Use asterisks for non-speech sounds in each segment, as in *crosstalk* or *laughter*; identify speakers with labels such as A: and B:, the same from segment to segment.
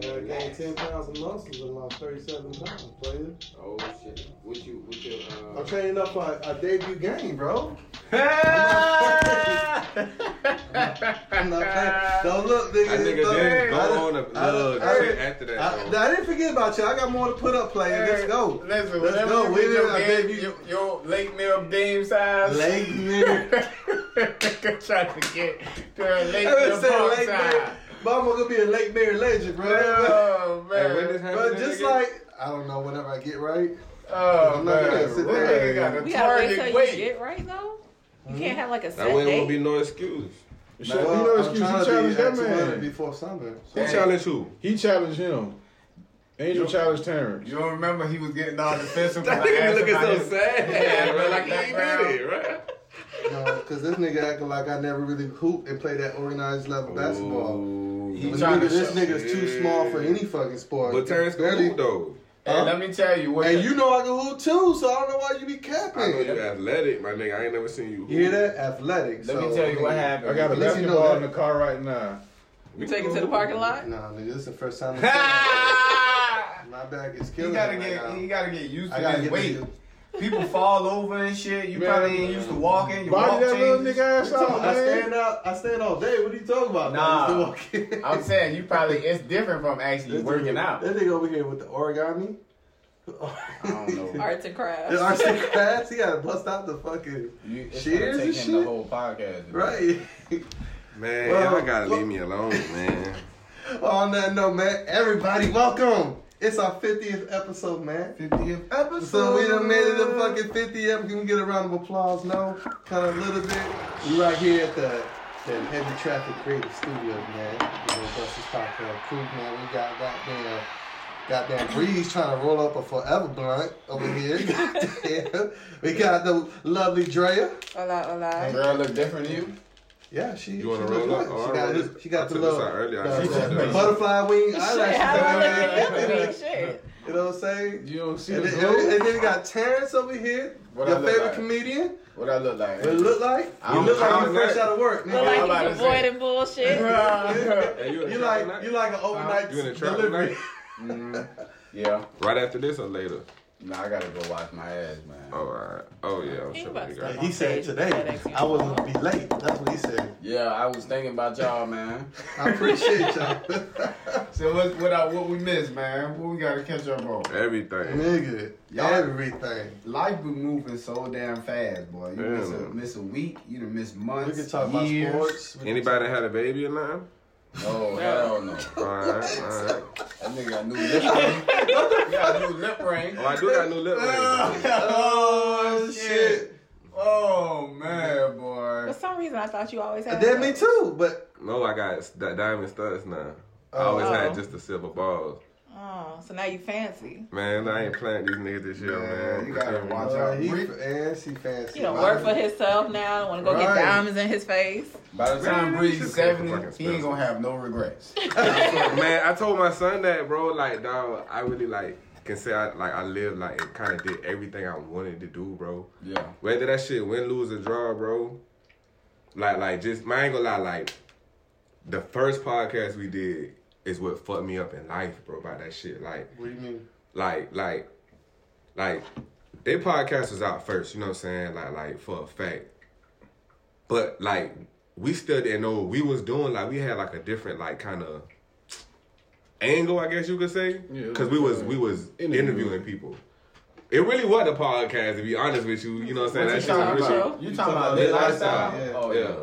A: gained ten thousand muscles and lost thirty-seven pounds, player.
B: Oh shit. What you what your uh
A: I'm training up for a debut game, bro. I'm not playing.
B: that
A: Don't look, nigga.
B: nigga
A: don't-
B: didn't
A: I
B: go
A: done-
B: on a
A: I done-
B: little
A: I done-
B: shit after
A: I,
B: that. though.
A: I didn't forget about you. I got more to put up, player. Let's go.
C: Listen,
A: Let's
C: whenever
A: go.
C: you
A: We
C: get
A: did our
C: your, game,
A: debut.
C: your, your late meal game size. *laughs*
A: Late
B: *laughs*
A: nigga.
C: trying to get to a late
A: I done
C: meal
A: said
C: pump
A: late
C: size.
A: Mary. Mama gonna be a late Mary legend, bro.
C: Oh
B: Hey, when this
C: man.
B: happened
A: But
B: again?
A: just like I don't know whenever I get right.
C: Oh
A: I'm
C: man.
A: not gonna
C: This
A: sit there.
C: nigga got
D: We
C: a
D: gotta wait till
C: target
D: you
C: weight.
D: get right though. You can't have like a set
B: that way it won't be
D: date.
B: no excuse.
E: Shit, you know
A: I'm
E: excuse. He
A: trying to
E: challenged
A: be at
E: that man.
A: 200 before summer.
B: Who
C: Hey.
B: challenge who?
E: He challenged him. Angel challenged Terrence.
C: You don't remember he was getting all
A: *laughs*
B: *laughs*
C: defensive.
B: That
C: when I
B: nigga
C: asked
B: looking
C: him
B: so
C: about his-
B: sad,
C: Yeah,
B: bro.
C: bro,
B: Like he ain't
C: background.
B: did it, right?
A: Because this nigga acting like I never really hooped and played that organized level basketball.
C: He
A: This
C: trying
A: nigga,
C: to
A: this
C: show-
A: nigga's too small for any fucking sport.
B: But Terrence can
A: Barely-
B: hoop though.
C: Hey, let me tell you what.
A: And
C: the-
A: you know I can hoop too, so I don't know why you be capping.
B: I know you athletic, my nigga. I ain't never seen you. hoop.
A: You hear that? Athletic.
C: let
A: so,
C: me tell you what
A: nigga,
C: happened.
E: I got a
A: At least you know
E: basketball
A: that.
E: in the car right now.
D: You take it to the parking lot.
A: Nah, nigga, this is the first
B: *laughs*
A: time.
C: Ah!
A: My back is
C: *laughs* He
A: killing
C: gotta
A: me right now.
C: get he gotta get used
A: I
C: to
A: gotta
C: this
A: get
C: weight.
A: this-
C: People fall over and shit. You
E: Man,
C: probably ain't used to walking. Your walk
E: Body that little
C: changes.
E: nigga ass out,
A: I
E: man.
A: stand out. I stand all day. What are you talking about?
C: Nah.
A: man? Just walking.
C: I'm saying you probably it's different from actually
A: This
C: working *laughs*
A: nigga-
C: out.
A: This nigga over here with the origami. I
C: don't know.
D: Arts and
A: *laughs*
D: crafts.
A: The arts
D: *laughs*
A: and crafts. He gotta bust out the fucking
C: You, it's
A: Shears
C: gonna
A: and
C: take him the
A: shit?
C: whole podcast.
A: right. *laughs*
B: Man,
A: Well,
B: y'all gotta
A: well-
B: leave me alone, man.
A: On that note, man. Everybody, welcome. It's our 50th episode, man.
C: 50th episode.
A: So we done made it to fucking 50 up. Can we get a round of applause? No? Kind of a little bit. We right here at the, the Heavy Traffic Creative Studio, man. You know, Buster's Cocktail Crew, man. We got goddamn, goddamn Breeze trying to roll up a forever blunt over here. *laughs* Goddamn. we got the lovely Drea.
D: Hola, hola.
C: Girl look different to you.
A: Yeah, she.
B: You wanna
A: she
B: roll
A: look
B: up?
A: good.
B: Oh, I
A: She got,
B: rolled
A: this,
B: it.
A: she
B: I
A: got the
B: took this
A: little
B: out earlier. I
A: the-
B: should have
A: the
B: done it.
A: butterfly wing
D: Shit, how about
A: eyelashes.
D: that? Everything, shit.
A: You know what I'm saying?
E: You don't see
A: And
E: the
A: then, and
E: glow?
A: then we *laughs* got Terrence over here,
C: What I
A: your
C: look
A: favorite
C: like?
A: comedian.
C: What I look like?
A: What
C: *laughs*
A: it look like?
C: I
A: You
C: don't-
A: look
B: I
A: like
B: don't
A: you fresh
B: know.
A: out of work,
D: Look
A: man.
C: I'm about
D: like
C: to
D: he's
C: say.
D: avoiding bullshit.
C: *laughs*
B: *laughs* Hey, you in
A: You
B: the trap
A: like
B: tonight?
A: you like an overnight
B: You in the trap
A: delivery.
B: tonight?
C: Mhm. Yeah.
B: Right after this or later?
C: Nah, I gotta go wash my ass, man.
B: Oh, all right. Oh, yeah. I'm
D: He
B: sure
D: about
B: we
D: to
B: got
D: stop.
A: He said today I was gonna be late. That's what he said.
C: Yeah, I was thinking about y'all, man.
A: I appreciate
B: *laughs*
A: y'all,
C: So what what I, what we missed, man? What we gotta catch up on?
B: everything.
A: nigga.
C: Y'all-
A: Everything.
C: Life been moving so damn fast, boy. You miss a,
B: Yeah.
C: miss a week, you done miss
A: We
C: months,
A: can talk about
C: years.
A: sports. We can
B: Anybody had a baby or nothing?
C: Oh hell no!
B: All right, all right.
C: That nigga got a new lip ring. You got a new lip ring.
B: Oh, I do got new lip rings.
C: oh
A: shit.
C: Oh man, boy.
D: For some reason, I thought you always had.
A: That me
D: those.
A: too, but
B: No, I got s- di- diamond studs now. I always
D: Oh.
B: had just the silver balls.
D: Oh, so now you fancy.
B: Man, I ain't playing these niggas this year,
C: Man,
B: man.
C: you gotta watch
A: uh,
C: out.
A: he
C: We-
A: fancy fancy.
D: He don't work for himself now. Don't want to go
A: Right.
D: get diamonds in his face.
C: By the time
B: Man,
C: Bree's
B: this
C: seventy,
B: fucking
C: he ain't
B: expensive.
C: gonna have no *laughs* regrets.
B: man, I told my son that, bro. Like, dog, I really like can say I like I lived like and kind of did everything I wanted to do, bro.
C: Yeah.
B: Whether that shit win, lose, or draw, bro. Like, like just man, I ain't gonna lie. Like, the first podcast we did is what fucked me up in life, bro. About that shit, like,
A: What do you mean?
B: like, like, like, their podcast was out first. You know what I'm saying? Like, like for a fact. But like, we still didn't know what we was doing. Like, we had like a different like kind of angle, I guess you could say,
E: Yeah,
B: because we was we was
E: Interview.
B: interviewing people. It really was a podcast, to be honest with you. You know what I'm saying? That
C: What you
B: shit
C: talking
B: was really-
C: about? You talking about their lifestyle?
A: Yeah.
C: Oh
B: Yeah.
C: yeah.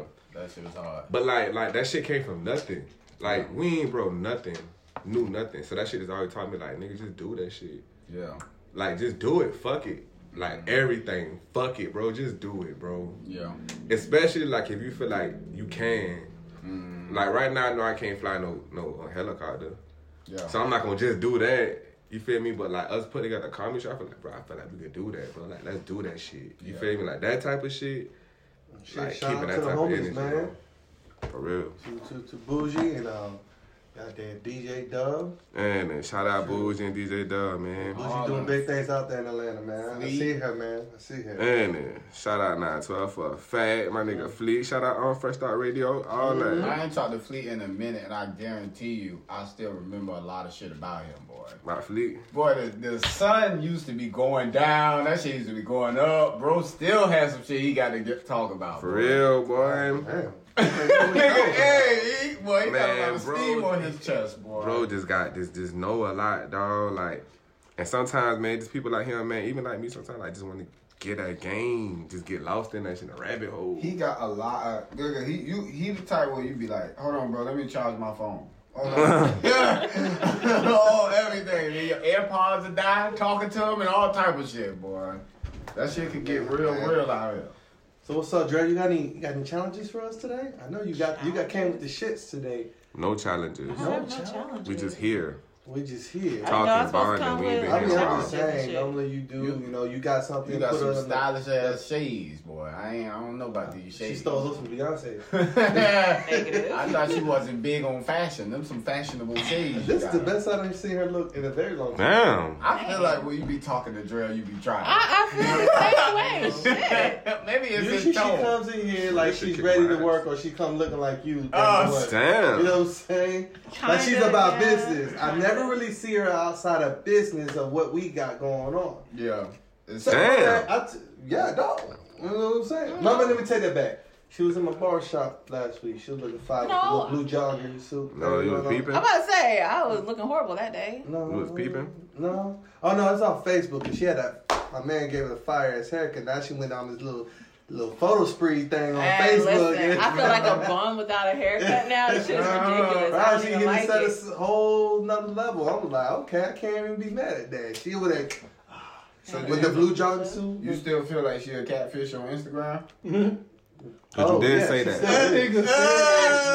C: That shit was hard.
B: But like, like that shit came from nothing. Like we ain't bro nothing, knew nothing. So that shit is always taught me like, nigga, just do that shit.
C: Yeah.
B: Like just do it. Fuck it.
A: Mm.
B: Like everything. Fuck it, bro. Just do it, bro.
C: Yeah.
B: Especially like if you feel like you can.
C: Mm.
A: Mm.
B: Like right now, I know I can't fly no no uh, helicopter,
C: Yeah.
B: so I'm not gonna just do that. You feel me? But like us putting together a comedy show, I feel like, bro, I feel like we could do that, bro. Like let's do that shit. You
C: Yeah.
B: feel me? Like that type of shit.
A: Shit,
B: Like
A: shout
B: keeping
A: out
B: that
A: to the
B: type of
A: homies,
B: energy,
A: man.
B: bro. For real.
A: To, to, to Bougie and um, Goddamn DJ Dub.
B: And then shout out Boozy and DJ Dub, man.
A: Boosie doing big things out there in Atlanta, man. I see her, man. I see her.
B: And then shout out 912 for a fag, my nigga Fleet. Shout out on Fresh Start Radio, all
A: Mm-hmm.
B: that.
C: I ain't talked to Fleet in a minute, and I guarantee you, I still remember a lot of shit about him, boy.
B: My Fleet.
C: Boy, the, the sun used to be going down. That shit used to be going up. Bro still has some shit he got to get, talk about.
B: For
C: boy.
B: real, boy.
C: *laughs*
A: Damn.
C: Nigga, hey, he, boy, he got a
B: Man,
C: lot of
B: bro,
C: steam on his chest, boy.
B: Bro just got this just know a lot, dog. Like and sometimes man, just people like him, man, even like me sometimes I just wanna get that game, just get lost in that shit in a rabbit hole.
C: He got a lot of nigga. He you he the type where you be like, hold on, bro, let me charge my phone.
B: *laughs*
C: Hold on. *laughs* oh, everything. Your AirPods are dying, talking to him and all type of shit, boy. That shit could get real, real out here.
A: So what's up, Dre? You got any you got any challenges for us today? I know you got you got came with the shits today.
B: No challenges.
D: I have no
A: challenge.
D: challenges.
B: We just here.
A: We just here.
D: I know I'm
B: Talking,
D: supposed to
B: bonding,
D: come
B: we
D: with
B: ain't been
A: I mean,
B: here
A: I'm
B: Wow.
A: just
D: and
A: saying. *laughs*
D: shit.
A: Normally you do, you know, you got something.
C: You got
A: put
C: some
A: on the-
C: stylish ass shades, boy. I ain't. I don't know about these
A: She
C: shades.
A: stole those from
C: *laughs*
A: Beyonce.
D: Negative.
C: I thought she wasn't big on fashion. Them some fashionable shades. you
A: This is the
C: got.
A: best I've seen her look in a very long time.
B: Damn.
C: I feel like when you be talking to Drill, you be trying.
D: I, I feel
C: *laughs*
D: the same way. Shit.
C: Maybe it's
A: Usually
C: his
A: she
C: tone.
A: comes in here like
B: This shit
A: she's
B: kick
A: ready
B: my
A: to
B: ass.
A: work, or she come looking like you.
C: Oh,
A: Guess what?
B: damn.
A: You know what I'm saying? like she's
D: Kinda,
A: about
D: yeah.
A: business. I
D: Kinda.
A: never really see her outside of business of what we got going on.
C: Yeah. It's-
A: So,
B: Damn.
A: I t- yeah, dog. You know what I'm saying?
D: Mm-hmm.
A: Mama, let me take that back. She was in my bar shop last week. She was looking fine with a
D: No.
A: little blue jogger suit.
B: No, you was peeping.
D: I'm about to say I was looking horrible that day.
A: No.
B: You was peeping?
A: No. Oh no, it's on Facebook. And she had a my man gave her a fire ass haircut. Now she went on this little little photo spree thing on
D: Hey,
A: Facebook. Uh-huh.
D: listen, I
A: *laughs*
D: feel like a bum without a haircut now. This shit is ridiculous. I
A: Now
D: don't
A: she
D: even
A: getting
D: like
A: set a
D: it.
A: s- whole nother level. I'm like, okay, I can't even be mad at that. She was like,
C: So do
A: with the
C: you-
A: blue jogger suit.
C: You still feel like she a catfish on Instagram?
B: But Oh, you did say
A: Oh, she
B: that.
A: said it.
E: nigga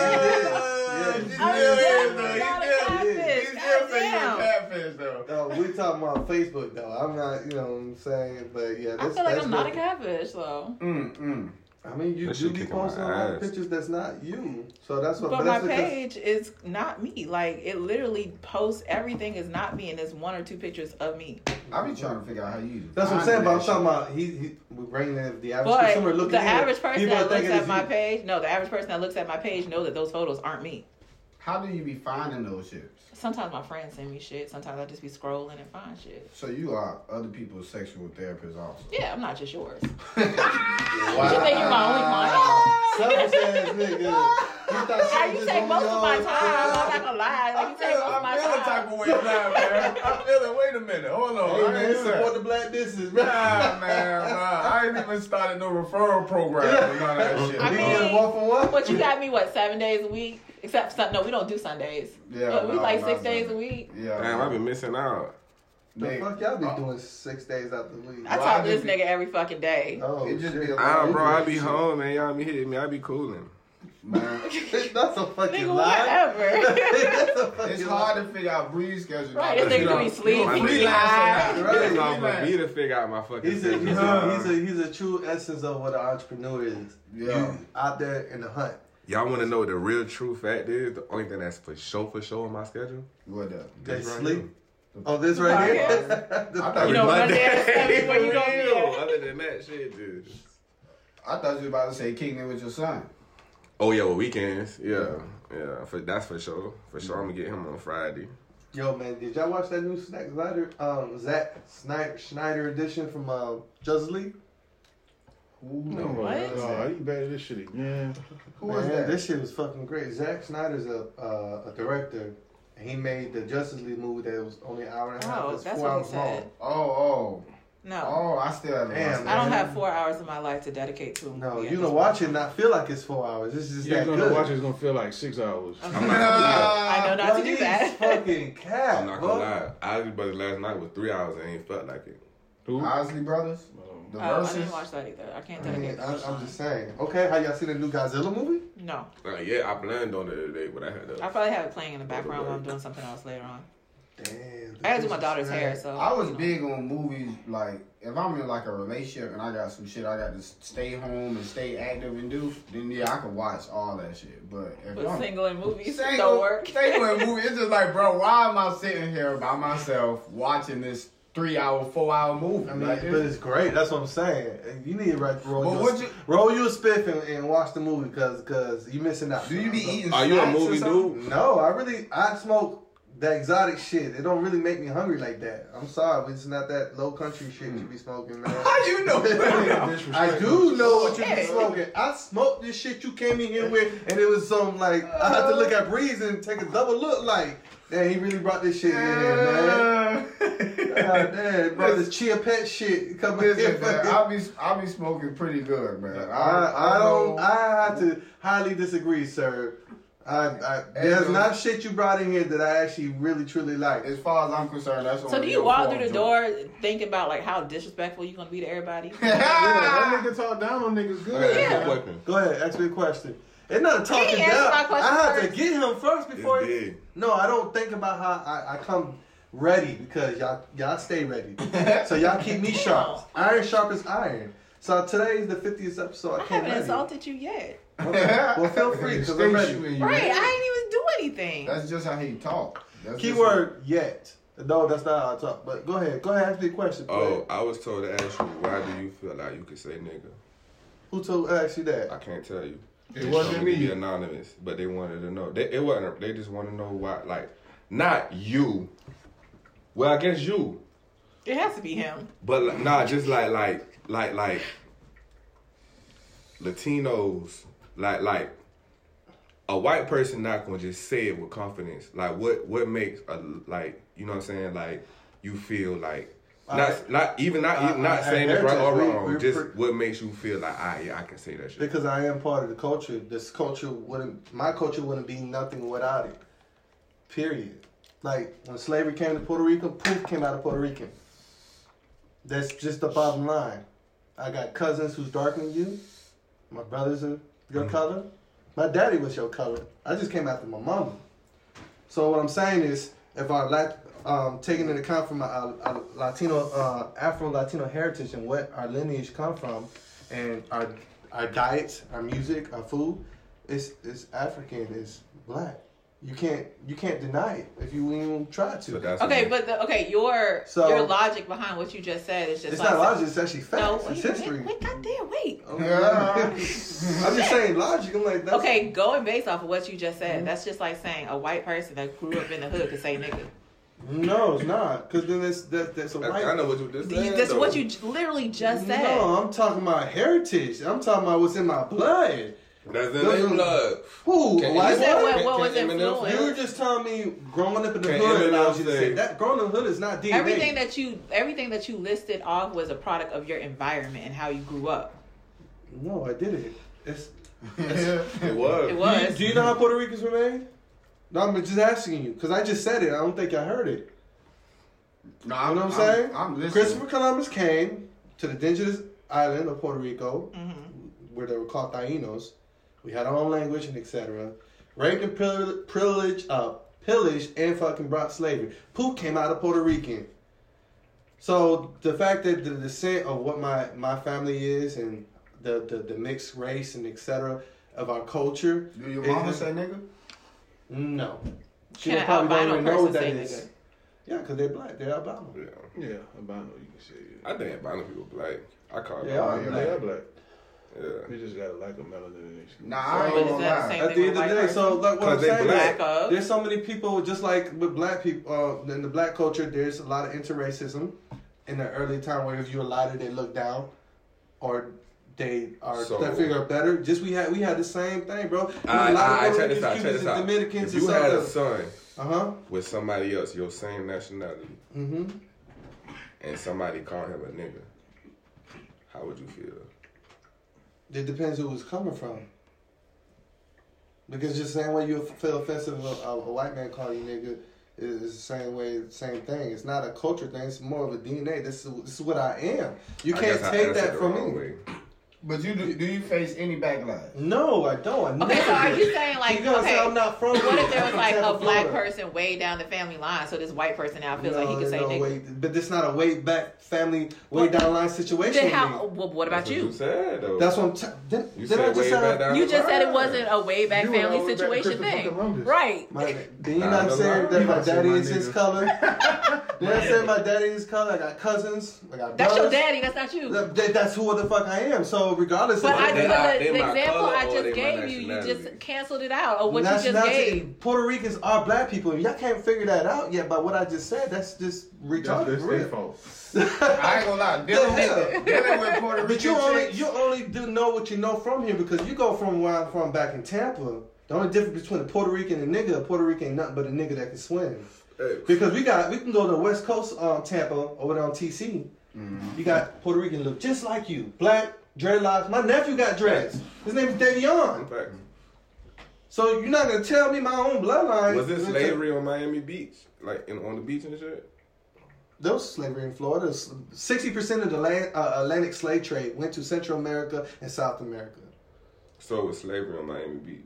A: said-
C: Yeah,
A: yeah,
D: I'm
A: yeah,
D: Oh, definitely not a
C: He
D: catfish.
C: still say you a
D: Goddamn.
C: catfish though.
A: *laughs* No, we talking about Facebook though. I'm not, you know what I'm saying? But yeah,
D: I
A: that's
D: feel like
A: that's
D: I'm not a
A: what-
D: catfish though.
C: Mm mm.
A: I mean, you
B: That
A: do
B: shit
A: be
B: kicking my
A: posting a lot of
B: ass.
A: pictures that's not you. So that's what.
D: But my
A: that's because-
D: page is not me. Like it literally posts everything is not me, and there's one or two pictures of me.
C: I be trying to figure out how you.
A: That's what I'm
C: find
A: saying. But I'm
C: that
A: talking about he, he we bring in the average
D: But
A: consumer looking.
D: the
A: in,
D: average person
A: people are
D: that looks
A: thinking
D: at
A: it's
D: my
A: you.
D: page, no, the average person that looks at my page know that those photos aren't me.
C: shit. How do you be finding those ships?
D: Sometimes my friends send me shit. Sometimes I just be scrolling and find shit.
C: So you are other people's sexual therapist also.
D: Yeah, I'm not
A: *laughs*
D: just yours.
A: Wow.
D: You think you're my only client? *laughs*
A: Selfish ass nigga. You thought
D: Yeah,
A: she
D: you
A: was just
D: take
A: on
D: most of my
A: your-
D: time. I'm not gonna lie. Like
C: I
D: you
C: feel,
D: take most of my
C: I feel the type
D: time.
C: of way now, man. I feel it. Wait a minute. Hold on.
A: Hey,
C: I
A: man,
C: didn't do
A: support
C: that.
A: the black business, *laughs*
C: *laughs* Nah, man. Nah. I ain't even started no referral program or none of that shit.
D: I
A: We
D: mean-
A: get one for one.
D: But you got me what seven days a week? Except Sun- no, we don't do Sundays.
C: Yeah,
D: But we
C: no,
D: like
C: no,
D: six
C: no.
D: days a week.
C: yeah.
B: Damn, I've been missing out.
A: The
C: Nigga.
A: fuck y'all be
C: Uh,
A: doing six days out the week?
D: I
C: Well,
D: talk
C: I
D: to this
C: just be-
D: nigga every fucking day.
A: Oh,
C: It just be
A: shit.
C: a-
B: Ah,
C: you
B: bro, I be
A: *laughs*
C: shit.
B: home, man. Y'all be hitting me. I be cooling.
C: Man.
A: That's a fucking *laughs*
D: Nigga,
A: lie.
D: whatever.
A: That's a fucking
C: It's
A: lie.
C: hard to figure out breed schedule.
D: Right,
C: now,
D: this
C: but
D: nigga
C: you
D: do
C: know,
D: be sleep,
C: you a
B: he
D: be
C: freelancer
D: high.
A: Right.
C: now. You a
B: It's off for me
C: freelancer.
B: to figure out my fucking
A: He's a he's a,
C: Huh.
A: he's a he's a true essence of what an entrepreneur is.
C: Yeah.
A: You out there in the hunt.
B: Y'all want to know what the real true fact is? The only thing that's for sure, for sure on my schedule?
C: What up?
A: They
B: This right
A: sleep.
B: here.
A: Oh, this right here. The-
C: I thought
D: You
C: you,
D: know,
C: was-
D: one day at a
B: *laughs*
D: time before you
B: For
D: go be
B: real.
D: there.
B: Other than that, shit, dude.
C: I thought you was about to say kingdom with your son.
B: Oh, yeah, well, weekends. Yeah. Yeah, for, that's for sure. For sure, I'm going to get him on Friday.
A: Yo, man, did y'all watch that new Snack Snyder, um, Zack Snyder, Schneider edition from uh, Justice League?
E: No,
D: What?
E: no, you better this shit again.
C: Who was
A: Man,
C: that?
A: This shit was fucking great. Zack Snyder's a uh, a director, and he made the Justice League movie that was only an hour and a half.
D: Oh,
A: It's
D: that's
A: four
D: what he
A: hours
D: said.
C: Oh, oh,
D: No,
C: oh! I still haven't.
A: Damn,
C: watched
D: I
C: that.
D: don't have four hours of my life to dedicate to. a
A: long. No,
D: movie at
A: you
D: this
A: gonna
D: *laughs*
A: watch it and not feel like it's four hours. It's just
E: You're
A: that
E: gonna
A: good.
E: watch it, it's gonna feel like six hours.
D: point.
B: I'm
D: Okay.
B: not gonna lie.
D: I know not
A: Bro,
D: to do
A: he's *laughs*
D: that. *laughs*
A: fucking cat.
B: I'm not
A: bro.
B: gonna lie. I just but last night was three hours. and ain't felt like it.
E: Who?
C: Osley Brothers,
E: Um,
C: the
D: Oh, I
C: verses.
D: didn't watch that either. I can't
A: I
D: dedicate.
A: mean,
D: to
A: I,
D: this
A: I'm
D: one.
A: just saying. Okay, how y'all seen the new Godzilla movie?
D: No,
B: Like, yeah, I planned on it today, but I had to.
D: I probably have it playing in the background while I'm doing something else later on.
A: Damn.
D: I gotta do my daughter's hair, so
C: I was
D: Oh, you know.
C: big on movies. Like, if I'm in like a relationship and I got some shit I got to s- stay home and stay active and do, then yeah, I could watch all that shit. But if
D: But
C: I'm
D: single in movies don't
C: single,
D: work.
C: single
D: *laughs*
C: in movies, it's just like, bro, why am I sitting here by myself watching this three-hour, four-hour movie?
A: I mean,
C: Like,
A: but it's great. That's what I'm saying. You need to like, roll,
C: But
A: your,
C: what you-
A: roll your spiff and, and watch the movie because cause you missing out.
C: do you be eating?
B: Are you a
C: snacks or
B: movie
C: something?
B: dude?
A: No, I really I smoke that exotic shit. It don't really make me hungry like that. I'm sorry, but it's not that low country shit you be smoking, man.
C: How
A: *laughs*
C: you know?
A: I do know what you be
D: Hey.
A: smoking. I smoked this shit you came in here with, and it was some like I had to look at Breeze and take a double look. Like, man, he really brought this shit in, man. God damn, bro, this chia pet shit coming in.
C: *laughs* Listen,
A: here.
C: man,
A: fucking-
C: I be I be smoking pretty good, man.
A: I, I don't.
C: know-
A: I have to highly disagree, sir. I, I, there's
C: Andrew.
A: not shit you brought in here that I actually really truly like.
C: as far as I'm concerned, that's
D: So
C: only
D: do you
C: your
D: walk
C: fault,
D: through the
C: Jordan.
D: door thinking about like how disrespectful you gonna be to
C: *laughs*
D: everybody?
E: that nigga talk down on niggas good.
B: Yeah.
E: man.
B: Question.
A: Go ahead, ask me a question. It's not talking
D: answer
A: down.
D: my question
A: I have to
D: first.
A: get him first before.
B: It's big.
A: No, I don't think about how I, I come ready because y'all y'all stay
D: *laughs*
A: ready. so y'all keep me sharp. Iron sharp is iron. So today's the 50th episode. I,
D: I
A: came
D: haven't
A: ready.
D: insulted you yet.
C: *laughs*
A: Okay. Well, feel free because
C: Stay
A: I'm ready.
C: shooting you,
D: Right,
C: man.
D: I ain't even do
C: *laughs*
D: anything.
C: That's just how he talk. That's just- *laughs*
A: Keyword yet. No, that's not how I talk. But go ahead. Go ahead. Ask me a question. Go
B: Oh,
A: ahead.
B: I was told to ask you, why do you feel like you can say nigga?
A: Who told ask you that?
B: I can't tell you.
C: It wasn't
B: Be
C: me.
B: anonymous, but they wanted to know. They, it wasn't. They just want to know why. Like, not you. Well, I guess you.
D: It has to be him.
B: But like, nah, just like like like like Latinos, like like a white person not gonna just say it with confidence. Like what what makes a like you know what I'm saying? Like you feel like not
A: I-
B: not even not
A: I-
B: even not
A: I-
B: saying it's right or
A: heritage, we-
B: wrong.
A: we're
B: just
A: pre-
B: what makes you feel like ah yeah I can say that shit.
A: Because I am part of the culture. This culture wouldn't, my culture wouldn't be nothing without it. Period. Like when slavery came to Puerto Rico, poof came out of Puerto Rican. That's just the bottom line. I got cousins who's darker than you. My brothers are your color. My daddy was your color. I just came after my mama. So what I'm saying is, if I like um, taking into account from my uh, uh, Latino, uh, Afro Latino heritage and what our lineage come from, and our our diets, our music, our food, it's it's African, it's black. You can't you can't deny it if you even try to.
B: But that's
D: Okay, but the, okay, your
A: So-
D: your logic behind what you just said is just
A: it's
D: like
A: not logic. It's actually
D: No,
A: facts.
D: wait,
A: it's
D: wait,
A: history.
D: wait, goddamn, wait.
C: Oh,
A: *laughs* I'm just saying logic. I'm like that's,
D: Okay, going based off of what you just
C: Mm-hmm.
D: said, that's just like saying a white person that grew up in the hood could say nigga.
A: No, it's not. Cause then that's that, that's a
B: I,
A: white.
B: I know what you this
D: You-
B: man,
D: That's
B: though.
D: what you j- literally just said.
A: No, I'm talking about heritage. I'm talking about what's in my blood.
B: That's in
A: Those-
B: their blood.
A: Who?
B: Can
A: Why
D: You said
A: what?
D: what, what was
B: Can- can Eminem-
A: You were
D: influence?
A: just telling me growing up in the
B: Can
A: hood. and I
B: Eminem
A: was just
B: say-
A: saying that growing up in the hood is not DNA.
D: Everything that you everything that you listed off was a product of your environment and how you grew up.
A: no, I didn't. It's,
B: It was.
A: do,
D: It
A: you,
D: was.
A: do you know how Puerto Ricans were made? No, I'm just asking you because I just said it. I don't think I heard it.
C: No,
A: You
C: I'm,
A: know what I'm saying?
C: I'm, listening.
A: Christopher Columbus came to the dangerous island of Puerto Rico, where they were called Taínos. We had our own language and etc. Raped and pillaged, pillage, uh, pillaged and fucking brought slavery. Pooh came out of Puerto Rican. So the fact that the descent of what my, my family is and the, the, the mixed race and etc. of our culture.
C: Do your
A: it-
C: mama say nigga?
A: no? She
D: Can an
A: probably don't
D: albino
A: even know what that
D: person say
A: is.
D: nigga?
A: Yeah, because they're black. They're albino.
B: Yeah.
E: Yeah, albino, you can say it.
B: I think Atlanta people black. I call
A: They are
B: it.
E: Yeah,
A: black.
E: they are black.
B: Yeah.
E: We just got lack of melanin in these.
C: Nah, I ain't
D: But
C: gonna
D: is that the
C: lie.
D: same
A: Oh, At the
D: thing
A: end
D: with
A: of
D: white
A: the day, so
D: person?
A: like what
B: 'Cause
A: I'm
B: they
A: saying,
B: black.
A: is,
D: Lack of.
A: there's so many people just like with black people uh, in the black culture. There's a lot of interracism in the early time where if you're lighter, they look down, or they are
B: So-
A: they figure better. Just we had we had the same thing, bro.
B: I, I, I check this out. Check
A: Cubans
B: this out.
A: and Dominicans and
B: If you had a
A: stuff.
B: son
A: Uh huh.
B: with somebody else, your same nationality,
A: Mm-hmm.
B: and somebody called him a nigga, how would you feel?
A: It depends who it's coming from. Because just the same way you feel offensive of a, a white man calling you nigga is is the same way, same thing. It's not a culture thing. It's more of a DNA. This is this is what I am. You
B: I
A: can't
B: guess I
A: take
B: answered
A: that
B: the
A: from me.
B: wrong way.
C: But you do, do you face any backlash?
A: No, I don't. I
D: Okay,
A: never
D: so are
A: did.
D: you
A: *laughs*
D: saying like
A: you gonna
D: okay?
A: say I'm not from?
D: What
A: here.
D: if there
A: I'm
D: was
A: from
D: like a
A: Tampa,
D: black
A: Florida.
D: person way down the family line, so this white person now feels like he could say
A: no,
D: nigga?
A: wait, but it's not a way back family, way
D: What?
A: down line situation.
D: Then
A: with
D: how?
A: me.
D: Well, what about
B: That's what
D: you?
B: said though.
A: That's what I'm. T- did
B: you
A: did I
B: said.
A: just
B: Way
A: say
B: back
A: that?
B: down
D: You
B: the
D: just said it
B: line.
D: wasn't a way back
E: You went
D: family
E: all the way back to
D: situation
E: Christopher
D: thing,
E: Columbus.
D: right?
A: My, did you
B: Nah,
A: not
B: no,
A: say
B: no.
A: that
E: You
A: my
E: might say
A: daddy
E: my
A: is his
E: nigga. *laughs*
A: color? did I say my daddy is color? I got cousins. I got
D: That's your
A: brothers.
D: daddy. That's not you.
A: That- that- That's who the fuck I am. So regardless
D: But
A: of
D: I,
B: They
D: but
B: my-
D: the,
B: they
D: the
B: my
D: example
B: color
D: I
B: or
D: just
B: they my
D: gave you, you
B: nationality?
D: just canceled it out, or what you just
A: nationality,
D: gave.
A: Puerto Ricans are black people. Y'all can't figure that out yet. But what I just said, that's just
E: That's,
A: retarded.
E: that's
A: for real.
E: their fault.
C: I ain't gonna lie, dealing with dealing with Puerto
A: *laughs* *laughs*
C: Rican
A: But you only
C: chicks-
A: you only do know what you know from here because you go from where I'm from back in Tampa. The only difference between a Puerto Rican and a nigga, a Puerto Rican ain't nothing but a nigga that can swim.
B: Hey,
A: Because we got we can go to West Coast um, Tampa over there on TC.
B: Mm-hmm.
A: You got Puerto Rican look just like you, black dreadlocks. My nephew got dreads. His name is Davion.
B: fact.
A: So you're not gonna tell me my own bloodline.
B: Was it slavery on Miami Beach, like in, on the beach and shit?
A: There was slavery in Florida. Sixty percent of the land, uh, Atlantic slave trade went to Central America and South America.
B: So it was slavery on Miami Beach.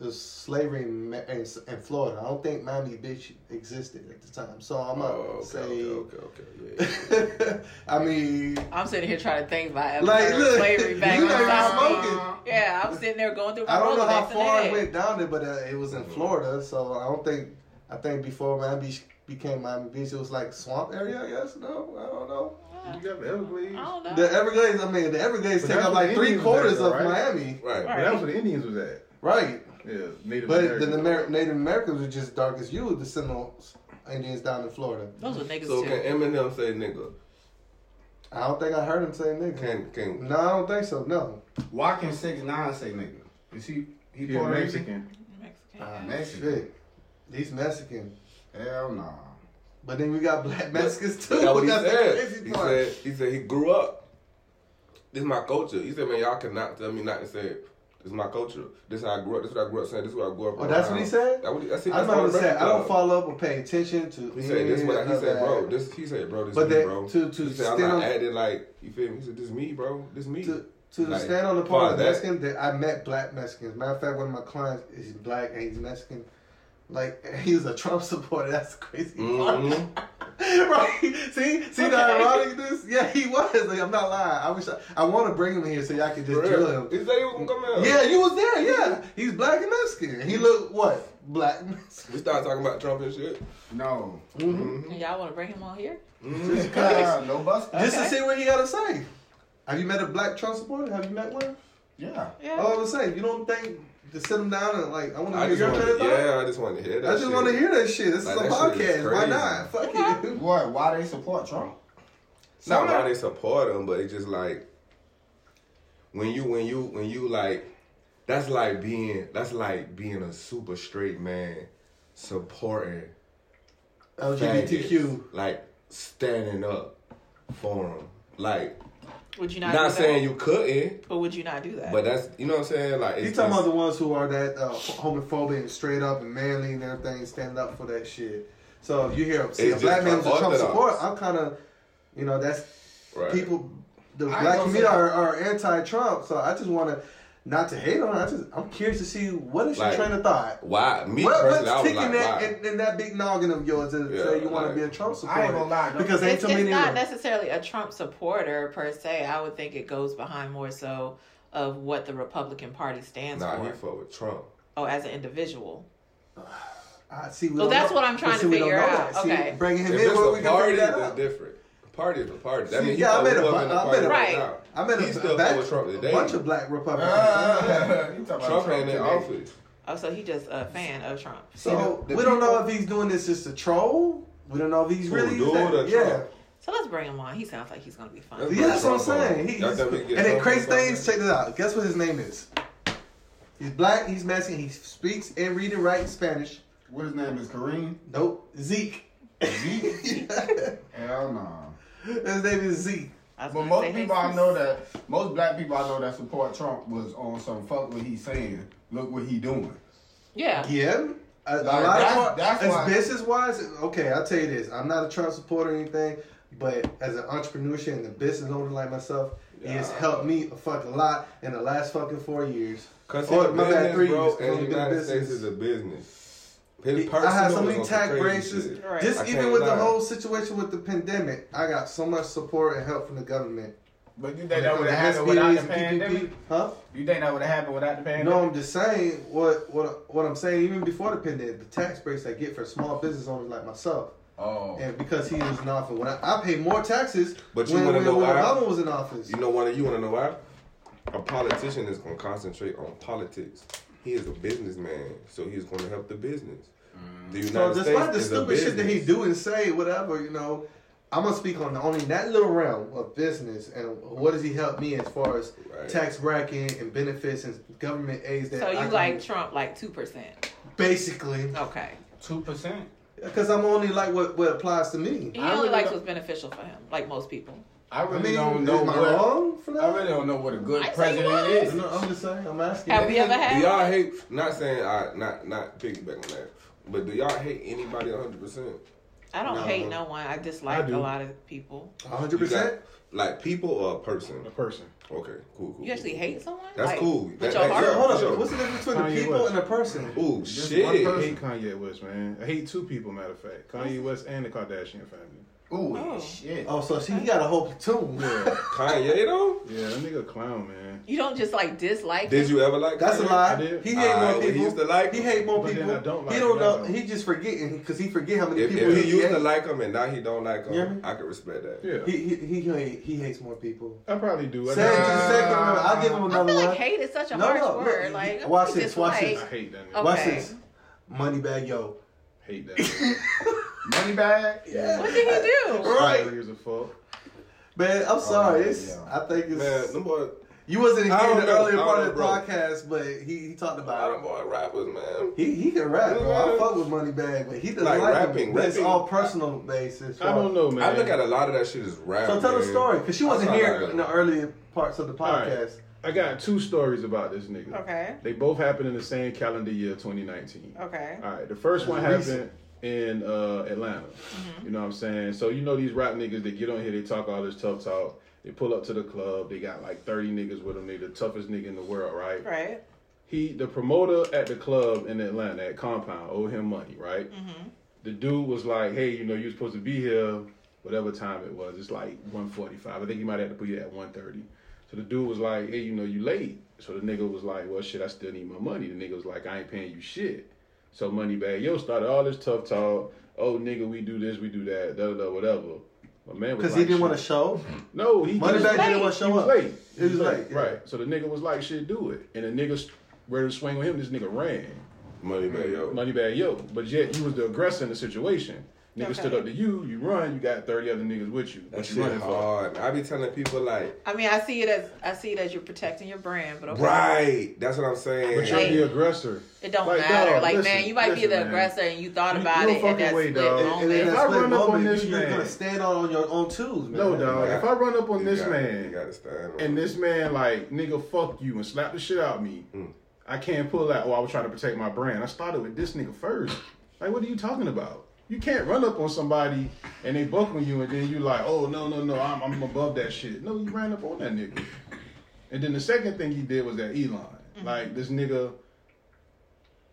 A: There's slavery in, Ma- in, in Florida. I don't think Miami Beach existed at the time. So I'm gonna
B: Oh, okay,
A: say.
B: okay, okay, okay, yeah. yeah.
A: *laughs* I mean,
D: I'm sitting here trying to think about ever
A: Like,
D: heard
A: look,
D: slavery back
A: you
D: in
A: not even
D: South Beach.
A: smoking.
D: Yeah, I'm sitting there going through my
A: I don't know how
D: Rolodex
A: far it
D: and
A: went down there, but uh, it was in
B: Mhm.
A: Florida. So I don't think. I think before Miami Beach became Miami Beach, it was like swamp area. I guess no, I don't know.
E: You got the Everglades.
D: I don't know.
A: The Everglades. I mean, the Everglades
E: But
A: take
E: that's
A: up
E: what
A: like three
E: Indians
A: quarters
E: back
A: of
E: there, right?
A: Miami,
B: *laughs* Right.
D: Right.
E: But that was where the Indians was at.
A: right?
E: Yeah, Native
A: But
E: Americans.
A: the Amer- Native Americans were just dark as you, the Seminoles, Indians down in Florida.
D: Those were niggas
B: So
D: too.
B: can Eminem say nigga?
A: I don't think I heard him say nigga.
B: Can
A: *laughs*
B: can
A: No, I don't think so. No.
C: Why can six nine say nigga? Is he he
E: He a
C: Puerto Rican?
E: Mexican.
D: Uh, Mexican.
A: Ah,
C: Mexican.
A: Shit. He's Mexican.
C: Hell no.
A: But then we got black Mexicans too.
B: That's what he
A: the
B: said.
A: crazy
B: He
A: part.
B: said he said he grew up. This is my culture. He said, man, y'all cannot tell me not to say it. This is my culture. This is how I grew up. This is what I grew up saying. This is what I grew up.
A: Oh, that's what he
B: around.
A: said?
B: That what he, that's it.
A: I
B: That's
A: might
B: all
A: have
B: the
A: said
B: record
A: I don't
B: of.
A: follow up or pay attention to.
B: He said this. What he said, bro.
A: To,
B: This he said, bro. This
A: But
B: me,
A: that-
B: bro.
A: to- to
B: he said, I'm
A: stand
B: not
A: on-
B: adding like you feel me. He said, this me, bro. This me.
A: to, to
B: Like,
A: stand on the part of
B: why that?
A: Mexican that I met black Mexicans. Matter of fact, one of my clients is black and he's Mexican. Like *laughs* he was a Trump supporter. That's the crazy. part.
B: Mhm.
A: *laughs* right? See, see the
D: Okay.
A: ironicness. Yeah, he was. Like, I'm not lying. I wish I, I want to bring him here so y'all can just
B: For
A: drill
B: real.
A: him.
B: He said he was gonna come out.
A: Yeah, you was there. Yeah, he's black and Mexican. He looked what black. and Mexican.
B: We started talking about Trump and shit.
C: No.
B: Mm-hmm.
D: And Mm-hmm. y'all want to bring him on here?
C: *laughs*
A: Just 'cause.
C: Uh, no bus.
A: Just to
D: Okay.
A: see what he had to say. Have you met a black Trump supporter? Have you met one?
C: Yeah.
D: Yeah.
A: All I'm saying, you don't think to sit him down and like I want to
B: I
A: hear
B: just
A: your
B: wanted,
A: turn yeah,
B: yeah, I just wanted to hear
A: I
B: that.
A: just
B: shit.
A: want to hear that shit. This
B: Like,
A: is a
B: that shit is
A: podcast. Why
B: crazy.
A: not? Fuck
D: Okay.
A: it.
C: What? Why they support
B: Not
C: Trump?
A: Some-
B: why they support him, but it's just like when you when you when you like that's like being that's like being a super straight man supporting
A: LGBTQ.
B: faggots. like standing up for him. Like
D: Would you not?
B: not,
D: do that?
B: saying you couldn't,
D: But would you not do that?
B: but that's you know what I'm saying. Like
A: He's
B: it's-
A: talking
B: it's-
A: about the ones who are that uh, homophobic and straight up and manly and everything, standing up for that shit. So if you hear see,
B: It's
A: a black
B: just
A: man was a Trump
B: unorthodox.
A: supporter, I'm kind of, you know, that's
B: right.
A: people. The
C: I ain't
A: black
C: gonna
A: community
C: say-
A: are, are anti-Trump, so I just want to, not to hate on. her, I just I'm curious to see what is your
B: Like,
A: train of thought.
B: Why me
A: What,
B: personally? I
A: what's
B: was
A: ticking
B: like,
A: that
B: why?
A: in, in that big noggin of yours to
B: Yeah,
A: say you want to
B: like-
A: be a Trump supporter?
C: I ain't gonna lie. No.
A: because ain't
D: it's,
A: too
D: it's
A: many.
D: not
A: of them.
D: necessarily a Trump supporter per se. I would think it goes behind more so of what the Republican Party stands
B: Nah, he
D: for.
B: fuck with Trump.
D: Oh, as an individual.
A: I see. We
D: Well,
A: don't
D: that's
A: know-
D: what I'm
A: but
D: trying to
A: see, we don't
D: figure
A: know
D: out.
A: that. See,
D: Okay.
A: bringing him
B: If
A: in,
B: it's
A: where we
B: a
A: can
B: party,
A: figure that
B: that's
A: out.
B: different. A party is a party. That
A: See,
B: mean,
A: yeah, I
B: he
A: met a
B: probably
A: bu-
B: wasn't
A: I
B: party
A: met a-
B: right
D: Right.
B: now.
A: I met
B: He's
A: a,
B: still
A: a, back,
B: full of Trump
A: a
B: today.
A: bunch of black Republicans.
C: Uh, you talking about
B: Trump ain't in
C: today.
B: office.
D: Oh, so he just a fan of Trump.
A: so
C: the- the
A: we don't know
C: people-
A: if he's doing this just to troll. We don't know if he's
B: Who,
A: really.
B: dude
A: that-
B: or
A: yeah.
B: Trump?
D: So let's bring him on. He sounds like he's gonna be fun.
B: Let's
A: Yeah, that's what I'm
B: Trump on.
A: saying. He-
B: Y'all
A: he's,
B: think we
A: and
B: can get
A: then
B: Trump
A: crazy
B: on Trump?
A: things. Check this out. Guess what his name is? He's black. He's Mexican. He speaks and read and write Spanish.
C: What his name is Kareem?
A: Nope, Zeke. *laughs*
C: Zeke?
A: his
C: Hell no.
A: name is Zeke.
D: I was
C: But
D: gonna say
C: most people I
D: Jesus.
C: know that most black people I know that support Trump was on some fuck what he's saying. Look what he doing.
D: Yeah.
A: Yeah. A, a
C: Like,
A: lot
C: that's-
A: of part,
C: that's
A: as
C: why-
A: business wise, okay, I'll tell you this. I'm not a Trump supporter or anything, But as an entrepreneurship and a business owner like myself, it's helped me a fucking lot in the last fucking four years.
B: Cause
A: Or,
B: his
A: my bad,
B: business,
A: three
B: bro,
A: years.
B: and
A: Only
B: the
A: been a
B: United States
A: business.
B: is a business. His
A: I had so
B: personal
A: many
B: was on some
A: tax
B: crazy
A: graces.
B: shit.
D: Right.
B: I
A: Just even
B: can't
A: with the
B: lie.
A: whole situation with the pandemic, I got so much support and help from the government.
C: But you think
A: When it
C: that
A: comes
C: would
A: to
C: have happened without
A: SBAs
C: the
A: and
C: pandemic?
A: PPP, huh?
C: You think that would have happened without the pandemic?
A: No, I'm just saying what what what I'm saying. Even before the pandemic, the tax breaks I get for small business owners like myself,
C: Oh.
A: and because he was in office, when I, I paid more taxes
B: But you
A: when,
B: wanna
A: when,
B: know
A: when
B: why?
A: Obama was in office.
B: You know what? You want to know why? A politician is going to concentrate on politics. He is a businessman, so he's going to help the business. The United
A: So despite
B: States
A: the
B: is a
A: stupid shit that he
B: business.
A: do and say, whatever, you know, I'm gonna speak on only that little realm of business and what does he help me as far as
B: Right.
A: tax bracket and benefits and government aids that
D: So
A: I
D: you
A: can-
D: like Trump like two percent?
A: basically
D: Okay.
C: Two percent.
A: because I'm only like what what applies to me.
D: He
C: I
D: only
C: really
D: likes
C: don't-
D: what's beneficial for him, like most people.
C: I
A: I
C: really
A: mean,
C: don't know
A: am I
C: what.
A: wrong for that?
C: I really don't know what a good
D: I say
C: president
D: what?
C: is.
A: No, I'm just saying. I'm asking.
D: Have we ever
B: Do
D: had?
B: y'all hate? Not saying I not not piggyback on that, but do y'all hate anybody 100? percent
D: I don't
A: No.
D: hate no one. I
E: I
D: dislike
E: do.
D: a lot of people.
A: 100. percent
B: Like people or a person?
E: A person.
B: Okay, cool, cool.
D: You actually hate someone?
B: That's
D: Like,
B: cool.
D: With
B: That-
D: your
B: that-
D: heart.
B: yeah,
A: Hold
B: Sure.
A: on. What's the difference between a
E: Kanye
A: people
E: West.
A: and a person?
B: Oh
E: Just One
B: shit!
E: person. I hate Kanye West, man. I hate two people, matter of fact. Kanye West and the Kardashian family.
C: Ooh,
D: Oh.
C: shit.
A: Oh, so she he got a whole platoon.
B: Kanye though?
E: Yeah, that nigga a clown, man.
D: You don't just like dislike.
B: Did
D: him?
B: you ever
A: *laughs*
B: like?
A: That's a
B: Kanye?
A: lie.
E: I did.
A: He hate
B: Ah,
A: more
B: well, he
A: people.
B: used to like
A: He
B: him.
A: hate more
E: But then
A: people.
E: I don't
A: he
E: like
A: don't
E: him
A: know.
E: now.
A: He just forgetting because he forget how many
B: If,
A: people
B: if he
A: he,
B: used
A: hate.
B: to like him and now he don't like him,
A: Yeah.
B: I could respect that.
E: Yeah,
A: He, he, he, hate- he hates more people.
E: I probably do. I,
A: Say,
E: just-
A: just say, remember, I'll give him
D: I
A: another
D: feel like
A: one.
D: hate is such a
A: No,
D: harsh
A: no,
D: word.
A: look,
D: like
A: watch
D: we
A: this, watch this.
E: I
D: dislike-
E: hate that nigga.
D: Okay.
A: Watch this. Moneybag yo.
E: Hate that nigga.
C: Money bag.
A: Yeah.
D: What did he
E: *laughs*
A: *laughs*
D: do?
A: Right.
E: Sorry as a fuck.
A: Man, I'm sorry. it's,
C: yeah.
A: I think it's.
B: Man, them boy,
A: you wasn't in
B: I don't
A: the
B: know.
A: earlier
B: I
A: part of
B: don't
A: the
B: know,
A: podcast, but he, he talked
B: a
A: about
B: lot of
A: it.
B: boy rappers, man.
A: He, he can rap, bro. I
B: Yeah.
A: fuck with Moneybag, but he doesn't like,
B: Like
A: rapping.
B: rapping,
A: That's
B: rapping.
A: all personal basis.
E: I don't know, man.
B: I look at a lot of that shit as rap.
A: So tell
B: man.
A: the story, because she
B: I
A: wasn't
B: saw
A: here
B: that.
A: in the earlier parts of the
E: All right.
A: podcast.
E: I got two stories about this nigga.
D: Okay.
E: They both happened in the same calendar year, 2019.
D: Okay.
E: All right, the first one
A: Recent.
E: happened in uh, Atlanta. You know what I'm saying? So you know these rap niggas, they get on here, they talk all this tough talk. They pull up to the club, they got like 30 niggas with them. They the toughest nigga in the world, right?
D: Right.
E: He, the promoter at the club in Atlanta at Compound, owed him money, right? The dude was like, "Hey, you know, you supposed to be here, whatever time it was. It's like 1:45. I think he might have to put you at 1:30." So the dude was like, "Hey, you know, you late." So the nigga was like, "Well, shit, I still need my money." The nigga was like, "I ain't paying you shit." So Moneybag Yo started all this tough talk. Oh nigga, we do this, we do that, da da da, whatever. My man was
A: Because
E: like,
A: he didn't want to
E: shit.
A: show.
E: No,
A: Moneybag
E: he he was
A: didn't
D: late.
A: want to show up.
E: late. He
A: was late, yeah.
E: Right. So the nigga was like, shit, do it. And the nigga s- ready to swing with him. This nigga ran.
B: Money Bag Yo.
E: Moneybag yo. But yet you was the aggressor in the situation. Nigga
D: Okay.
E: stood up to you, you run, you got 30 other niggas with you.
B: That
E: What you
B: shit
E: running for?
B: hard. I be telling people like,
D: I mean, I see it as I see it as you're protecting your brand, but okay.
B: right. That's what I'm saying.
E: But you're
D: Like-
E: the aggressor.
D: It don't
E: Like,
D: matter.
E: dog,
D: like man,
E: listen,
D: you might be
E: listen,
D: the
E: man.
D: aggressor, and you thought
E: You-
D: about
E: no
D: it, and
E: fucking
D: that's
E: way,
D: split
A: And,
E: dog.
A: and
D: moment.
A: in
E: If
A: that
E: I
A: split
E: run up on
A: moment,
E: this
A: you, are
E: man-
A: going to stand out on your own twos, man.
E: No, dog. If I run up on
B: You
E: this
B: gotta- you
E: man
B: gotta stand. on
E: and
B: it.
E: this man like, nigga, fuck you and slap the shit out of me, I can't pull out, oh, I was trying to protect my brand. I started with this nigga first. Like, what are you talking about? You can't run up on somebody and they buck on you and then you like, oh, no, no, no, I'm, I'm above that shit. No, you ran up on that nigga. And then the second thing he did was that Elon. Like, this nigga,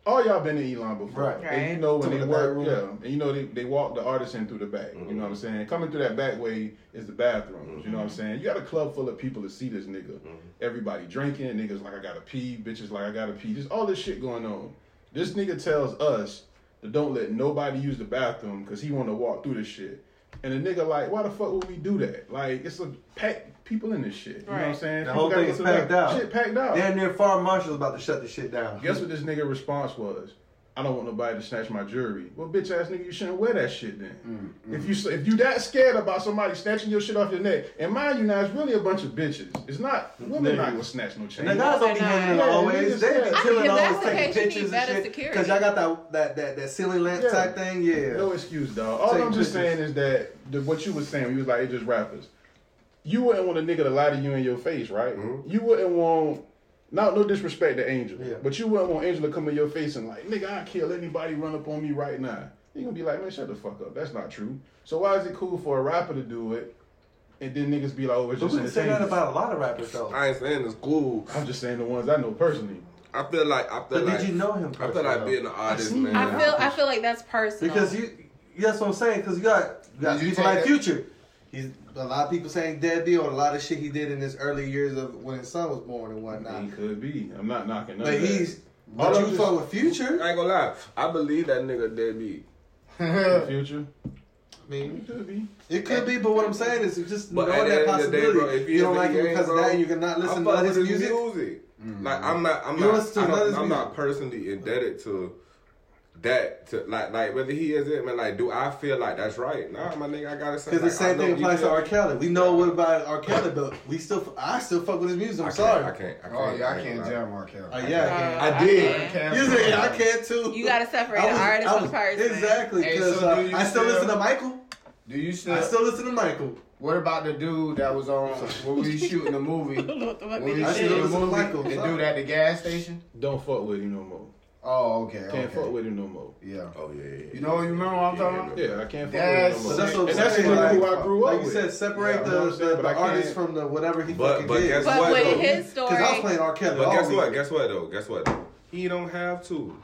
E: all y'all been to Elon before.
A: Right.
E: And you
D: Right.
E: know when
A: Through
E: they
A: the
E: work,
A: back
E: yeah.
A: room.
E: And you know they, they walk the artisan through the back. You know what I'm saying? Coming through that back way is the bathrooms. You know what I'm saying? You got a club full of people to see this nigga. Everybody drinking, niggas like I gotta pee, bitches like I gotta pee. Just all this shit going on. This nigga tells us to don't let nobody use the bathroom because he wanna walk through this shit. And the nigga like, why the fuck would we do that? Like it's a packed people in this shit. You know what I'm
D: Right.
E: saying?
A: The
E: People
A: whole
E: gotta
A: thing
E: go
A: is
E: to the
A: packed
E: back-
A: out.
E: Shit packed out.
A: Damn near Farm Marshall's about to shut the shit down.
E: Guess what this nigga response was? I don't want nobody to snatch my jewelry. Well, bitch ass nigga, you shouldn't wear that shit then. If you if you that scared about somebody snatching your shit off your neck, and mind you now, it's really a bunch of bitches. It's not women not gonna snatch no
A: And the
E: chain.
A: guys don't be
D: Nah.
A: hanging out
E: Yeah,
A: always.
E: niggas
A: They be
E: scared.
A: chilling
D: I mean, if
A: always
D: that's the
A: taking
D: case, you need
A: pictures and
D: better
A: shit.
D: security.
A: Cause y'all got that that that that ceiling lamp
E: Yeah.
A: type thing. Yeah.
E: No excuse, dog. All
A: Take
E: I'm
A: pictures.
E: just saying is that the, what you was saying, you was like, it just rappers. You wouldn't want a nigga to lie to you in your face, right? You wouldn't want, not no disrespect to Angel,
A: Mm-hmm. Yeah.
E: but you wouldn't want Angel to come in your face and like, nigga, I kill anybody run up on me right now. He gonna be like, man, shut the fuck up. That's not true. So why is it cool for a rapper to do it, and then niggas be like, oh, it's
A: But
E: just
A: we can say that
E: entertainment.
A: about a lot of rappers though.
B: I ain't saying it's cool.
E: I'm just saying the ones I know personally.
B: I feel like I feel
A: But
B: like
A: did you know him?
B: I feel
A: personally,
B: like
A: though?
B: being an artist,
E: seen
B: man.
E: you.
D: I feel I feel like that's personal.
A: Because you, that's what I'm saying. Because you got, you got
C: Did you
A: people
C: take
A: like
C: that-
A: Future. He's a lot of people saying deadbeat on a lot of shit he did in his early years of when his son was born and whatnot.
B: Mm-hmm.
E: He could be. I'm not knocking. none
A: But
E: of that.
A: he's,
E: All
A: but
E: I'm
A: you
E: just-
A: fuck with Future.
B: I ain't gonna lie. I believe that nigga deadbeat.
E: in the future.
A: I mean,
E: He could be.
A: it could be, but what I'm saying is you just
B: But
A: knowing
B: at the
A: that
B: end of the day,
A: possibility.
B: bro, if he
A: you don't
B: is
A: like
B: in
A: him
B: the
A: because of
B: game,
A: that,
B: bro,
A: and you cannot
B: I
A: listen to
B: fuck
A: none of
B: with
A: his music. Mm.
B: Like I'm not, I'm
A: You
B: not,
A: listen to
B: I don't-
A: none of his
B: I'm not
A: music.
B: personally indebted to that. To like, like whether he is it, man. Like, do I feel like that's right? Nah, my nigga, I gotta say.
A: Because
B: like,
A: the
B: I
A: same
B: know
A: thing
B: you
A: applies to
B: feel-
A: R. Kelly. We know what about R. Kelly, but we still, I still fuck with his music. I'm
B: I can't,
A: sorry.
B: I can't. I can't
C: Oh yeah, Oh, I
B: ain't
C: can't
B: gonna lie.
C: jam Markel.
A: Uh,
D: Uh,
A: yeah,
B: I did.
D: can't.
A: I can. You say yeah, I can too.
D: You gotta separate
A: I
D: the
A: was-
D: artist
A: I
D: from the
A: was-
D: person.
A: Exactly,
D: Hey,
A: because
C: so do
A: uh,
C: you
A: I still
C: still-
A: listen to Michael.
C: Do you still,
A: I still listen to Michael.
C: What about the dude that was on when we shooting the movie? *laughs*
D: I don't know what the fuck
C: when
D: they
C: we
A: I
D: just
A: should've
C: shooting the
D: did.
A: listened to
C: movie,
A: Michael.
C: the dude at the gas station.
E: Don't fuck with him no more.
C: Oh, okay. okay.
E: Can't fuck with him no more.
C: Yeah.
B: Oh yeah, yeah, yeah.
C: You know- you remember what I'm talking about?
E: Yeah, I can't fuck
C: That's-
E: with him no more.
A: But that's what I'm
E: and that's
A: saying,
E: the nigga
A: like-
E: who I grew
A: Like
E: up
A: you
E: with.
A: said, separate the,
E: Yeah, I know what I'm saying,
A: the,
E: but I
A: the artist
E: can't-
A: from the whatever he
B: But-
A: fucking
B: but
A: did.
B: guess
D: But
B: what,
D: with
B: though?
D: his
A: Because I was
D: story,
A: playing R. Kelly.
B: But
A: all
B: guess
A: week.
B: what? Guess what though? Guess what? Though? He don't have to.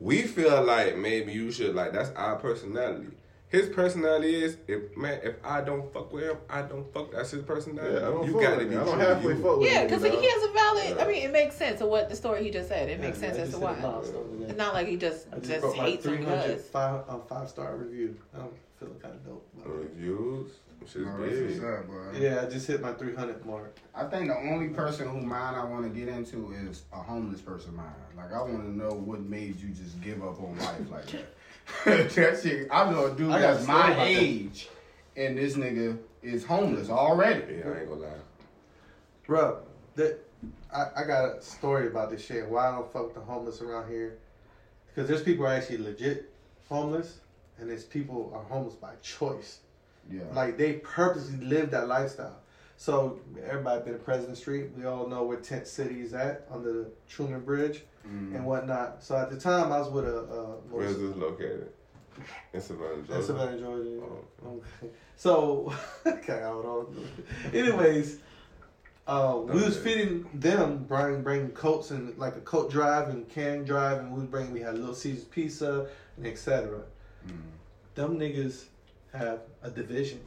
B: We feel like maybe you should like that's our personality. His personality is if man, if I don't fuck with him, I don't fuck. That's his personality.
E: Yeah, I don't
B: you
E: fuck
B: gotta
E: with
B: be
E: him. I don't
B: true to
E: halfway
B: you.
E: fuck with
D: yeah,
E: him,
D: because
E: dog.
D: he has a valid. I mean, it makes sense of what the story he just said. It makes
A: Yeah,
D: sense
A: I
D: as to
A: just
D: why.
A: hit a milestone today.
D: It's not like he just
A: I just,
D: just
A: broke my
D: hates him
A: 300
D: because.
A: five, uh, five star review. I'm feeling kind of dope. about it.
B: Reviews, shit's
C: No, that's what's
B: big.
C: up, bro.
A: Yeah, I just hit my 300 mark.
C: I think the only person who mine I want to get into is a homeless person mind. Like I want to know what made you just give up on life like that. *laughs* that shit. I know a dude
A: I got a
C: that's
A: story
C: my
A: about that.
C: age, and this nigga is homeless already.
B: Yeah, I ain't gonna lie.
A: Bro, that, I, I got a story about this shit. Why I don't fuck with the homeless around here. Because there's people who are actually legit homeless, and there's people who are homeless by choice.
C: Yeah.
A: Like they purposely live that lifestyle. So everybody been to President Street. We all know where Tent City is at on the Truman Bridge
C: Mm.
A: and whatnot. So at the time I was with a uh, what
B: Where's
A: was-
B: this located? In Savannah, Georgia.
A: in Savannah, Georgia.
B: Oh,
A: So *laughs* okay, hold on. Anyways, uh, we was
B: Okay.
A: feeding them, bringing bringing coats and like a coat drive and can drive, and we was bringing we had Little Caesar's pizza and etc. Them niggas have a division.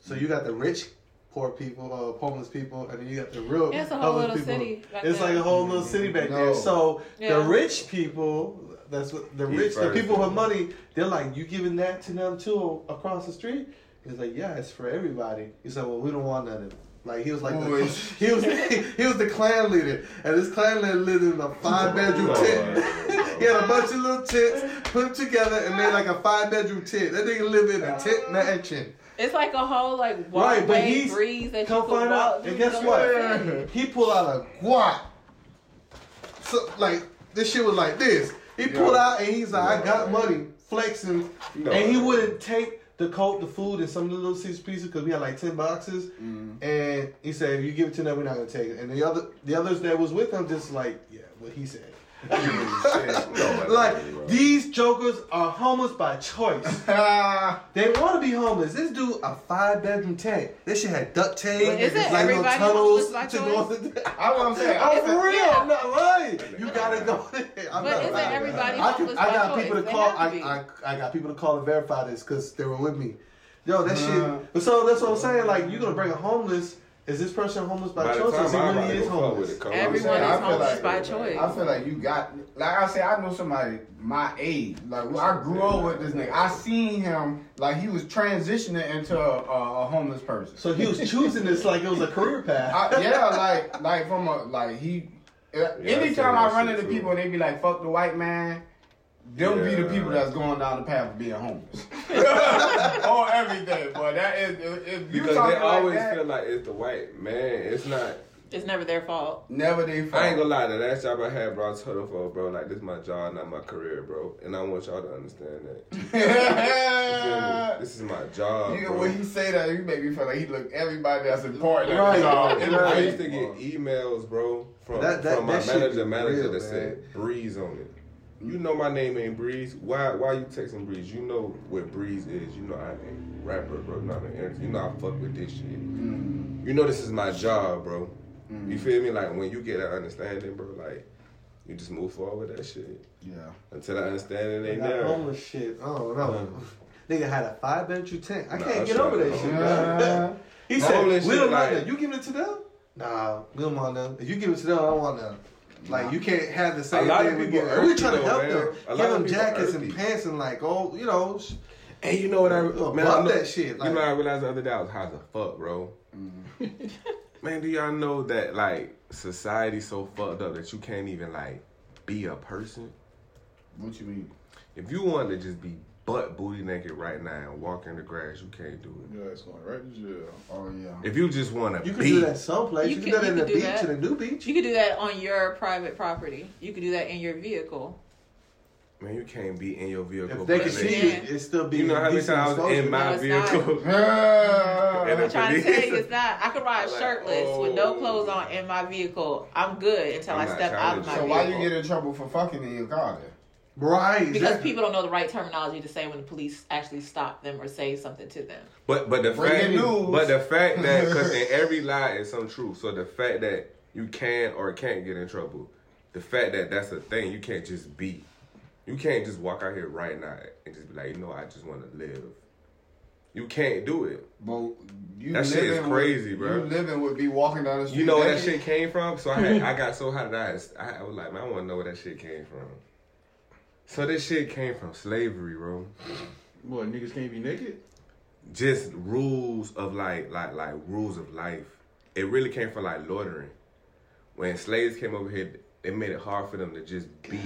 A: So you got the rich poor people, uh, homeless people, and then you got the real
D: It's a whole
A: homeless
D: little
A: people.
D: city back
A: it's
D: there.
A: like a whole little city back
C: No.
A: there. So
D: Yeah.
A: the rich people, that's what the
B: Eat
A: rich, the
B: first.
A: people with money, they're like, you giving that to them too across the street? He's like, yeah, it's for everybody. He said, well, we don't want none of it. Like he was like the,
C: Boys.
A: *laughs* he was he was the clan leader, and this clan leader lived in a five bedroom tent. *laughs* He had a bunch of little tents, put them together, and made like a five bedroom tent. That nigga lived in a tent mansion.
D: It's like a whole like walkway
A: Right, but he's-
D: breeze that
A: Come
D: you can
A: find
D: walk
A: out,
D: through
A: and guess
D: the city.
C: *laughs*
A: what? He pulled out a guat. So like this shit was like this. He pulled out and he's like, I got money, flexing,
B: No.
A: and he wouldn't take the coat, the food, and some of the little six pieces because we had like ten boxes.
B: Mm-hmm.
A: And he said, if you give it to them, we're not gonna take it. And the other, the others that was with him, just like, yeah, what he said.
B: *laughs* No,
A: Like
B: bro.
A: these jokers are homeless by
B: *laughs*
A: choice.
C: Ah,
A: They want to be homeless. This dude a five bedroom tent. This shit had duct tape.
D: But isn't
A: it's like no
D: everybody
A: tunnels
D: homeless by
A: to
D: choice?
A: go. in *laughs* the-
C: I want to say.
A: Oh,
C: I,
E: *laughs*
A: for real?
D: yeah.
A: I'm not lying. You gotta *laughs* go there. I'm
D: But
A: not
D: isn't
A: lying.
D: everybody
A: I, could,
D: homeless
A: I
D: by
A: got
D: choice?
A: people to
D: They
A: call.
D: have to
A: I,
D: be.
A: I I got people to call and verify this because they were with me. Yo, that
B: Uh-huh.
C: Nah.
A: shit. But so that's what I'm saying. Like you gonna bring a homeless? Is this person homeless by,
B: By the
A: choice? Or is he
B: time I'm about
A: really
B: to
A: is
B: go fuck with
A: homeless?
B: it, come on.
D: Everyone
C: I
D: is
C: feel
D: homeless
C: like-
D: by choice.
C: I feel like you got. Like I said, I know somebody my age. Like well, I grew up with this nigga. I seen him like he was transitioning into a, a, a homeless person.
A: So he was choosing this like it was a career path.
C: I, yeah, like like from a like he. anytime
B: I
C: I
B: see
C: run
B: that
C: into
B: too.
C: people and they be like, "Fuck the white man," they'll be the
B: Yeah.
C: people that's going down the path of
B: *laughs*
C: being homeless *laughs* or everything. But that is if- if you
B: because
C: talking
B: they
C: like
B: always
C: that,
B: feel like it's the white man. It's not.
D: it's never their fault.
C: never they.
B: I ain't gonna lie, the last job I had, bro, I was huddled for, bro, like, this is my job, not my career, bro. And I want y'all to understand that. *laughs* You
C: *laughs*
B: feel me?
C: lie.
B: This is my job.
C: You,
B: Oh, bro.
C: when he say that, you make me feel like he looked everybody that's important. at the
A: Right,
C: job.
A: right.
C: And I
B: I used
C: used
B: to get emails, bro, from,
A: That- that-
B: from my
A: that shit
B: manager,
A: is
B: manager
A: real,
B: that
A: man.
B: said, breeze on it. You know my name ain't Breeze. Why why you texting Breeze? You know what Breeze is. You know I'm a rapper, bro. Not an entertainer. You know I fuck with this shit.
C: Mm.
B: You know this is my job, bro. You feel me? Like when you get that understanding, bro, like you just move forward with that shit.
C: Yeah.
B: Until I understand it ain't
A: That
B: there.
A: homeless shit. I don't know. *laughs* Nigga had a five bedroom tent. I
B: Nah,
A: can't
B: that
A: get
B: shit
A: over that
B: ain't
A: shit.
B: no-
A: man. *laughs* he
B: Nah,
A: said, "We
B: homeless
A: don't
B: shit,
A: want
B: like-
A: that. You giving it to them? Nah, we don't want them. If you give it to them, I don't want them. Like you can't have the same
B: lot of
A: thing we
B: people
A: get.
B: earthy
A: We trying to
B: though,
A: help
B: man.
A: them,
B: A lot
A: give
B: of
A: them
B: people
A: jackets
B: earthy.
A: and pants and like, oh, you know, sh-
B: And you know what I
A: Oh,
B: man,
A: fuck
B: I know-
A: that shit, like- Mm-hmm.
B: you know what I realized the other day I was high as a fuck, bro. man, do y'all know that like society's so fucked up that you can't even like be a person?
C: What you mean?
B: If you want to just be butt booty naked right now and walk in the grass, you can't do it.
E: Yeah, it's going right to jail.
C: Oh yeah.
B: If you just want to
A: you can
B: be,
A: do that someplace. You,
D: You
A: can,
D: can-
A: do that in
D: you
A: the
D: can do
A: beach,
D: that.
A: in the new beach.
D: You could do that on your private property. You could do that in your vehicle.
B: man, you can't be in your vehicle.
A: If they
B: butt
A: can see
B: naked.
A: you, it's still be
B: you know how many times
A: decent
B: I was
A: exposure.
B: in my
D: No, it's not.
B: vehicle.
C: Yeah.
B: And
D: I'm trying to
B: police.
D: tell you, it's not. I could ride
B: I'm like,
D: shirtless with
B: oh.
D: no clothes on in my vehicle. I'm good until
B: I'm
D: I
B: not
D: step out
B: challenging
D: of my
B: you.
C: So
D: vehicle.
C: why you get in trouble for fucking in your car then?
A: right?
D: because
A: exactly.
D: people don't know the right terminology to say when the police actually stop them or say something to them.
B: But but the fact,
C: Breaking news.
B: but the fact that because
C: *laughs*
B: in every lie is some truth. So the fact that you can or can't get in trouble, the fact that that's a thing, you can't just be, you can't just walk out here right now and just be like, you know, I just want to live. You can't do it.
C: But you
B: That shit is
C: living
B: crazy,
C: would,
B: bro.
C: You living would be walking down the street.
B: You know where that shit
C: naked?
B: came from? So I had, I got so hot that I, I was like, man, I want to know where that shit came from. So this shit came from slavery, bro.
E: What niggas can't be naked?
B: Just rules of like, like, like rules of life. It really came from like loitering. When slaves came over here, they made it hard for them to just be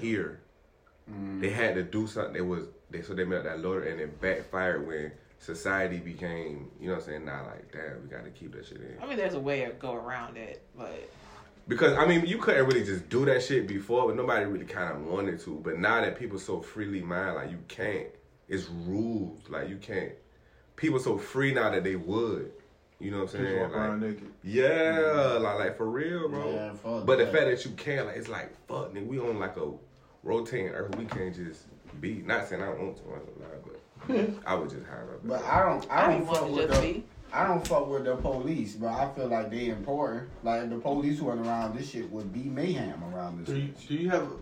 B: here. They had to do something. They was they so they made up that loader and it backfired when society became. You know what I'm saying? Now like, damn, we got to keep that shit in.
D: I mean, there's a way to go around it, but
B: Because I mean, you couldn't really just do that shit before, but nobody really kind of wanted to. But now that people so freely mind, like you can't. It's rules, like you can't. People so free now that they would. You know what I'm
E: Just
B: saying?
E: walk around Mm-hmm.
B: Like,
E: naked.
B: yeah, like, like for real, bro.
C: Yeah, fuck
B: but the
C: that.
B: fact that you can, like, it's like fuck, nigga. We on like a rotating earth. We can't just be. Not saying I don't want to, I don't lie, but I would just hide up.
C: But I don't. I
D: I
C: don't
D: don't
C: fuck
D: want to
C: with
D: just
C: the.
D: be.
C: I don't fuck with the police, but I feel like they important. Like if the police weren't around, this shit would be mayhem around this.
A: Do you,
C: bitch.
A: do you have a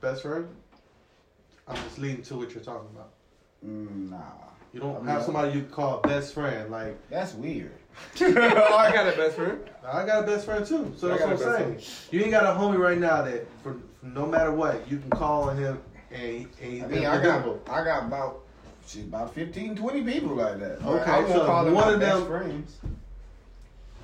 A: best friend? I'm just leading to what you're talking about.
C: Mm, nah,
A: You don't
C: I mean,
A: have
C: I-
A: somebody you call best friend. Like
C: that's weird.
B: *laughs* I got a best friend.
A: I got a best friend too, so
B: I
A: that's
B: got
A: what
B: a
A: I'm
B: best
A: saying. You ain't got a homie right now that, for, for no matter what, you can call on him and, and he's
C: I mean, I got, I got about, shit, about 15, 20 people like that. Like,
A: Okay,
C: I won't
A: so
C: call them
A: one
C: my
A: of
C: best
A: them-
C: friends.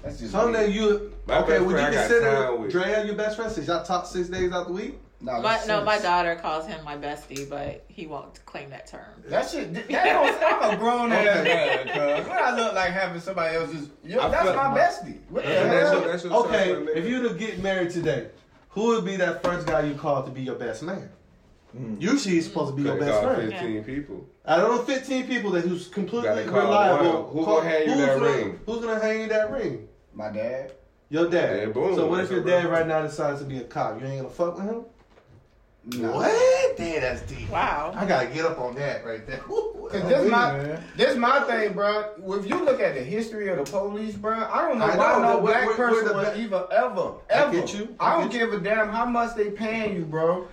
C: That's just
A: Some that
C: weird.
A: you
B: My
A: okay?
B: best
A: Would you
B: friend I got time
A: consider
B: with.
A: Drea your best friend since y'all talk six days out the week?
C: Nah,
D: My,
C: that's
D: no, my
C: serious.
D: daughter calls him my bestie, but he won't claim that term.
C: That shit, that don't, I'm a grown ass man, cuz. What I look like having somebody else's, yo,
B: I
C: that's
B: feel-
C: my bestie. What the
B: That's- that's your-
C: hell?
B: that's your
A: Okay,
B: son, nigga.
A: if you to get married today, who would be that first guy you call to be your best man?
B: Mm.
A: Usually, he's supposed to be your
B: Could've
A: best
B: called
A: friend.
B: Fifteen people.
A: I don't know 15 people that who's completely
B: Gotta call
A: reliable.
B: one. Who
A: Call-
B: gonna hand you
A: who's
B: that
A: gonna-
B: ring?
A: Who's gonna hand you that ring?
C: My dad.
A: Your dad.
B: Yeah, boom.
A: So what if
B: That's
A: your
B: a
A: dad
B: ring.
A: right now decides to be a cop? You ain't gonna fuck with him?
C: No.
A: What? Damn, that's deep.
D: Wow.
A: I gotta get up on that right there.
C: Cause this
A: Wait,
C: my
A: man.
C: this my thing, bro. If you look at the history of the police, bro, I don't know
A: I
C: why
A: know,
C: no
A: but we're-
C: black
A: we're
C: person
A: the
C: was
A: be-
C: even ever
A: I
C: ever.
A: get you. I
C: I don't
A: get
C: give a damn how much they paying you, bro.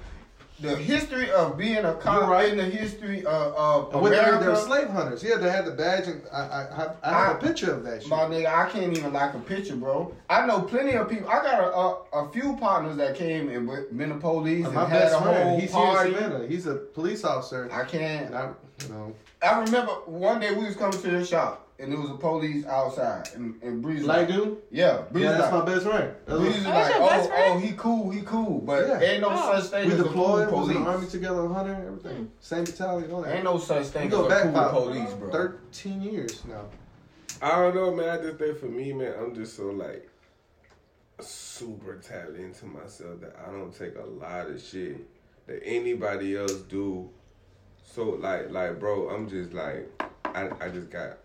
C: The history of being a cop,
A: You're right.
C: in the history of, of
A: When they were, they were
C: America,
A: slave hunters. Yeah, they had the badge, and I, I, I, I have a picture of that shit.
C: My nigga, I can't even like a picture, bro. I know plenty of people. I got a, a, a few partners that came and went- been to police and
A: My
C: had
A: best
C: a whole
A: friend, he's here
C: party.
A: in Savannah. He's a police officer.
C: I can't.
A: and I, you know,
C: I remember one day we was coming to the shop and there was a police outside and, and Breeze.
A: like dude.
C: Yeah, Breeze.
A: Yeah, that's my
C: like,
A: best friend. That's
C: Breeze is
A: what,
D: Oh, that's
C: like,
D: your
C: oh,
D: best
C: oh,
D: friend?
C: he cool, he cool, but
A: Yeah.
C: ain't no
D: Oh.
C: such thing
A: we
C: as a cool
A: deployed, we was in the army
C: police.
A: together, hunter, everything, same battalion, all that.
C: Ain't no such
A: we
C: thing as a
A: go back about
C: cool police, bro.
A: thirteen years now.
B: I don't know, man. I just think for me, man, I'm just so like super tapped into myself that I don't take a lot of shit that anybody else do. So like, like, bro, I'm just like, I, I just got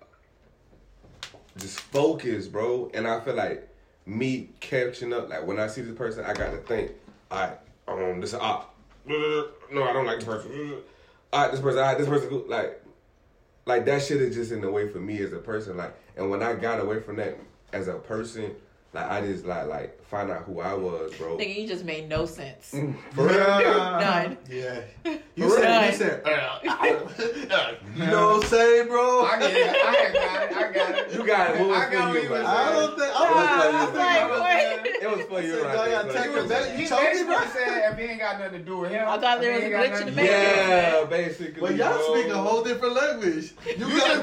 B: just focus, bro. And I feel like me catching up. Like when I see this person, I got to think, all right, um, this is op. No, I don't like this person. All right, this person. All right, this person. cool. Like, like that shit is just in the way for me as a person. Like, and when I got away from that as a person, like I just like like find out who I was, bro.
D: Nigga, you just made no sense.
B: For
C: *laughs*
B: real.
D: None.
A: Yeah. You said,
D: Right.
A: you said, uh,
C: *laughs* I
A: you know what I'm saying, bro? I,
C: get it. I got it. I got it.
B: You got it. What was
C: I got
B: for
C: what
B: you,
C: you was
B: bro?
C: saying.
A: don't think,
D: I
A: I
D: was
A: was like,
D: like, what?
B: It was for you,
A: So
B: right?
A: y'all got
B: there,
A: taken
B: bro.
A: back? You
C: He
A: told me,
C: basically
A: bro?
C: said if he ain't got nothing to do with him.
D: I thought there
C: if he
D: was a
C: ain't
D: glitch
C: got
D: in the
C: nothing to do with him.
B: Yeah, basically.
A: Well, y'all
B: bro.
A: speak a whole different language. You,
C: You
A: got,
C: just gotta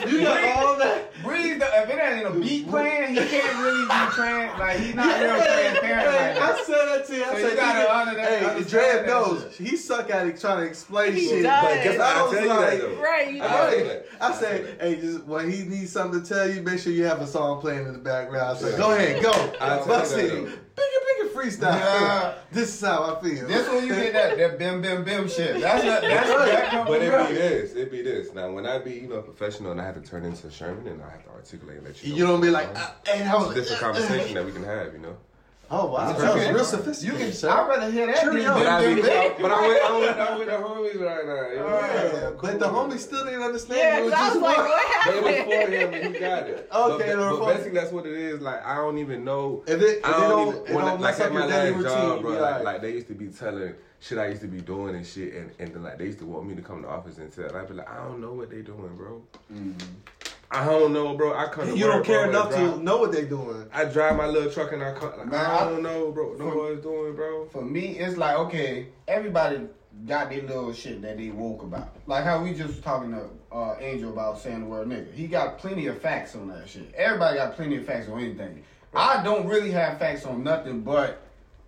A: got, you got
C: understand.
A: all that.
C: Breeze, the, if it ain't a beat playing, he can't really be trans. Like he's *laughs* not real transparent.
A: Hey,
C: Like that.
A: I said that to you. I
C: So
A: said,
C: you gotta
A: nigga,
C: honor that-
A: Hey,
C: understand
A: Dred
C: that
A: knows. He suck at it trying to explain
D: He
A: shit.
D: does.
B: But guess
A: I
B: what? I
A: was
B: tell you that
A: like-
B: though.
D: *laughs* Right, you
A: I,
B: I
D: know.
B: tell you
A: know
B: that.
A: I
B: I tell you
A: said,
B: that.
A: hey, just when he needs something to tell you, make sure you have a song playing in the background. I said,
B: Yeah.
A: go ahead,
B: I
A: go.
B: tell you
A: Bust
B: that,
A: it.
B: though.
A: Bigger, bigger freestyle.
C: Yeah.
A: This is how I feel.
C: This when you get that that bim bim bim shit. That's not, that's that comes
B: But it
C: from
B: be
C: real.
B: this, it be this. Now, when I be, you know, professional and I have to turn into Sherman and I have to articulate and let you know.
A: You don't be like,
B: what's going
A: uh, hey, that
B: on.
A: was
B: It's a different conversation that we can have,
A: *laughs*
B: you know.
A: Oh, wow.
B: It's
A: That was
B: okay.
A: real sophisticated.
C: You can.
A: sir.
C: I'd rather hear that. than
A: Cheerio.
B: But I be,
C: bim, bim, bim.
B: but I'm with, I'm with,
A: *laughs*
B: I'm with the homies right now. you know?
A: Yeah, but the homie still didn't understand.
D: Yeah,
A: It was
D: because I was
A: just one.
B: But it
D: like, what *laughs*
B: was
D: happened?
B: for him and he got it.
A: *laughs* Okay,
B: but,
A: no
B: but,
A: fuck.
B: basically that's what it is. Like I don't even know.
A: If it- if
B: I
A: it don't-
B: even
A: it
B: wanna-
A: don't
B: like
A: mess up
B: at my
A: your
B: last
A: daily routine,
B: job,
A: you
B: bro.
A: be
B: Like,
A: alright.
B: like they used to be telling shit I used to be doing and shit, and and then, like they used to want me to come to the office and tell. I'd be like, I don't know what they doing, bro.
A: Mm-hmm.
B: I don't know, bro. I come. To
A: You don't
B: work, bro,
A: care
B: and
A: enough
B: drive-
A: to know what they doing.
B: I drive my little truck and I come. Like,
C: Man,
B: I
C: I-
B: don't know, bro. Know
C: for-
B: what it's doing, bro.
C: For me, it's like okay, everybody got their little shit that they woke about. Like how we just was talking to uh, Angel about saying the word nigga. He got plenty of facts on that shit. Everybody got plenty of facts on anything. I don't really have facts on nothing but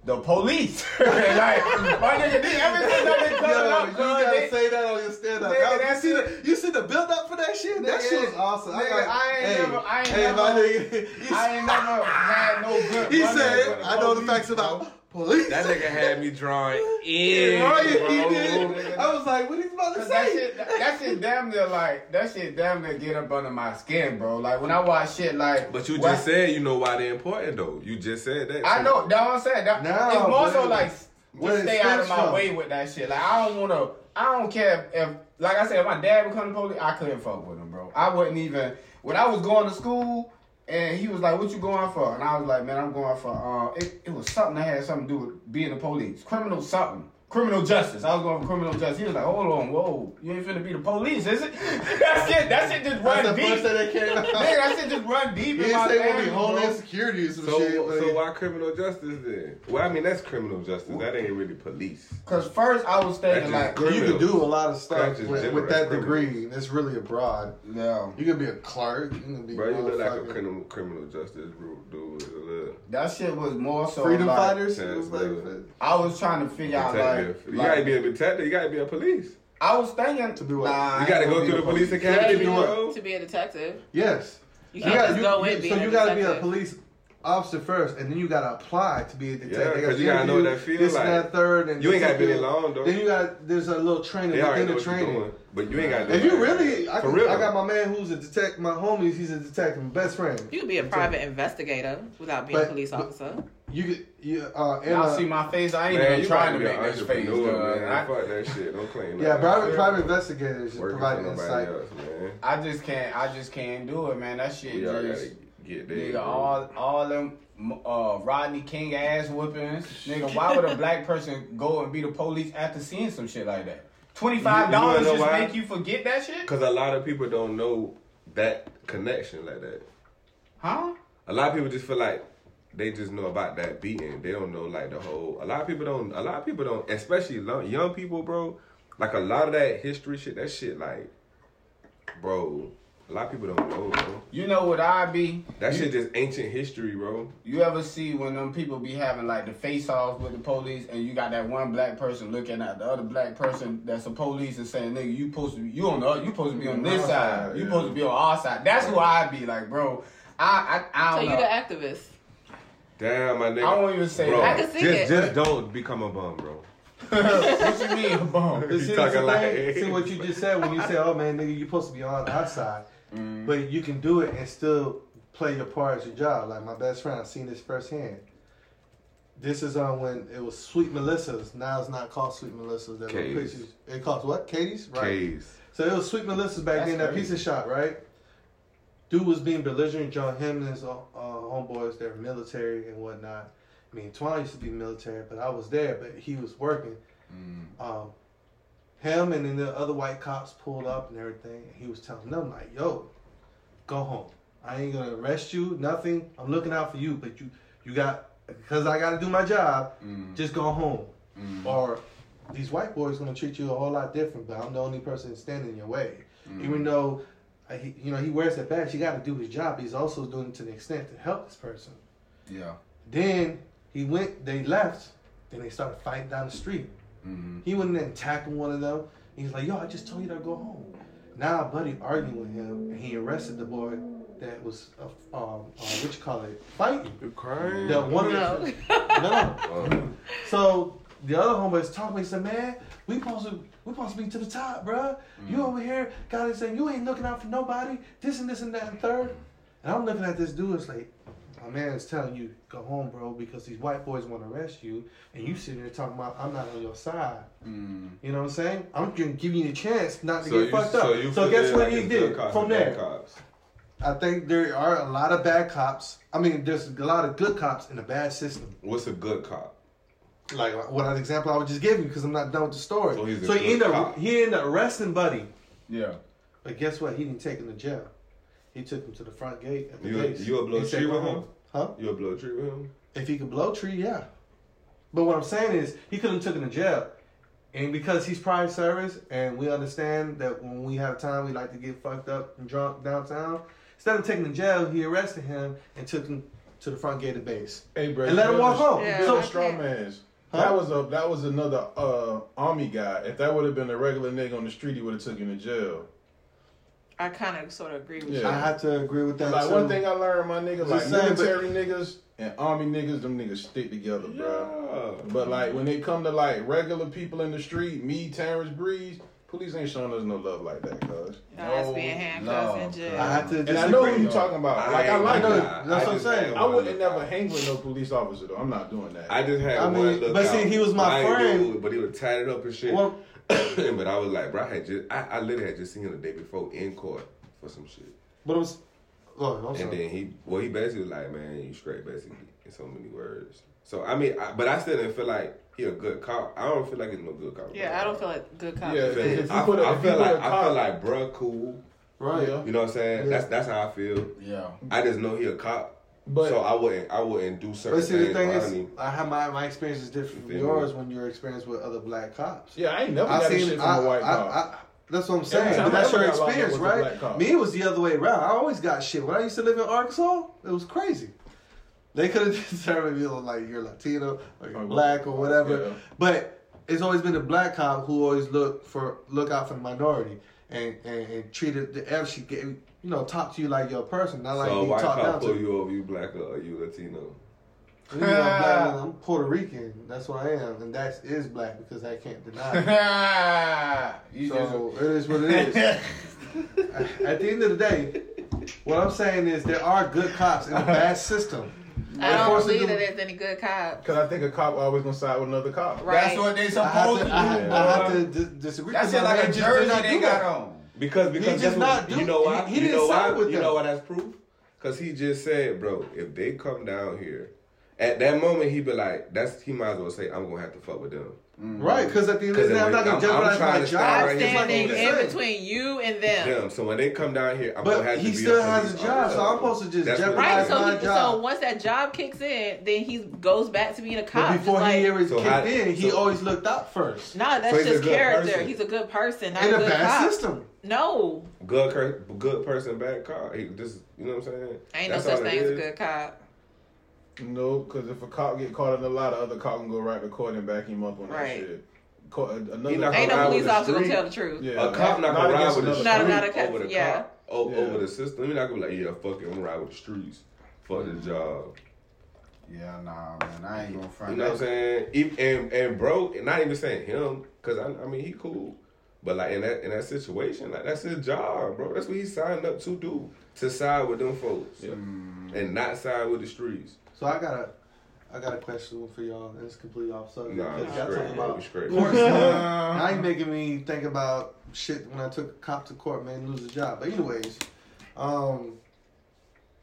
C: the police. *laughs* like my nigga, did everything that they
A: Yo,
C: coming up,
A: you
C: cuz
A: gotta
C: they-
A: say that on your stand up.
C: Nigga,
A: you,
C: that's
A: see
C: it.
A: the, you see the build up for that shit? that
C: Nigga,
A: shit was awesome.
C: nigga,
A: I'm like,
C: I ain't
A: hey,
C: never- *laughs* I ain't
A: hey, my
C: never-
A: nigga. He,
C: I ain't never had no good.
A: he
C: running
A: said,
C: with the
A: I know the
C: police,
A: facts
C: bro."
A: about police. *laughs*
B: That nigga had me drawing
A: Yeah,
B: in,
A: right, he
B: bro.
A: did. I was like, what he about to
C: Cause that
A: say? *laughs*
C: shit, that shit damn near like that shit damn near get up under my skin, bro. Like when I watch shit like.
B: But you
C: when-
B: just said you know why they're important though. You just said that.
C: I
B: too.
C: know. That's what I'm saying. That,
A: No,
C: it's more so
A: but-
C: like s-
A: where
C: just
A: it
C: stay out of
A: stems
C: my
A: from.
C: way with that shit. Like I don't wanna. I don't care if, if like I said, if my dad become the police, I couldn't fuck with him, bro. I wouldn't even. When I was going to school. And he was like, "What you going for?" And I was like, "Man, I'm going for uh, it, it was something that had something to do with being the police, criminal something, criminal justice. I was going for criminal justice." He was like, "Hold on, whoa, you ain't finna be the police, is it? *laughs* That's it. That shit just run
A: That's the
C: deep.
A: first thing that
C: *laughs*
A: came
C: Man,
A: out.
C: that shit just run deep
A: He
C: in
A: didn't
C: my
A: say we'll be
C: veins, bro.
A: homeland security or some
B: So,
A: shit.
B: so
A: like-
B: why criminal justice then? Well, I mean that's criminal justice. That ain't really police.
C: Cause first I was thinking
B: That
C: like,
B: just
A: You can
B: criminals.
A: do a lot of stuff
B: That's just
A: with,
B: general
A: with that
B: criminals.
A: degree. It's really abroad.
C: no,
A: You can be a clerk. You can be
B: Bro, you look like a
A: motherfucking
B: criminal criminal justice group dude. You look.
C: that shit was more so
A: freedom
C: like,
A: fighters.
B: Yeah,
A: It was
B: brother.
A: like-
C: I was trying to figure out like,
B: Detective. you gotta
C: like,
B: be a detective. You gotta be a police.
C: I was thinking to
A: be what?
C: Nah,
B: You gotta
C: I
B: go
C: ain't gonna be
B: through the police
A: Yeah, you
B: academy,
A: do it.
B: bro.
D: To be a detective.
A: yes.
D: You can't just go in
A: So
D: being
A: you
D: a
A: gotta be a
D: detective.
A: police officer first, and then you gotta apply to be a detective.
B: Yeah,
A: They
B: 'cause you gotta know what that
A: interview,
B: feel
A: this and
B: like.
A: that third, and
B: You ain't gotta be
A: this and
B: long, though.
A: Then you got there's a little training
B: They already
A: within
B: know
A: the
B: what you're
A: training.
B: doing, but you ain't gotta. do
A: If you
B: that.
A: really, I,
B: for
A: can,
B: real,
A: I got my man who's a detective. My homie, he's a detective, my best friend.
D: You could be a private investigator without being a
A: But-
D: police officer.
A: You, could- you, uh, and,
C: Y'all
A: uh,
C: see my face. I ain't
B: man.
C: even
B: You
C: trying
B: trying
C: to make this face. dog.
B: man.
C: I,
B: Fuck that shit. Don't claim.
A: *laughs* yeah,
B: that.
A: private private investigators just
B: Working for
A: provide
B: nobody
A: insight.
B: else, man.
C: I just can't. I just can't do it, man. That shit
B: We all
C: just
B: gotta get there.
C: nigga
B: bro.
C: all all them. Uh, Rodney King ass
A: *laughs*
C: whoopings, nigga. Why would a black person go and be the police after seeing some shit like that? Twenty five dollars
B: know
C: just
B: why?
C: make you forget that shit,
B: Because a lot of people don't know that connection like that.
C: huh?
B: A lot of people just feel like they just know about that beating. They don't know like the whole. A lot of people don't. A lot of people don't. Especially lo- young people, bro. Like a lot of that history shit. That shit, like, bro. A lot of people don't know, bro.
C: You know what I be?
B: That shit just ancient history, bro.
C: You ever see when them people be having like the face off with the police and you got that one black person looking at the other black person that's a police and saying, nigga, you supposed to be you on the you supposed to be on this side.
E: Our side,
C: You
E: yeah.
C: supposed to be on our side. That's who I be like, bro. I I, I
D: So
C: don't
D: you
C: know.
D: the activist.
B: Damn, my nigga.
C: I won't even say
B: Bro,
C: that.
D: I can see
B: just,
D: it.
B: Just don't become a bum, bro.
D: *laughs*
C: *laughs* what you mean, bum?
A: But see,
B: He's
A: that's the
B: talking
A: thing.
B: like-
A: see what you just said when you said, "Oh man, nigga, you're supposed to be on the outside,
B: Mm-hmm.
A: but you can do it and still play your part as your job." Like my best friend, I've seen this firsthand. This is uh, when it was Sweet Melissa's. Now it's not called Sweet Melissa's. That little
B: Katie's.
A: pictures. It calls what? Katie's? Right.
B: Case.
A: So it was Sweet Melissa's back
C: That's
A: then, that
C: crazy.
A: pizza shop, right? Dude was being belligerent. John him and his uh, uh, homeboys, they're military and whatnot. I mean, Twan used to be military, but I was there, but he was working.
C: Mm.
A: Um, him and then the other white cops pulled up and everything, and he was telling them like, "Yo, go home. I ain't gonna arrest you. Nothing. I'm looking out for you, but you, you got, cause I gotta do my job.
C: Mm.
A: Just go home, or these white boys gonna treat you a whole lot different. But I'm the only person standing in your way, even though." I, he- you know he wears that badge. He got to do his job. He's also doing it to the extent to help this person.
C: Yeah.
A: Then he went. They left. Then they started fighting down the street.
C: Mm-hmm.
A: He went in and tackled one of them. He's like, yo, I just told you to go home. Now, buddy arguing with him, and he arrested the boy that was, uh, um, uh, what you call it, fighting.
B: You crying?
A: The one of
D: No.
A: the- no.
B: Oh,
A: So the other homeboys talking. He said, man, we supposed to, we supposed to be to the top, bruh. You
B: Mm.
A: over here, God is saying you ain't looking out for nobody. This and this and that and third. And I'm looking at this dude. It's like, my man is telling you go home, bro, because these white boys want to arrest you, and you sitting there talking about I'm not on your side.
C: Mm.
A: You know what I'm saying? I'm gonna give you the chance not to
B: so
A: get
B: you-
A: fucked up.
B: so
A: So,
B: you feel
A: guess
B: like
A: what he
B: it's good
A: did
B: cops
A: from
B: and bad
A: there?
B: cops.
A: I think there are a lot of bad cops. I mean, there's a lot of good cops in a bad system.
B: What's a good cop?
A: Like what an example I was just giving because I'm not done with the story.
B: So he's a
A: he
B: good
A: ended up
B: cop.
A: he ended up arresting Buddy,
C: Yeah.
A: but guess what? He didn't take him to jail. He took him to the front gate at the
B: You-
A: base.
B: you a blow
A: He said,
B: tree with
A: "Go
B: him?"
A: home." Huh?
B: You a blow a tree with him?
A: If he could blow tree, yeah. But what I'm saying is he could have took him to jail. And because he's private service and we understand that when we have time we like to get fucked up and drunk downtown, instead of taking him to jail, he arrested him and took him to the front gate of base.
E: Hey, bro,
A: And let
E: you
A: him walk
E: understand-
A: home.
D: Yeah.
E: So
A: So
D: I
E: straw
D: can't-
E: man's.
A: Huh?
E: That was a that was another uh, army guy. If that would have been a regular nigga on the street, he would have took him to jail.
D: I kind of sort of agree with
E: Yeah.
A: I have to agree with that.
E: Like
A: too.
E: one thing I learned, my niggas, like
A: Just saying, but-
E: military niggas and army niggas, them niggas stick together, bro.
B: Yeah.
E: But like when they come to like regular people in the street, me, Terrence Breeze, police ain't showing us no love like that, cuz.
D: you. Your ass being
C: No,
D: handcuffed in
C: no,
D: jail.
A: I have to
E: And I know
A: disagree.
E: who you talking about. Like I
B: ain't
E: like
A: I know.
E: it.
B: that.
A: That's what I'm
B: just
A: saying.
B: had
E: I
B: one
E: wouldn't
B: lookout.
E: never hang with no police officer though. I'm not doing that.
B: I just had
A: I mean,
B: one look
A: but see,
B: out.
A: he was my
B: White
A: friend.
B: dude, but he was tatted up and shit.
A: Well-
B: *coughs* but I was like, bro, I had just, I, I literally had just seen him the day before in court for some shit.
A: But it was. Oh, I'm
B: And
A: sorry.
B: then he, well, he basically was like, man, you straight, basically, in so many words. So I mean, I, but I still didn't feel like he a good cop. I don't feel like he's no good cop.
D: yeah, I don't feel like good cops.
E: Yeah,
D: is good.
E: if you
B: I,
E: put a-
B: I
E: if you
B: feel
E: put
B: like
E: a
B: I
E: cop-
B: feel like bruh cool.
A: Right.
E: Yeah.
B: You know what I'm saying?
A: Yeah.
B: That's that's how I feel.
C: Yeah. *laughs*
B: I just know he a cop,
E: But
B: so I wouldn't I wouldn't do certain
A: But see, the
B: things
A: thing
B: around
A: is,
B: him.
A: I have my my experience is different from
B: You feel
A: yours when your experience with other black cops.
E: yeah, I ain't never
A: I
E: got this shit from a white
A: I,
E: cop.
A: I, I, that's what I'm saying.
E: time
A: But that's
E: I ever
A: your
E: got locked up
A: experience,
E: was a black
A: right?
E: cop.
A: Me, it was the other way around. I always got shit. When I used to live in Arkansas, it was crazy. They could have *laughs* determined me oh, like you're Latino or you're
E: Or
A: black or whatever.
E: Oh, yeah.
A: But it's always been the black cop who always look for look out for the minority and and, and treated the F she gave you know talk to you like your person, not like
B: so
A: you
B: white
A: talk down
B: cop
A: to.
B: pull you over, you black or you Latino.
A: You know, I'm,
C: Ah.
A: black, and I'm Puerto Rican. That's what I am, and that is black because I can't deny.
C: *laughs*
A: It.
C: you
A: so it is what it
C: *laughs*
A: is. At the end of the day, what I'm saying is there are good cops in a bad
D: *laughs*
A: system.
D: I don't
A: Unfortunately,
D: believe that there's any good cops.
E: Cause I think a cop always gonna side with another cop.
D: Right.
C: That's what they
A: I have
C: supposed
A: to, I,
C: to do.
A: have- I have to dis- disagree.
C: That's
A: with my
C: it like
A: man,
C: a
A: just did
C: jersey
A: not
C: they
A: do
C: got
A: that.
C: on.
B: Because because
A: just
B: that's
A: not
B: what,
A: do-
B: you know why
A: he- he
B: you
A: didn't
B: know why
A: side with
B: you
A: them.
B: know why that's proof because he just said, bro, if they come down here, at that moment he be like, that's he might as well say, I'm gonna have to fuck with them.
A: Right, because at the end of the day, I'm not going to
B: Because it was- I'm- I'm
A: jeopardize
B: trying
A: my
B: to
A: job.
B: stand
D: I'm
B: right here.
A: It's like
D: standing
A: what you
B: Like you
D: in
A: said.
D: between you and them.
B: Them. So when they come down here, I'm
A: But
B: gonna have
A: he
B: to be
A: still
B: a
A: has
B: police
A: a job, so
B: officer.
A: I'm supposed to just
B: That's what it
A: jeopardize
D: Right,
B: is.
A: my
D: so he, so
A: job.
D: once that job kicks in, then he goes back to being a cop.
A: But
D: Just
A: before
D: like,
A: he ever
B: So
A: kicked
B: how-
A: in, he
B: so-
A: always looked out first.
D: nah, that's
B: So he's a
D: just
B: good
D: character.
B: person.
D: He's a good person, not
A: In
D: a
A: a
D: good
A: bad
D: cop.
A: system.
D: No,
B: good, cur- good person, bad cop. He just you know what I'm saying.
D: ain't no
B: That's
D: such
B: all it
D: thing as a
B: is.
D: good cop.
E: No, because if a cop get caught in a lot, the other cop can go right to court and back him up on
D: Right.
E: that shit. Co- another
B: He not
D: Ain't
B: Ride
D: no
B: with
D: police
B: the
D: officer gonna
B: street.
D: tell the truth.
E: Yeah.
B: A cop not gonna ride
E: against
B: with the
E: another
B: street
D: Not
E: cop.
D: another cop,
B: over the
D: yeah.
B: cop, o-
E: Yeah.
B: over the system. You're not gonna be like, yeah, fuck it, I'm gonna ride with the streets. Fuck the job.
C: Yeah, nah, man. I ain't gonna
B: You
C: front
B: know what I'm
C: that.
B: saying? Even, and and bro, and not even saying him, cause I, I mean he cool, but like in that in that situation, like that's his job, bro. That's what he signed up to do to side with them folks, and not side with the streets.
A: So I got a, I got a question for y'all, and it's completely off subject.
B: Nah,
A: because
B: it's
A: y'all
B: great.
A: talking about
B: It *laughs* was great.
A: court
C: *laughs*
A: stuff. Now you making me think about shit when I took a cop to court, man, lose a job. But anyways, um,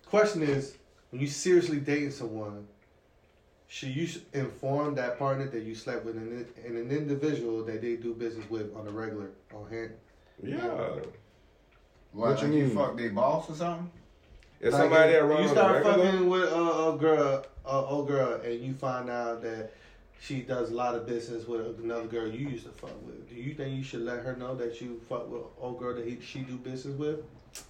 A: question is, when you seriously dating someone, should you s- inform that partner that you slept with an, in- and an individual that they do business with on a regular on hand?
B: Yeah.
C: What,
E: What
C: like
E: you mean?
C: fuck their boss or something?
B: If
A: Like,
B: somebody that
A: if
B: runs
A: you
B: a
A: start
B: regular,
A: fucking with a uh, girl, a old girl, and you find out that she does a lot of business with another girl you used to fuck with. Do you think you should let her know that you fuck with old girl that he, she do business with,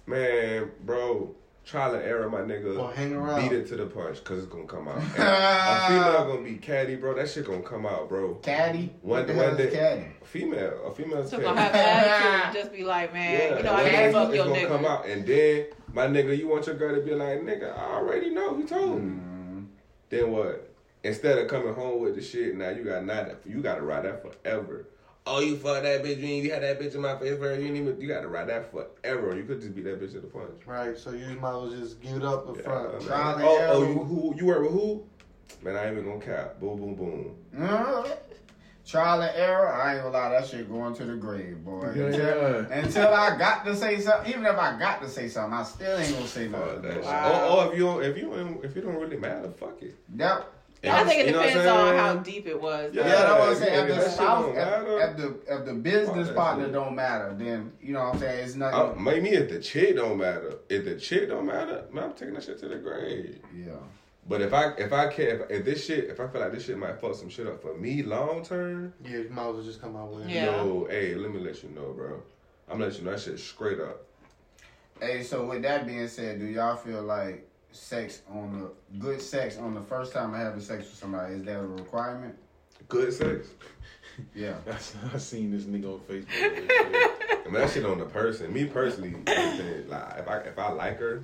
B: man, bro, trial and error, my nigga.
A: or hang around?
B: Beat it to the punch, cause it's gonna come out. And a female gonna be catty, bro. That shit gonna come out, bro.
C: Caddy?
B: One-
C: what the
B: one
C: hell is
B: day-
C: caddy?
B: A female, a female's
D: So
B: catty.
D: gonna have an attitude and just be like, man, you know, I
B: and
D: can't
B: it's-
D: fuck
B: it's
D: your
B: gonna
D: nigga.
B: come out, and then my nigga, you want your girl to be like, nigga, I already know. You told me. Then what? Instead of coming home with the shit, now you got not you got to ride that forever. Oh, you fuck that bitch. You ain't- you had that bitch in my face, bro. You didn't even. You got to ride that forever. You could just beat that bitch to the punch.
A: Right, so you might as well just give it up in
B: Yeah,
A: front.
B: man.
C: Trial and
B: oh, oh,
C: error.
B: you who you work with who? Man, I ain't even gonna cap. Boom, boom, boom.
C: Mm. Trial and error, I ain't gonna lie, that shit going to the grave, boy.
E: Yeah,
C: Until,
E: yeah.
C: until I got to say something, even if I got to say something, I still ain't gonna say
B: Oh,
C: nothing.
B: that shit.
D: Wow.
B: Or, or if you don't, if you don't, if you don't really matter, fuck it.
C: That,
D: I think it
B: You know what I'm
D: depends on
B: saying?
D: how deep it was.
B: Yeah.
C: yeah, that was
B: yeah,
C: saying. If
B: that
C: the
B: shit
C: spouse,
B: don't
C: if,
B: matter.
C: if the if the business
B: Oh, that
C: partner
B: shit.
C: don't matter, then you know what I'm saying it's nothing.
B: Uh, maybe if the chick don't matter, if the chick don't matter, man, I'm taking that shit to the grave.
C: yeah.
B: But if I if I care if, if this shit if I feel like this shit might fuck some shit up for me long term,
A: Yeah, you might as well just come out with it.
D: Yeah.
B: yo, hey, let me let you know, bro. I'm gonna let you know that shit straight up.
C: Hey, so with that being said, do y'all feel like sex on the good sex on the first time of having sex with somebody is that a requirement?
B: Good sex.
C: Yeah.
E: *laughs* I seen this nigga on Facebook.
B: I mean that shit on the person. Me personally, if it- like if I if I like her,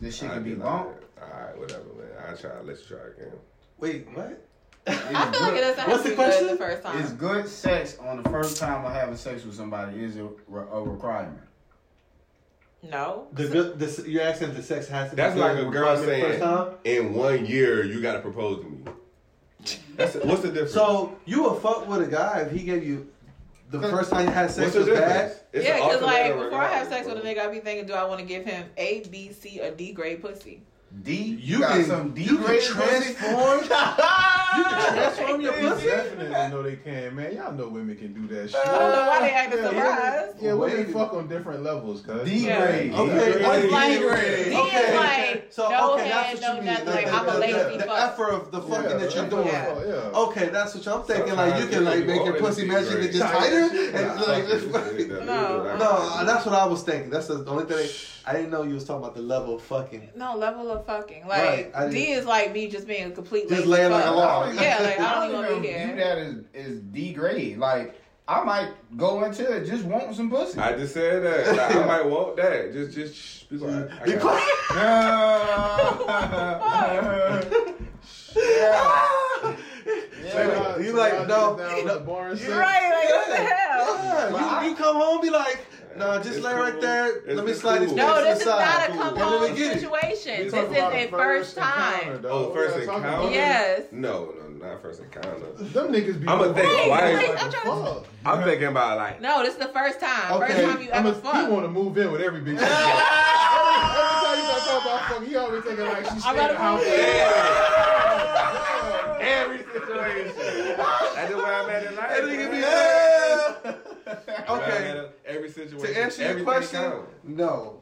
C: This shit
B: I'd
C: can be
B: like,
C: bumped.
B: Alright, whatever, man. I try. Let's try again.
A: Wait, what?
D: I feel like it doesn't have
A: What's
D: to
A: the
D: be good the
A: question?
D: first
C: Is
D: time.
C: good sex on the first time of having sex with somebody is a, re- a requirement?
D: No.
A: The good, the, you're asking if the sex has to.
B: That's
A: be
B: like
A: good
B: a girl
A: for the first time?
B: saying, "In one year, you gotta propose to me." That's what's the difference?
A: So you would fuck with a guy if he gave you the first time you had
B: what's
A: sex
B: the
A: was
B: difference?
A: bad.
B: It's
D: yeah,
B: an
D: because
B: ultimate
D: like before I have
B: regardless,
D: sex
B: bro.
D: with a nigga, I be thinking, do I want to give him A, B, C, or D grade pussy?
C: D.
A: You
C: got
A: can-
C: some D
A: you can
C: grade *laughs*
A: transform-
C: pussy?
A: transform your
E: They
A: pussy.
E: definitely know they can, man. Y'all know women can do that shit.
D: I don't know why they acting
E: Yeah,
D: surprised.
E: Yeah, women
A: Wait.
E: fuck on different levels, cuz.
C: D
D: Yeah.
C: grade.
A: Okay,
D: It's
A: okay.
D: like,
A: D-grade.
D: D is
A: Okay.
D: like,
A: So
D: no
A: okay,
D: hand,
A: that's what
D: no
A: you mean.
D: nothing.
A: The-
D: Like,
A: the,
D: I'm a
A: the-
D: lazy
A: the
D: fuck.
A: effort of the
E: Yeah,
A: fucking that you're
E: yeah,
A: doing.
D: Yeah.
E: yeah.
A: Okay, that's what I'm thinking. Like you can
B: Sometimes
A: like
B: you
A: make your
B: always
A: pussy
B: be
A: magically
B: great.
A: just tighter. And like,
D: No.
A: no, uh, that's what I was thinking. That's the only thing. I didn't know you was talking about the level of fucking.
D: No level of fucking.
A: Right,
D: Like
A: I
D: D
A: didn't-
D: is like me just being a complete
A: Just
D: lazy
A: laying
D: fuck.
A: like a log.
D: Yeah,
C: *laughs*
D: like I don't even
C: even
D: wanna be
C: view
D: here.
C: that as, as D grade. Like, I might go into it just wanting some pussy. *laughs*
B: I just said that. Like, I might want that. Just, just shh, be quiet. I
A: You
B: got it.
E: *laughs*
A: *laughs*
C: yeah.
E: Yeah.
A: You like no,
E: Down with
A: no.
E: the bar and shit.
D: You're right. Like what the hell?
A: Yeah, You, you come home be like, nah, just
B: It's
A: lay right
B: cool.
A: there.
B: It's
A: Let me
B: just
A: slide this bitch
B: cool.
D: No,
A: to the
D: this is
A: side.
D: not a come
A: And let me
D: home
A: get it.
D: situation.
B: We
D: This is
B: talking
E: about
D: a first
E: encounter,
D: time.
E: dog.
B: Oh,
E: What
B: first
E: y'all talking
B: encounter?
E: about?
D: Yes.
B: No, no, not first encounter.
E: Them niggas be.
B: I'ma think
E: Fuck.
B: twice.
E: Like,
D: I'm trying to-
E: fuck.
B: I'm thinking about like,
D: No, this is the first time. First
A: Okay,
D: time you
E: I'm
D: ever
E: a, he
D: fuck.
E: want to move in with every bitch. every, every
D: *laughs*
E: time you start talking about fuck, he always thinking like she's
D: I'm
E: staying
D: about
E: the
D: to move
E: house.
D: in.
B: every situation. That's the way I'm at in life.
A: And then you be,
B: man.
A: "Yeah."
B: Where I'm at
A: Okay.
B: in Every situation.
A: To answer your
B: everything
A: question,
B: counts.
A: no,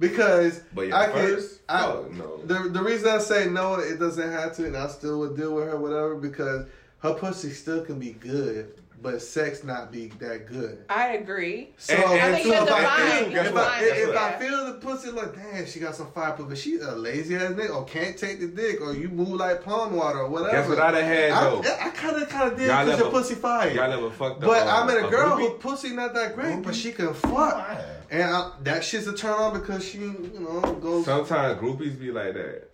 A: because
B: But yeah,
A: I can.
B: first,
A: I,
B: fuck, no.
A: The the reason I say no, it doesn't have to, and I still would deal with her, whatever, because her pussy still can be good, but sex not be that good.
D: I agree.
A: So,
B: And- and
D: I think
A: so
D: you
A: if, I
D: define-
A: feel,
D: you
A: if, I,
D: define
A: if
D: it,
A: I
D: yeah.
A: feel the pussy like, damn, she got some fire, but she a lazy ass nigga, or can't take the dick, or you move like palm water, or whatever.
B: Guess what I done had
A: I,
B: though.
A: I kind of kind of did
B: Y'all
A: because your
B: ever-
A: pussy fire.
B: Y'all never fucked up.
A: But
B: uh,
A: I met a girl who
B: groupie?
A: pussy not that great, but she can fuck, and I, that shit's a turn on because she, you know, goes
B: Sometimes groupies be like that.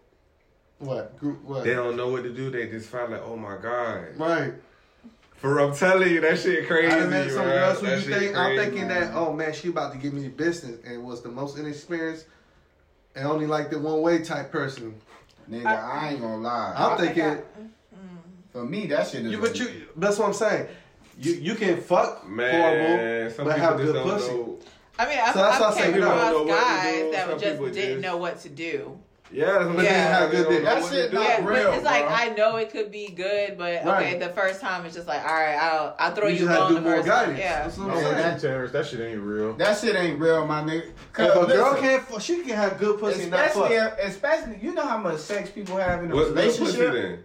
A: what group what
B: They don't know what to do. They just find like, oh my god.
A: right.
B: For I'm telling you, that shit crazy.
A: I done met some
B: bro.
A: girls who
B: That
A: you
B: shit
A: think I'm
B: crazy.
A: thinking that oh man, she about to give me business, and was the most inexperienced and only like the one way type person.
C: Nigga, I, ain't gonna lie.
A: I'm thinking.
C: For me, that shit is.
A: You, but you, that's what I'm saying. You you can fuck
B: Man,
A: horrible,
B: some
A: but
B: people
A: have
B: just
A: good
B: don't
A: pussy.
B: know.
D: I mean, I,
A: So that's why I
D: I
A: say
D: came
A: we don't
B: know
D: across
B: what to do.
D: guys that
B: Some
D: just
B: people
D: didn't
B: just-
D: know what to do.
B: Yeah, some people
D: Yeah.
B: have good dick.
C: That shit not
D: Yeah,
C: real,
D: but it's like
C: bro.
D: I know it could be good, but okay,
A: Right.
D: the first time it's just like, all right, I'll I'll throw
A: You
D: you,
A: just have
D: alone
A: to
D: the
A: do more
D: first time.
A: guidance.
D: Yeah,
A: That's what I'm
C: Yeah,
E: Oh,
A: saying.
E: that, Terrence, that shit ain't real.
C: That shit ain't real, my nigga.
A: If a girl
C: listen,
A: can't, fuck, she can have good pussy and not fuck.
C: especially, especially, you know how much sex people have in a
B: What's good pussy
C: relationship.
B: then?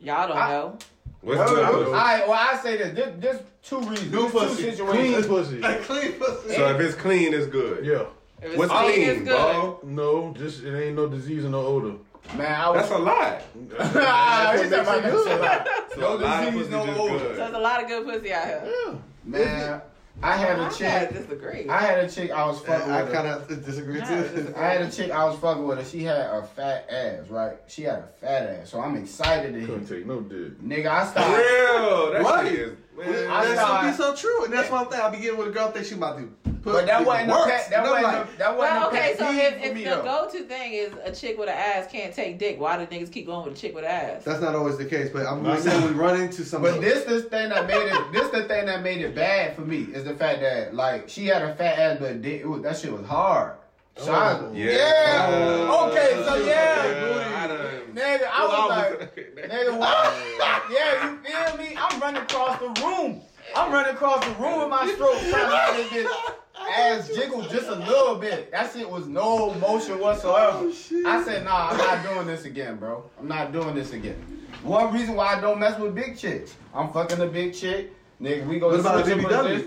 D: y'all don't
C: I-
D: know.
B: What's
C: Well,
B: good
C: I'm-
B: pussy?
C: I, well, I say this. This, this two reasons.
A: New
C: This two
A: pussy.
E: Clean
A: *laughs*
C: situations.
E: pussy.
A: clean pussy.
B: So if it's clean, it's good.
E: Yeah.
D: If it's
B: What's
D: clean,
B: clean,
D: it's good.
B: bro?
E: No, just it ain't no disease and no odor.
C: Man, I
B: That's
C: was.
B: a lot.
C: *laughs* Ah,
E: That's
C: he's
E: what
C: talking
E: makes it good.
C: about
B: So
C: No
B: a lot of
C: disease,
B: pussy
C: no
B: just
C: odor.
D: So there's
B: good.
D: a lot of good pussy out here.
E: Yeah.
C: Man, I had a
D: I
C: chick.
D: disagree.
C: I had a chick I was fucking
A: I
C: with.
A: kind of disagree too.
C: I had a chick I was fucking with her. She had a fat ass, right? She had a fat ass, so I'm excited to
E: Couldn't
C: hear.
E: take no dick.
C: Nigga, I started.
B: Real. That
A: Right.
B: shit is. Man.
C: I-
A: That should
C: thought-
A: be so true, and that's one thing. I be getting with a girl think she about to put.
C: But that wasn't a
A: works.
C: pet. That
A: And I'm
C: wasn't.
A: like,
C: a- That wasn't.
D: well,
C: a
D: okay,
C: pet
D: so
C: peeve
D: if,
C: for
D: if
C: me,
D: the
C: though.
D: go-to thing is a chick with an ass can't take dick, why do niggas keep going with a chick with an ass?
A: That's not always the case, but I'm
E: Nah,
A: just saying
E: nah.
A: we run into some.
C: But this this thing that made it this the thing that made it bad for me is the fact that like she had a fat ass but dick, ooh, that shit was hard. So I,
E: Oh.
C: yeah.
B: Oh.
C: Okay, so yeah.
B: Yeah, I done-
C: Nigga, I was like
A: *laughs*
C: nigga
B: Yeah.
C: what Yeah, you feel me? I'm running across the room. I'm running across the room with my
A: *laughs*
C: stroke trying to get this bitch ass jiggle just a little bit. That shit was no motion whatsoever.
A: Oh,
C: I said, nah, I'm not doing this again, bro. I'm not doing this again. One reason why I don't mess with big chicks. I'm fucking a big chick. Nigga, we go
A: What about
C: switch
A: a
C: up on
A: BBW?
C: this.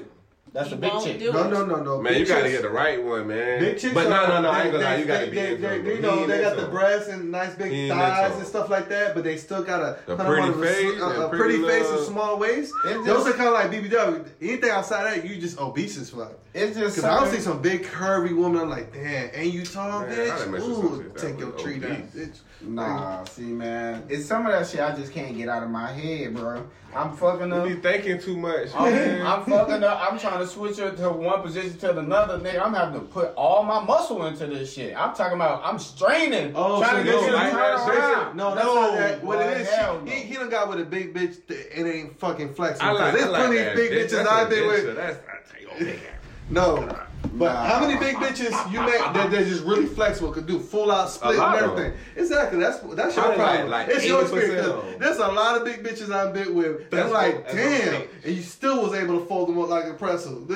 C: That's
D: You
C: a big
D: won't
C: chick.
D: do
A: no, no, no, no.
B: Man, you
A: Big
B: gotta
A: chicks-
B: get the right one, man.
A: Big chicks
B: But no,
A: are-
B: no, no, I ain't gonna
A: they-
B: lie. You
A: they-
B: gotta
A: they-
B: be
A: they,
B: into
A: they,
B: it.
A: they,
B: He
A: know,
B: ain't
A: they got
B: into
A: the
B: it.
A: breasts and nice big
B: He ain't into
A: thighs
B: it.
A: and stuff like that, but they still got a
B: The
A: kinda
B: pretty
A: wanna res-
B: face
A: a,
B: and
A: a
B: pretty
A: pretty face and
B: little-
A: small waist. Those
C: It's just-
A: are kind of like BBW. Anything outside that, you just obese as fuck.
C: It's just
A: Because I don't
C: something-
A: see some big curvy woman. I'm like, damn, ain't you tall,
B: Man, I done
A: bitch?
B: messed with some
A: Ooh,
B: shit that
A: take your
B: was
A: tree down,
B: obese.
A: bitch.
C: Nah, see, man, it's some of that shit I just can't get out of my head, bro. I'm fucking
B: You
C: them.
B: be thinking too much.
C: I'm,
B: man.
C: *laughs* I'm fucking up. I'm trying to switch her to one position to another. Nigga, I'm having to put all my muscle into this shit. I'm talking about I'm straining.
A: Oh,
C: trying
A: so
C: to get
A: no,
C: you to
B: right,
C: turn
B: right, right.
C: around.
A: No, that's not that. What
C: boy,
A: it is, she,
C: hell no.
A: he, he done got with a big bitch that it ain't fucking flexing.
B: I like,
A: There's
B: I like
A: plenty
B: that.
A: of big
B: That's
A: bitches
B: a
A: I've been
B: bitch,
A: with.
B: so That's I take your big ass.
A: No. But
C: Nah.
A: how many big bitches you met that they just really flexible could do full out split and
B: lot of
A: everything? Exactly. That's that's your
B: Probably like-
A: problem.
B: like
A: it's your experience.
B: 80%
A: 'cause
B: of 'em.
A: There's a lot of big bitches I've been with. They're
B: That's
A: like,
B: what- that's what I'm
A: damn,
B: saying.
A: and you still was able to fold them up like a pretzel. *laughs* you
B: You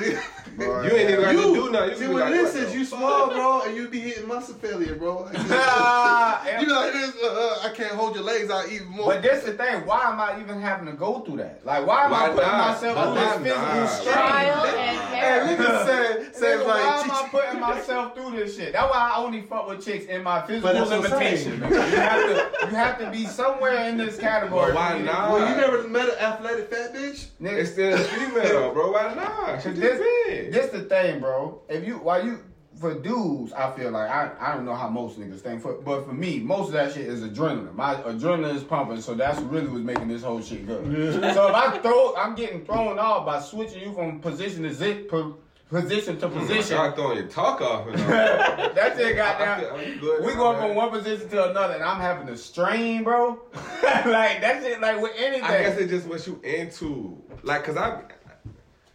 B: ain't even got to do nothing. You
A: see
B: be
A: what
B: like,
A: it is?
B: what
A: Is
B: the
A: you small, bro, and you be hitting muscle failure,
B: *laughs*
A: bro. Like,
C: *laughs* Ah,
A: you be like, this, uh, uh, I can't hold your legs out even more.
C: But that's the thing. Why am I even having to go through that? Like, why am
B: Why
C: I putting
B: not?
C: myself
B: Why
C: through
B: not?
C: this physical
B: Nah.
C: strain?
D: Trial
C: Nigga,
D: and
A: Hey,
D: error.
A: nigga
B: *laughs*
A: said, said like,
C: why am I
A: Chi-
C: putting myself through this shit? That's why I only fuck with chicks in my physical
A: But that's what I'm
C: limitation.
A: saying.
C: You have, to, you have to be somewhere in this category.
B: But why not?
A: well, you never met an athletic fat bitch?
C: Nigga,
B: It's still a female, bro. Why not? She just big.
C: This, this the thing, bro. If you while you for dudes, I feel like I, I don't know how most niggas think, for, but for me, most of that shit is adrenaline. My adrenaline is pumping, so that's really what's making this whole shit good. *laughs* so if I throw, I'm getting thrown off by switching you from position to zip, po- position
B: *laughs*
C: to position.
B: Y'all throwing your talk off. And all.
C: *laughs* That shit got
B: I feel- I'm good
C: down. We
B: now,
C: going
B: man.
C: from one position to another, and I'm having to strain, bro. *laughs* like that shit, like with anything,
B: I guess it's just what you into. Like, cause I,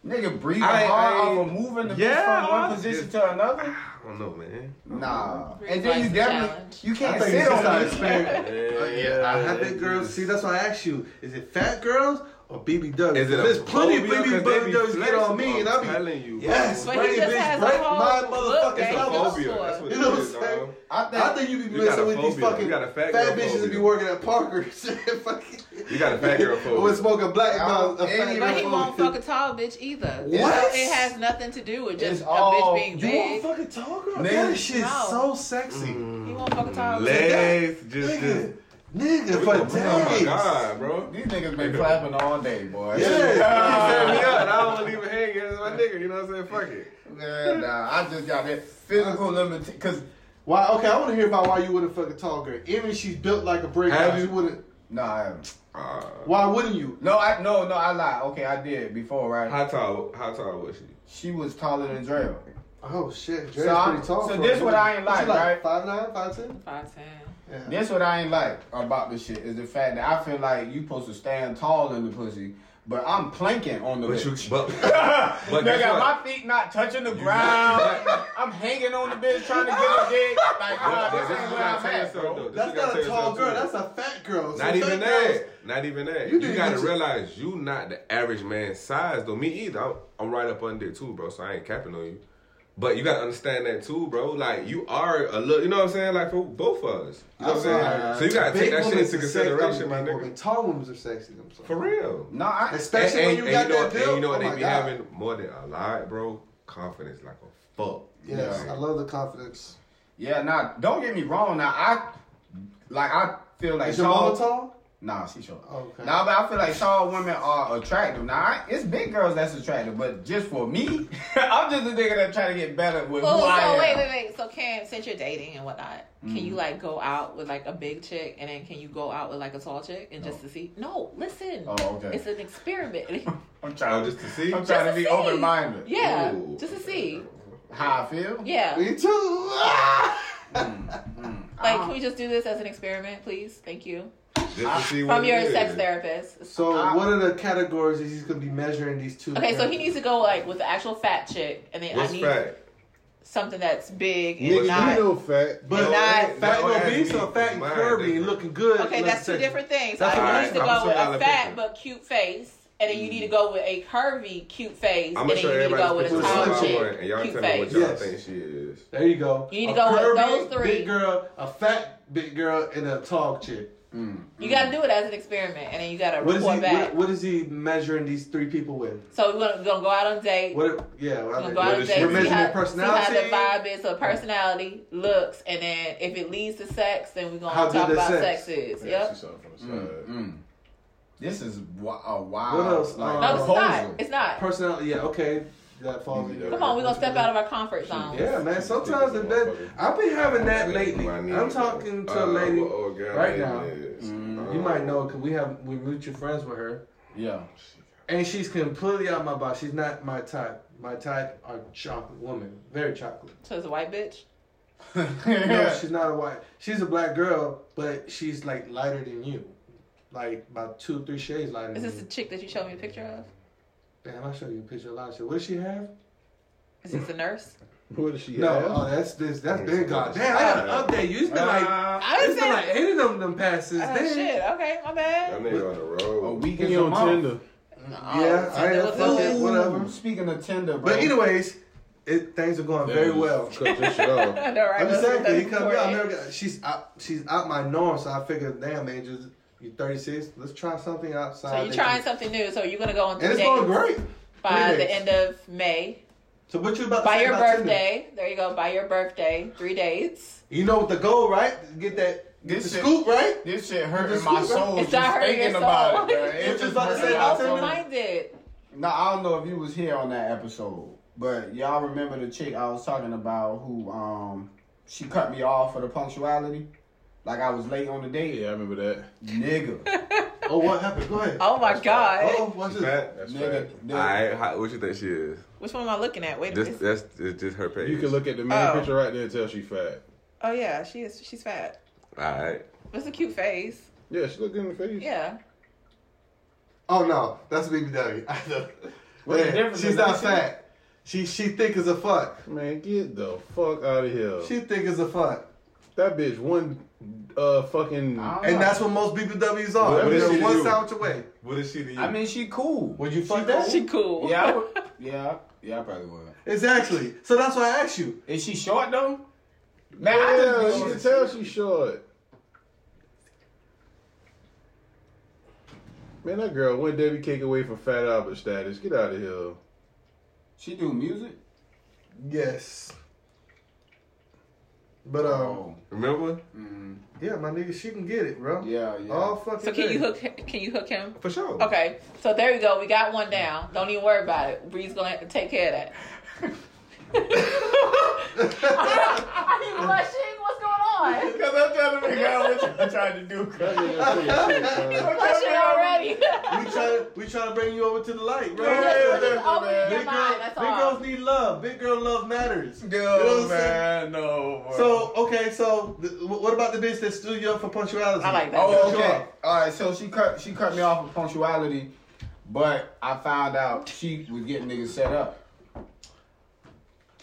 C: nigga breathing
B: I-
C: hard
B: I-
C: off of moving the bitch
B: Yeah,
C: from one
B: I-
C: position to another.
B: I don't know, man.
C: Nah.
D: Three
C: And then you
D: slices
C: definitely
D: challenge.
C: you
A: I
C: can't
A: think you
C: sit
A: should
C: on
A: start
C: it.
A: experimenting.
B: Yeah,
A: I have big girls. See, that's why I asked you: is it fat girls or BBW?
B: Is it a
A: There's plenty of
B: phobia? 'Cause they be
A: BBWs get on me, and
B: flexible,
A: I
B: I'm
A: be
B: telling you, bro.
A: Yes,
D: But he
A: break,
D: just
A: bitch,
D: has a
A: break
D: whole
A: my
D: look,
A: motherfucking
D: baby.
B: It's a
A: pelvis.
B: phobia. That's what
A: You
B: it
A: know what I'm
B: is,
A: saying?
B: dog.
C: I think,
A: I think you be
B: You got a
A: messing with these
B: phobia.
A: fucking
B: You got a
A: fat,
B: fat girl
A: bitches that be
B: phobia.
A: working at Parker's. *laughs* Fucking-
B: You got a fat *laughs* girl phobia.
A: Or smoking black
C: I
A: mouth.
C: don't-
A: a fat
C: any-
A: girl
D: But he won't
A: phobia.
D: fuck a tall bitch either.
A: What?
D: So it has nothing to do with just
C: It's
D: a
C: all-
D: bitch being
A: You won't
D: big.
A: fucking talk girl.
C: Nigga.
A: That shit's
D: No.
A: so sexy,
D: He won't fuck a tall bitch.
B: Legs, just, just.
A: nigga. Nigga,
B: Oh
A: for days.
B: my god, bro.
C: these niggas been clapping all day, boy.
A: Yeah.
B: You set me up, and I don't wanna even hang it. That's *laughs* my nigga. You know what I'm saying? Fuck it.
C: *laughs* Man, nah, I just got that physical limitation. Cause
A: Why? Okay, I want to hear about why you wouldn't fuck a tall girl. Even if she's built like a brick,
B: Have
A: house,
B: you?
A: you wouldn't.
C: nah, I haven't.
B: Uh,
A: Why wouldn't you?
C: no, I no no I lied. Okay, I did before, right?
B: how tall? How tall was she?
C: She was taller than Drell.
A: Oh shit, Dre's
C: So I-
A: pretty tall.
C: so
A: for
C: this
A: him.
C: what I ain't
A: What's he
C: like, right?
A: Five nine, five ten.
D: Five ten.
A: Yeah.
C: That's what I ain't like about this shit is the fact that I feel like you supposed to stand tall in the pussy, but I'm planking on the.
B: But you, *laughs*
C: bitch.
B: but, but guess
C: *laughs* Nigga,
B: what?
C: my feet not touching the *laughs* ground. I'm hanging on the bitch trying to get a dick. Like,
B: But-
C: nah,
B: but
C: this
B: this
C: ain't
B: is
C: where
B: gotta
C: I'm
B: tell
C: at,
B: yourself, though.
C: bro.
B: This
A: That's
B: you gotta
A: not
B: tell
A: a tall
B: yourself,
A: girl.
B: too.
A: That's a fat girl. So
B: Not even
A: fat
B: that.
A: girls-
B: Not even that.
A: You
B: You,
A: didn't
B: gotta
A: get you-
B: realize you not the average man's size though. Me either. I'm, I'm right up under it too, bro. So I ain't capping on you. But you gotta understand that too, bro. Like you are a little. You know what I'm saying? Like for both of us. You know what I'm saying?
A: sorry.
B: so you gotta
A: Uh, Big
B: take that
A: women's
B: shit into
A: are sexy.
B: consideration, my
A: Big
B: nigga.
A: women- Tall women are sexy. I'm sorry.
B: For real.
C: No, I.
A: Especially
B: and,
A: when
B: and-
A: you got
B: and know,
A: that build.
B: And you know what
A: oh
B: they
A: my
B: be
A: God.
B: having more than a lot, bro. Confidence like a fuck.
A: Yes,
C: Yeah.
A: I love the confidence.
C: Yeah, nah. Don't get me wrong. Now I, like, I feel like
A: Is your mama tall? Oh,
C: Nah, she short.
A: Okay.
C: Nah, but I feel like tall women are attractive. Now, I, it's big girls that's attractive, but just for me, *laughs* I'm just a nigga that try to get better with
D: Oh,
C: who I
D: so
C: am.
D: wait, wait, wait. So Cam, since you're dating and whatnot, can you like go out with like a big chick, and then can you go out with like a tall chick, and just to see? No, listen.
C: Oh, okay.
D: It's an experiment. *laughs*
C: I'm trying
B: Oh, just to see.
C: I'm
D: Just
C: trying to
D: to
C: be
D: see.
C: open minded.
D: yeah,
B: Ooh.
D: just to see.
C: How I feel.
D: Yeah.
A: Me too. Ah!
D: Like,
C: Uh-huh.
D: can we just do this as an experiment, please? Thank you.
B: Just to see what
D: From
B: it
D: your
B: is.
D: sex
A: *laughs*
D: therapist.
A: So
C: I-
A: what are the categories that he's gonna be measuring these two?
D: Okay, so he needs to go like with the actual fat chick, and then
B: What's
D: I need
B: fat?
D: something that's big and
B: Nigga, you
D: not.
E: know fat.
A: But fat
D: No, that-
B: that
A: gonna be
B: has to
A: so
B: be
A: fat and
B: combined
A: curvy and
B: different.
A: looking good.
D: Okay,
A: looks
D: that's two
A: sexy.
D: different things.
A: That's
D: I
A: all
D: need to
B: right.
D: go
B: I'm
D: with
B: sorry, I
D: a
B: love
D: fat
B: pictures.
D: but cute face, and then you need to go with a curvy cute face,
B: I'm
D: and
B: gonna
D: then
B: show
D: you need to go
B: everybody
D: with
B: the
D: a
A: pictures
D: tall
A: of
B: picture
A: my
B: of my
D: chick,
B: one, and y'all
D: cute
B: tell me what
D: face.
B: y'all
A: Yes.
B: think she is.
A: There you go.
D: You need to
A: A
D: go with
A: curvy,
D: those three.
A: Big girl, a fat big girl, and a tall chick.
D: You got to do it as an experiment, and then you got to
A: What is he?
D: report back.
A: What, what is he measuring these three people with?
D: so we're gonna, gonna go out on date.
A: What? Yeah. I
D: We're
A: mean,
D: gonna go out
B: what
D: on
B: is
D: date.
B: she- We're
D: see
A: measuring
D: how-
A: personality?
D: See how the vibe is. So personality, looks, and then if it leads to sex, then we're gonna
A: How good
D: talk
A: the
D: about
A: sex?
D: sex, is.
E: Yeah,
D: Yep.
E: she something from the side.
C: Mm, mm. This is wa- a wild.
A: What else?
C: Like,
A: Um,
D: No, it's not.
C: proposal.
D: It's not.
A: personality. Yeah. Okay. That falls.
E: Easy
A: in
E: though.
D: Come on, we're gonna step out of our comfort zone.
A: Yeah, man. Sometimes if that I've been having that lately. I'm talking
B: Uh,
A: to a lady. right now. Mm-hmm. You might know because we have we mutual friends with her,
C: Mm, Yeah. *laughs*
A: and she's completely out my box. She's not my type. My type are chocolate women, very chocolate.
D: So it's a white bitch.
A: No, she's not a white. She's a black girl, but she's like lighter than you, like about two, three shades lighter.
D: Is
A: than
D: this
A: you.
D: the chick that you showed me a picture of?
A: Damn, I showed you a picture of a lot of shit. What does she have?
D: Is this the nurse?
E: What does she
A: No,
E: have?
A: oh, that's this. That's
B: Mm,
A: been
B: it's
A: gone.
B: a-
A: Damn, I gotta update you. It's been like
C: Uh,
D: I
A: it's
D: was
A: been
D: saying,
A: like eight of them them passes.
D: oh,
A: Damn.
D: shit. Okay, my
B: That
A: Um,
D: bad.
B: nigga on the road.
A: Oh,
C: a week is
E: He
C: a
E: on
C: month.
E: Tinder.
A: Yeah, I ain't a
D: Oh,
A: fucking-
D: so
A: Whatever.
C: Speaking of Tinder, bro.
A: But anyways, it things are going very well.
E: *laughs* Cut this shit off.
D: *laughs* I know, right?
A: I'm just saying,
D: That's
A: cause he comes out, I
D: important.
A: never got, she's out, she's out my norm, so I figured, damn, man, just you 36, let's try something outside.
D: So you're
A: that
D: trying
A: you-
D: something new. So you're gonna go on
A: uh, and
D: three
A: it's going
D: dates
A: great.
D: by
A: Three
D: the
A: days.
D: end of May.
A: So what you about to
D: By
A: say
D: your
A: about Tinder?
D: birthday, there you go. By your birthday, three dates.
A: You know what the goal, right? Get that, get
C: This
A: the
C: shit-
A: scoop, right?
C: This shit
A: This
C: hurting my
A: is cool, bro.
C: soul
D: It's
C: just
D: not hurting
C: thinking
D: your
C: about
D: soul.
C: it, bro.
D: *laughs*
A: What
C: It's
A: you
C: just
A: Oh, about to
C: hurting
A: say
D: You're
C: my
A: about
C: soul.
D: open
A: Tinder?
D: minded.
C: No, I don't know if you was here on that episode, but y'all remember the chick I was talking about who um she cut me off for the punctuality? Like I was late on the date.
E: Yeah, I remember that.
C: *laughs* Nigga.
A: *laughs* Oh, what happened? Go ahead.
D: Oh my god.
A: Oh, watch this.
B: Fat?
E: That's
C: nigga.
E: fat.
C: nigga.
B: All right, how, what you think she is?
D: Which one am I looking at? Wait,
B: This,
D: this,
B: that's it's just her page.
E: You can look at the main
D: Oh.
E: picture right there and tell she fat.
D: oh yeah, she is. She's fat.
B: All right.
D: That's a cute face.
E: Yeah, she look good in the face.
D: Yeah.
A: Oh no, that's *laughs* BBW. I know.
C: What's the
A: Yeah,
C: difference
A: she's
C: in
A: not
C: that?
A: fat. She she thick as a fuck.
E: Man, get the fuck out of here.
A: She thick as a fuck.
E: that bitch one uh fucking
C: I don't
D: Oh.
A: And
C: know.
A: that's what most BBWs are.
B: What is
A: They're
B: she to
A: one
B: you?
A: sandwich away.
B: What is she to you?
C: I mean she cool.
A: Would you
C: She
A: fuck that?
D: She cool.
C: Yeah, I *laughs* would- yeah, yeah, I probably would.
A: Exactly. So that's why I asked you.
C: Is she short though? Man, I
E: yeah,
C: just
E: you can tell she's short. Man, that girl one Debbie cake away from Fat Albert status. Get out of here.
C: she do music?
A: Yes. But um,
C: Oh.
B: Remember?
C: mm,
A: yeah, my nigga, she can get it, bro.
C: yeah, yeah.
A: All fucking.
D: *laughs* So can
A: day.
D: you hook? Can you hook him?
B: For sure.
D: Okay. So there you go. We got one down. Don't even worry about it. Bree's gonna have to take care of *laughs* that. Are you blushing? What's going on?
C: Because I'm trying to figure out what you're trying to do.
E: That nigga full of shit, man.
C: *laughs* I'm trying to
D: Blushing
C: figure out-
D: already.
A: We try to we try to bring you over to the light, bro.
C: Yeah, yeah,
D: *laughs* Just
C: yeah,
D: open
C: yeah.
D: your
A: Big, girl-
D: mind. That's
A: big girls
D: all.
A: girls need love. Big girl love matters.
C: Dude,
A: what I'm saying?
C: man, no. bro.
A: So okay, so th- wh- what about the bitch that stood you up for punctuality?
D: I like that.
A: Cut
C: Oh,
A: you
C: okay.
A: off.
C: All right. So she cut she cut me off for punctuality, but I found out she was getting niggas set up.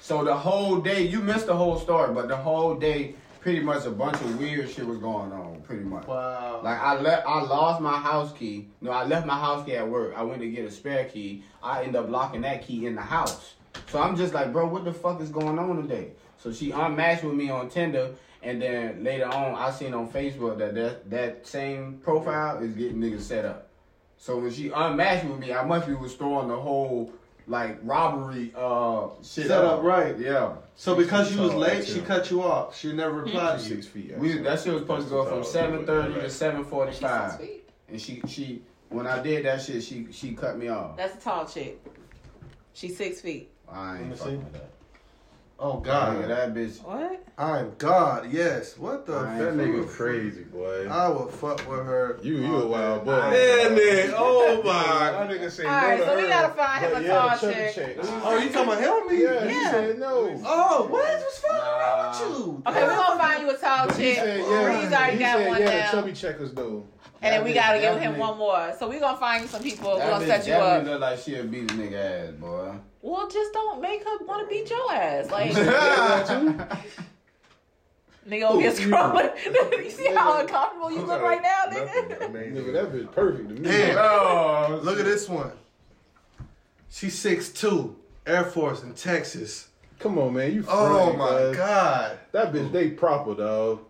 C: So the whole day, you missed the whole story, but the whole day, pretty much a bunch of weird shit was going on. Pretty much.
A: Wow.
C: Like I left, I lost my house key. No, I left my house key at work. I went to get a spare key. I end up locking that key in the house. So I'm just like, bro, what the fuck is going on today? So she unmatched with me on Tinder, and then later on, I seen on Facebook that that, that same profile is getting niggas set up. So when she unmatched with me, I must be restoring the whole like robbery uh shit
A: Set up, right.
C: Yeah,
A: so because you was
E: Oh,
A: late,
E: yeah.
A: she cut you off. She
D: Mm-hmm.
A: never replied to you.
E: Six feet.
C: we that shit was supposed to go from seven thirty to seven forty
D: She's so
C: five.
D: sweet.
C: And she she when I did that shit, she she cut me off.
D: That's a tall chick. She's six feet.
C: I
A: Let me
C: ain't
A: see.
C: fucking with that.
A: Oh
C: Nigga,
A: God,
C: that bitch.
D: What?
A: I'm God. Yes. What the?
C: I ain't
E: That
A: fuck?
E: nigga crazy, boy.
A: I would fuck with her.
E: you you a
A: uh,
E: wild boy.
B: Yeah, nigga. *laughs* Oh my.
E: nigga said
D: All right, so we gotta find him a tall chick.
A: Oh, you talking about help me?
E: Yeah, he
D: Yeah.
E: said no.
A: Oh, what? What's fucking wrong with you?
D: Okay, we're gonna find you a tall
E: But
D: chick. Breeze Oh, already
E: he
D: got
E: said,
D: one
E: yeah, the
D: down.
E: chubby checkers though.
D: And then we
C: That
D: gotta
C: bitch-
D: give
C: that
D: him
C: bitch-
D: one more. So we're gonna find you some people. We're
C: That
D: gonna
C: bitch
D: set you
C: definitely
D: up.
C: look like she'll beat a nigga ass, boy. *laughs*
D: Well, just don't make her wanna beat
B: *laughs*
D: your ass. Like, nigga, over here
E: Ooh, you-
D: scrolling. *laughs* you see how uncomfortable you look right now, nigga?
E: Nigga, that bitch perfect to me.
A: Damn.
C: Oh,
A: Look at this one. She's 6'2", Air Force in Texas.
E: Come on, man. You
A: Oh
E: fried,
A: my
E: cuz.
A: God.
E: That bitch, they proper, dog.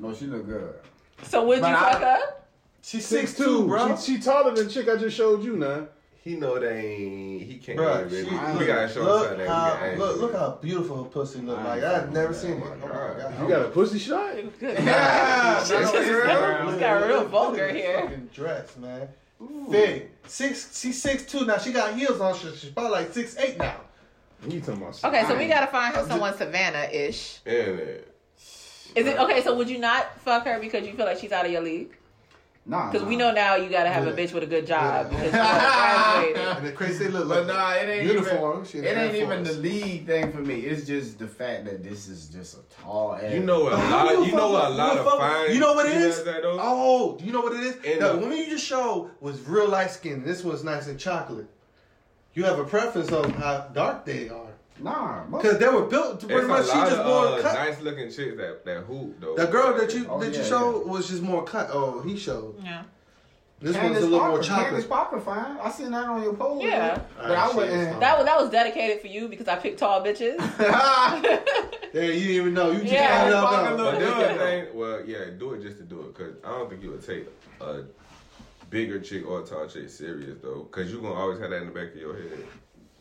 C: No, she look good.
D: *laughs* So would you
C: But I-
B: *laughs*
D: fuck up?
A: She's 6'2", bro.
E: She, she taller than the chick I just showed you, now.
B: He know they ain't. He can't.
A: Bruh,
B: really-
A: she-
B: we gotta show
A: look,
B: us that.
A: how, look, look how beautiful her pussy look like. I've never seen it. Oh my
B: God.
A: God.
E: You got a pussy shot?
D: Good
A: Yeah,
B: Shit,
A: no,
B: shit,
A: it's
B: real.
A: not.
D: It's got real
A: Look
D: vulgar
A: at this
D: here.
A: Fucking dress, man. Thick. Six. She's six two now. She got heels on. She- She's probably like six eight now.
E: You talking about
D: Okay, so we gotta find
A: I'm
D: him
A: ju-
D: someone Savannah ish.
B: Yeah, man.
D: Is it okay? So would you not fuck her because you feel like she's out of your league?
C: Nah,
D: Because we
C: nah.
B: Uh-huh.
D: know now you gotta have a
A: Yeah.
D: bitch with a good job
A: Yeah.
D: because you
B: *laughs*
D: graduated.
A: And the crazy thing look
C: But
A: like
C: nah, it ain't
A: uniform. She in
C: even.
A: the
C: It ain't
A: Air
C: even the
A: Force.
C: league thing for me. It's just the fact that this is just a tall ass.
B: You know a
A: But how
B: lot.
A: do
B: You know
A: fuck
B: a
A: with-
B: lot
A: you
B: of
A: fuck with-
B: fine.
A: You know what it
B: females
A: is?
B: that though?
A: Oh, do you know what it is?
B: And,
A: the
B: uh,
A: woman you just showed was real light skinned. This one's nice and chocolate. You have a preference on how dark they are.
C: Nah, mother-
A: Because they were built to
B: It's
A: pretty much,
B: a
A: she
B: lot
A: just more
B: of uh,
A: cut.
B: nice looking chicks that that hoop though.
A: the girl that you
C: Oh,
A: that you
C: yeah,
A: showed was just more cut. Oh, he showed.
D: Yeah.
A: This
C: Candace
A: one's a little more
C: Parker- Candace
A: chocolate.
C: Parker fine. I seen that on your post.
D: Yeah.
C: man. But
A: Alright,
C: I
A: she
C: *laughs*
A: is
C: wouldn't.
D: That was that was dedicated for you because I picked tall bitches.
A: Yeah, you didn't even know. You just
D: Yeah,
A: added
C: Parker
A: up.
C: look
A: now.
B: But this
C: Yeah.
B: the thing. Well, yeah, do it just to do it because I don't think you would take a bigger chick or a tall chick serious though because you gonna always have that in the back of your head.
C: *laughs*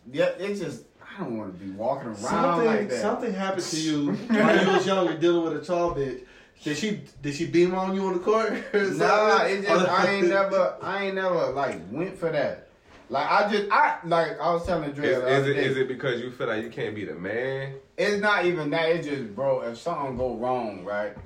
C: Yeah, it's just I don't want to be walking around
A: Something
C: like that.
A: something happened to you while you was younger dealing with a tall bitch. Did she did she beam on you on the court? *laughs* or
C: Nah,
A: something?
C: it just I ain't
A: *laughs*
C: never, I ain't never like went for that. Like I just, I like I was telling Dre,
B: Is,
C: the
B: is
C: other
B: it
C: day,
B: is it because you feel like you can't be the man?
C: it's not even that. It's just, bro, if something go wrong,
D: *laughs*
C: right?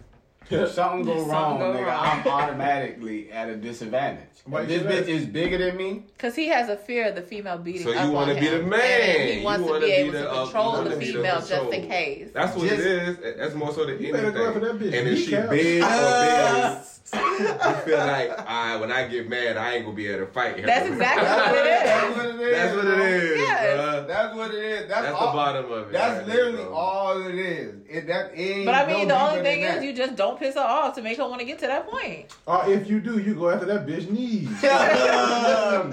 C: If something go
D: If something
C: wrong,
D: go
C: nigga,
D: wrong.
C: I'm automatically at a disadvantage.
E: Why
C: If this
E: you
C: bitch
E: that?
C: is bigger than me.
D: Because he has a fear of the female beating
B: So you
D: up on
B: wanna
D: him.
B: be the man.
D: And he wants
B: You
D: to
B: wanna
D: be,
B: be
D: able
B: the-
D: to
B: uh, you
D: control
B: wanna
D: the
B: be the
D: female just in
B: control.
D: case.
B: That's what
C: Just-
B: it is. That's more so than
E: You better
B: anything.
E: go after that bitch.
B: And if
E: You
B: she
E: can't.
B: big or
D: *laughs*
B: big, you feel like, all right, when I get mad, I ain't gonna be able to fight her.
D: *laughs* That's exactly what it
C: That's *laughs*
D: is.
C: what it is.
B: *laughs* That's what it
C: bro.
B: is.
D: Yes.
B: bruh.
C: That's what it is. That's,
B: That's
C: all,
B: the bottom of it.
C: That's
B: right there,
C: literally
B: bro.
C: all it is. It, that ain't
D: But I mean,
C: no
D: the only
C: deeper than
D: thing is,
C: that.
D: you just don't piss her off to make her want to get to that point.
E: Or Uh, if you do, you go after that bitch knees.
A: Problem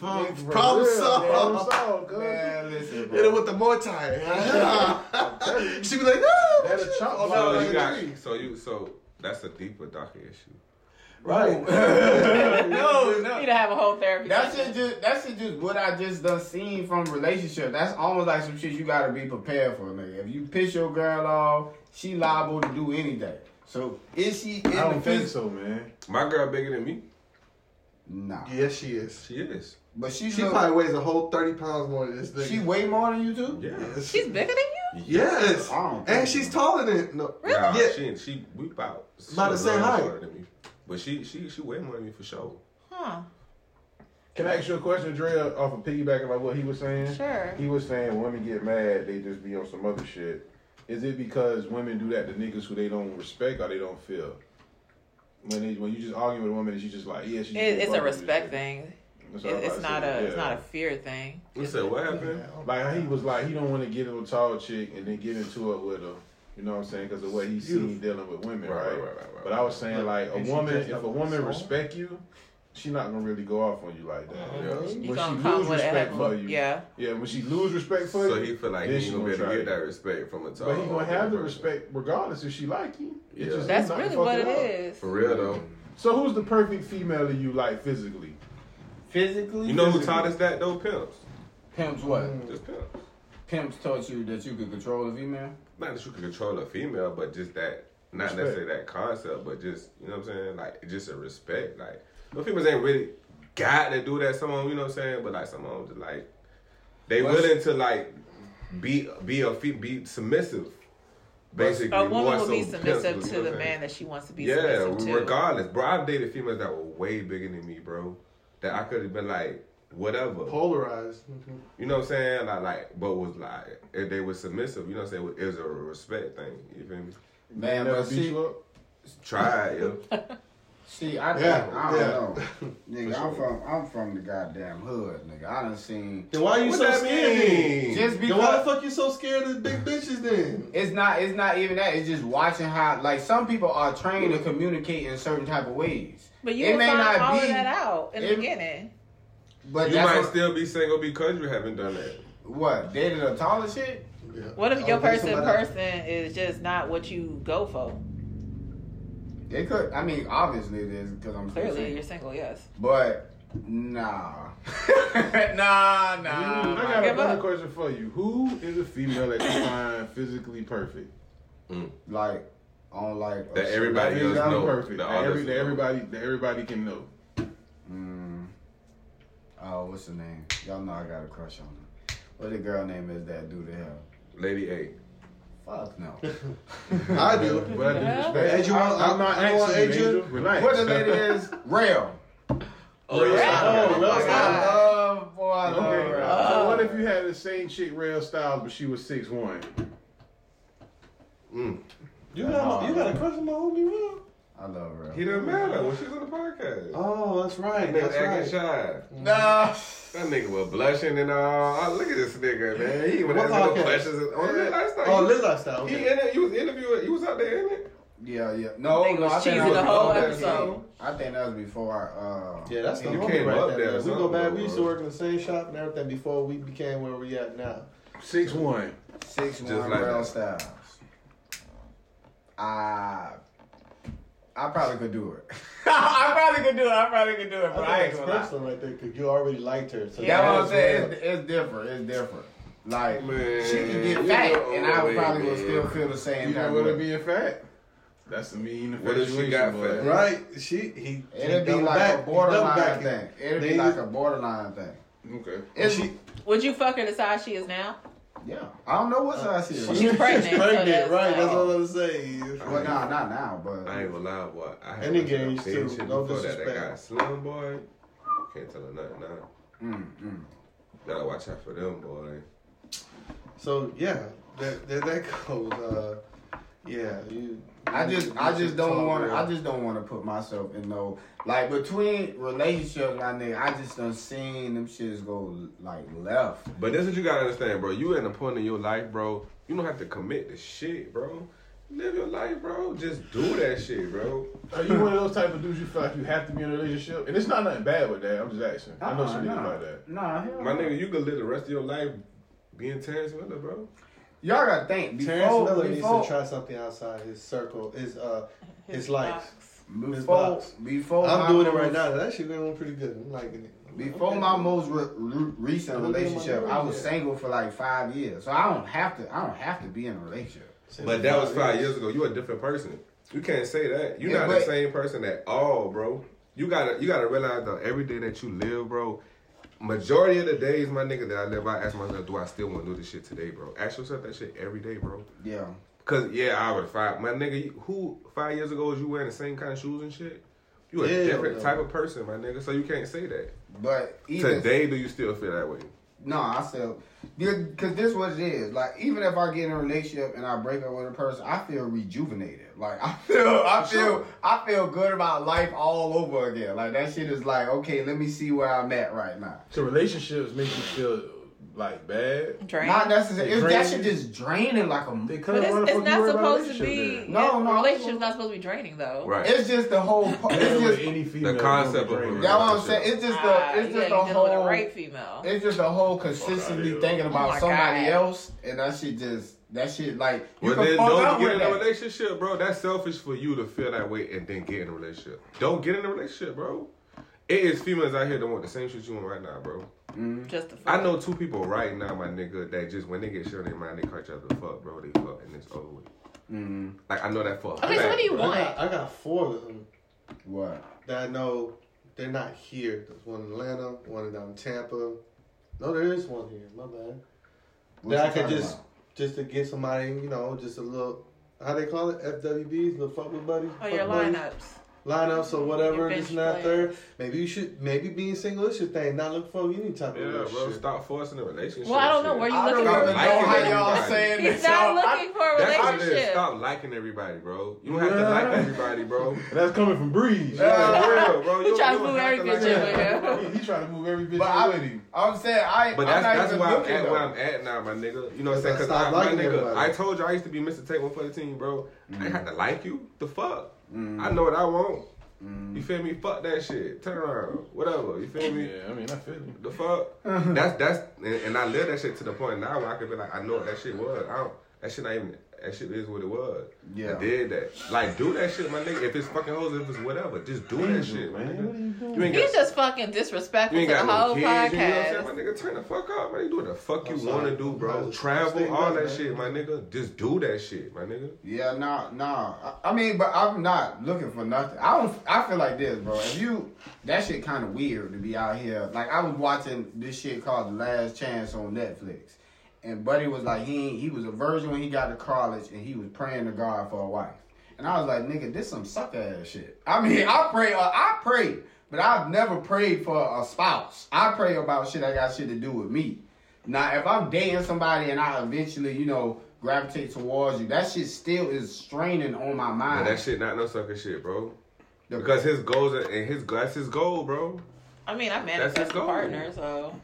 E: For
A: problem
E: real, Problem
A: solved.
E: solved, cuz.
C: Man,
D: *laughs*
C: listen,
A: Hit her
C: bro.
A: with the more *laughs*
C: *laughs*
A: time. she be like, ah,
E: That a chop
A: Oh, no,
B: So
E: block.
A: like
B: you
A: a
B: got.
A: tree.
B: So you. So that's a deeper docket issue.
A: right. *laughs*
C: *laughs* no,
D: You need
C: no.
D: to have a whole therapy
C: That
D: session.
C: shit just that shit just what I just done seen from relationship. That's almost like some shit you gotta be prepared for, nigga. If you piss your girl off, she liable to do anything. So is she in
E: I
C: the
E: don't think
C: phys-
E: so, man.
B: My girl bigger than me.
C: Nah.
A: Yes, she is.
B: She is.
C: But she
A: She
C: look-
A: probably weighs a whole thirty pounds more than this thing.
C: she way more than you too?
B: Yeah.
A: Yes.
D: She's bigger than you?
A: yes.
C: I don't think
A: And she's taller than no.
B: Nah,
A: Yeah.
B: she she we about she
A: About the
B: a
A: same
B: little
A: height.
B: shorter than me. But she she she way more than me for sure.
D: Huh.
E: Can I ask you a question, Dre, off of piggybacking like what he was saying?
D: Sure.
E: He was saying when women get mad, they just be on some other shit. Is it because women do that to niggas who they don't respect or they don't feel? When they, when you just argue with a woman, she's just like, yeah, she's
D: It, it's a respect thing.
E: That's
D: It,
E: what I
D: it's
E: was about
D: not
E: to
D: a
E: say,
D: it's
E: yeah.
D: not a fear thing.
B: You said what happened?
E: Like how he was like he don't want to get into a tall chick and then get into it with her. You know what I'm saying? Because of what he's seen dealing with women,
B: Right,
E: right?
B: right, right, right, right.
E: But I was saying like a
C: And she
E: woman,
C: dressed
E: if
C: up
E: a
C: in a
E: woman
C: song?
E: respect you, she not gonna really go off on you like that.
A: Uh-huh.
B: Yeah.
D: You
E: When
D: gonna
E: she
D: come
E: lose
D: with a
E: respect
D: heckle.
E: for you,
D: Yeah.
E: yeah. When she lose respect for you,
B: So he feel like he
E: then
B: ain't
E: she
B: gonna be able
E: try
B: to
E: it.
B: get that respect from a tall.
E: But he gonna have the
B: person.
E: respect regardless if she like you. It's
B: Yeah.
E: just
D: That's
E: not
D: really
E: fucking
D: what it
E: up.
D: is.
B: For real though.
E: So who's the perfect female that you like physically?
C: Physically,
B: You know who Mm.
C: physically.
B: taught us that though? Pimps.
C: Pimps what?
B: Just pimps.
C: Pimps taught you that you could control a female.
B: Not that you can control a female, but just that. Not
E: Respect.
B: necessarily that concept, but just you know what I'm saying. Like just a respect. Like no females ain't really got to do that. Some of 'em, you know what I'm saying. But like some of them, just like they
C: Well,
B: willing to like be be a fe- be submissive. Basically,
D: A woman
B: more
D: will
B: so
D: be
B: pimps,
D: submissive
B: you know
D: to
B: what
D: the
B: I'm saying?
D: man that she wants to be
B: Yeah,
D: submissive to.
B: regardless, bro. I've dated females that were way bigger than me, bro. That I could have been like, whatever.
A: Polarized. Mhm.
B: You know what I'm saying? Like, like, but was like, if they were submissive, you know what I'm saying? It was a respect thing. You feel me?
C: Man,
E: Never
C: but
E: beat
C: see,
E: you up.
B: Try it, yo.
C: see, I,
A: Yeah,
C: I don't
A: yeah.
C: know, nigga.
B: For
C: I'm from, I'm from the goddamn hood, nigga. I done seen
A: Then why you
B: What
A: so
B: that
A: scared? Then?
B: mean?
C: just
A: Then why the
C: because
A: fuck you so scared of big bitches then?
C: It's not. It's not even that. It's just watching how like some people are trained to communicate in certain type of ways.
D: But you
C: It
D: will
C: may
D: find
C: not
D: all of
C: be-
D: that out in the
C: it-
D: beginning.
C: But
B: You
C: that's
B: might
C: what,
B: still be single because you haven't done that.
C: what dated a taller shit.
A: Yeah.
D: What if your
A: Oh, that's
D: person
A: somebody-
D: person is just not what you go for?
C: It could. I mean, obviously it is because I'm still
D: Clearly,
C: single.
D: you're single. Yes.
C: But nah, *laughs* nah, nah.
E: I got
D: give
E: another
D: up.
E: question for you. Who is a female that you find physically perfect?
C: like on like
B: That
C: a-
B: everybody
E: That
B: else
E: is
B: know.
E: perfect.
B: The
E: That every,
B: others
E: that
B: know.
E: everybody that everybody can know.
C: Mm, oh, what's the name? Y'all know I got a crush on her. What the girl name is that dude the hell?
B: Lady A. *laughs*
C: Fuck no.
A: I do.
E: But I
D: Yeah.
E: disrespect.
A: Hey, you want-
E: I'm not
A: you want
E: asking you,
A: Adrian?
E: Angel. Relax.
C: what the
E: *laughs*
B: *laughs*
C: lady is? Rail.
B: Oh,
D: yeah.
E: Oh, love
C: I
E: style.
C: love boy, I love
E: Okay.
C: Rail.
E: so
D: Uh,
E: what if you had the same chick, Rail Styles, but she was six one?
B: Mm.
A: *laughs* You got you got a crush on my homie, real?
C: I love Rail.
B: He doesn't matter when she's on the podcast.
A: Oh, that's right.
B: that nigga
A: That's
B: acting
A: right.
B: shy.
C: Nah.
B: That nigga was blushing and all. Oh, look at this nigga, man. He went
A: What
B: out no
A: podcast?
B: questions. and- Oh, Lil Nas X.
A: Oh, Lil Nas X,
B: He
A: okay.
B: in it. You was interviewing. You was out there in it.
C: *laughs* Yeah, yeah. No,
D: Nigga
C: no,
D: was
C: I think
D: cheesing
C: that was
D: the whole
C: before that
D: episode.
C: shit. I think that was before. Uh,
A: Yeah, that's the
B: You
A: homie
B: came
A: right
B: up
A: there.
B: there,
A: man. we
B: son.
A: go back. We used to work in the same shop and everything before we became where we at now.
E: Six one.
C: six
B: Just
C: one
B: like
C: Rail
B: that.
C: Styles. I, I probably could do it. *laughs* I probably could do it. I probably could do it, but I,
A: I
C: ain't
A: think it's
C: gonna lie.
A: personal right there because you already liked her. So
C: That's what I'm
A: was
C: saying.
A: real.
C: It's, it's different. It's different. Like
B: Man,
C: she could
B: you
C: get fat,
B: know,
C: and I would
B: wait,
C: probably would
B: man.
C: still feel the same
E: You
C: type
E: know
C: of
E: what it
C: way.
E: being fat? That's the mean
B: What if she
E: infatuation.
B: got
E: boy.
B: fat?
A: Right? She he.
C: It'd
A: he
C: be
A: double
C: like
A: back,
C: a
A: he double
C: borderline
A: back
C: thing.
A: it.
C: It'd be
A: Then
C: like
A: you-
C: a borderline thing.
E: Okay.
C: It's,
A: She,
D: Would you fuck her the size she is now?
C: yeah, I don't know what size she is.
D: She's pregnant, so
A: uh, right?
D: that's like-
A: That's what I'm saying.
C: Well, no, not now, but
B: I ain't gonna lie, boy. I had
A: And
B: a
A: the games,
B: shit
A: too.
B: before
A: No
B: That, that guy
A: disrespect.
B: slim, boy. Can't tell her nothing now.
C: mm, mm.
B: Gotta watch out for them, boy.
A: So yeah, that that, that goes. Uh, yeah, you.
C: I
A: you-
C: just,
A: you
C: I just
A: should
C: don't
A: talk
C: want to.
A: real.
C: I just don't want to put myself in no like between relationships. My nigga, I just done seen them shits go like left.
B: But that's what you gotta understand, bro. You at a point in your life, bro. You don't have to commit to shit, bro. Live your life, bro. Just do that shit, bro.
E: Are you one of those type of dudes you feel like you have to be in a relationship? And it's not nothing bad with that. I'm just asking. I know some
C: Uh-uh,
E: niggas
C: nah.
E: like that.
C: Nah, hell
B: My
C: no.
B: nigga, you can live the rest of your life being Terrence Miller, bro.
C: y'all gotta think
A: Terrence
C: before,
A: Miller needs to
C: before,
A: try something outside his circle. His uh, his likes.
D: box.
A: Miss
C: before,
A: Box.
C: before. my
A: I'm doing it
C: most-
A: right now. That shit going pretty good. I'm liking it.
C: Before
A: Okay.
C: my most re- re- recent
A: Look at my
C: relationship, I was
A: nose.
C: single for like five years, so I don't have to. I don't have to be in a relationship.
B: But that was five years ago. You a different person. You can't say that. You're
C: Yeah,
B: not
C: but-
B: the same person at all, bro. You gotta you gotta realize though, every day that you live, bro. Majority of the days, my nigga, that I live, I ask myself, do I still want to do this shit today, bro? Ask yourself that shit every day, bro.
C: Yeah,
B: Cause yeah, I was five. My nigga, you- who five years ago was you wearing the same kind of shoes and shit? You a
A: Hell
B: different
A: no.
B: type of person, my nigga. So you can't say that.
C: But even
B: Today, do you still feel that way?
C: No, I still because this what it is. Like even if I get in a relationship and I break up with a person, I feel rejuvenated. Like I feel, I
B: For
C: feel,
B: sure.
C: I feel good about life all over again. Like that shit is like okay, let me see where I'm at right now.
E: So relationships make you feel like bad.
D: Drain.
C: Not necessarily. It's, that
E: Draining.
C: shit just draining like a.
E: They
C: m-
E: cut
D: but
E: why the
D: it's,
E: fuck
D: it's
E: you
D: not
E: worried about a
D: supposed to
E: relationship
D: be.
E: *laughs* then?
C: No,
D: No,
C: no.
D: Relationship not supposed to be draining though.
B: Right.
C: It's just the whole. pa- It's
E: With
C: just
E: any female,
B: concept
E: it's
B: of a
E: draining.
B: relationship.
C: that's what I'm saying. It's just
D: Ah,
C: the. It's
D: yeah,
C: just
D: you
C: the
D: dealing with a
C: whole.
D: rape female.
C: It's just the whole consistently
E: here.
C: thinking
D: Oh
C: about
D: my
C: somebody
D: God.
C: else, and that shit just that shit like you
B: Well,
C: can
B: then
C: fuck up
B: don't get
C: with
B: in a
C: that.
B: relationship, bro. That's selfish for you to feel that way and then get in a relationship. Don't get in a relationship, bro. It is females out here that want the same shit you want right now, bro.
D: just the fuck.
B: I know two people right now, my nigga, that just when they get shit on their mind, they call each other the fuck, bro. They fuck and it's over with.
C: Mm-hmm.
B: Like I know that for. a
D: Okay, so
B: fact,
D: what do you
B: bro.
A: I
D: want?
A: got, I got four of them
C: What?
A: that I know they're not here. There's one in Atlanta, one down in um, Tampa. No, there is one here. My bad. that
C: What you
A: I could
C: talking
A: just
C: about?
A: just to get somebody, you know, just a little. How they call it? FWBs, little fuck with buddies.
D: Oh, your
A: fuck buddies.
D: lineups.
A: lineups or whatever.
D: Your
A: This
D: bench
A: and that
D: players.
A: third. Maybe you should. Maybe being single is your thing. Not look for any type
B: Yeah,
A: of
B: bro.
A: shit.
B: Stop forcing a relationship.
D: Well, I don't know
B: shit.
D: where you
C: I don't
D: looking
C: even
B: for
C: know
B: a
C: how
B: relationship.
C: y'all saying
D: He's
C: this.
D: not
C: y'all.
D: looking for a
B: That's how they
D: relationship.
B: stop liking everybody, bro. You don't have to like everybody, bro.
E: And that's coming from Breeze.
B: Yeah, for real, bro.
D: He
B: You
D: trying to
B: don't- you
D: move
B: don't have
D: every
B: like
D: bitch in with
B: everybody.
D: him.
E: he, he trying to move every bitch
C: But
E: in
C: I,
E: with him.
C: I'm saying I.
B: But that's
C: I'm not
B: that's
C: even
B: why I'm
C: looking,
B: at
C: though.
B: where I'm at now, my nigga. You know what I'm saying?
A: Because
B: Because
A: I
B: I,
A: stopped
B: my
A: liking
B: nigga,
A: everybody.
B: I told you I used to be Mr. Take One for the Team, bro. I had to like you. The fuck? I know what I want. You feel me? Fuck that shit. Turn around. Whatever. You feel me?
E: Yeah, I mean, I feel you.
B: The fuck? that's that's and, and I live that shit to the point now where I could be like, I know what that shit was. I don't that shit not even that shit is what it was.
C: Yeah.
B: I did that. Like do that shit, my nigga. If it's fucking hoes, if it's whatever, just do that shit, my
E: man. What are you
B: nigga.
E: doing?
B: You ain't got
D: He's just fucking disrespectful
B: you
D: to
B: ain't
D: the
B: got no
D: whole
B: kids. You know what I'm saying? My
D: podcast.
B: nigga, turn the fuck up, man. You do what the fuck you
A: I'm
B: want
A: sorry.
B: to do, bro.
A: I'm sorry.
B: Travel, all that
A: Stay
B: shit, my nigga. Just do that shit, my nigga.
C: Yeah, nah, nah. I, I mean, but I'm not looking for nothing. I don't. I feel like this, bro. If you, that shit kind of weird to be out here. Like I was watching this shit called The Last Chance on Netflix, and Buddy was like, he ain't- he was a virgin when he got to college, and he was praying to God for a wife. And I was like, nigga, this some sucker ass shit. I mean, I pray, uh, I pray, but I've never prayed for a spouse. I pray about shit that got shit to do with me. Now, if I'm dating somebody and I eventually, you know, gravitate towards you, that shit still is straining on my
B: Nah,
C: mind.
B: that shit not no sucker shit, bro.
C: The-
B: Because his goals are, and his that's his goal, bro.
D: I mean, I
B: his
D: manifest a
B: goal.
D: partner, so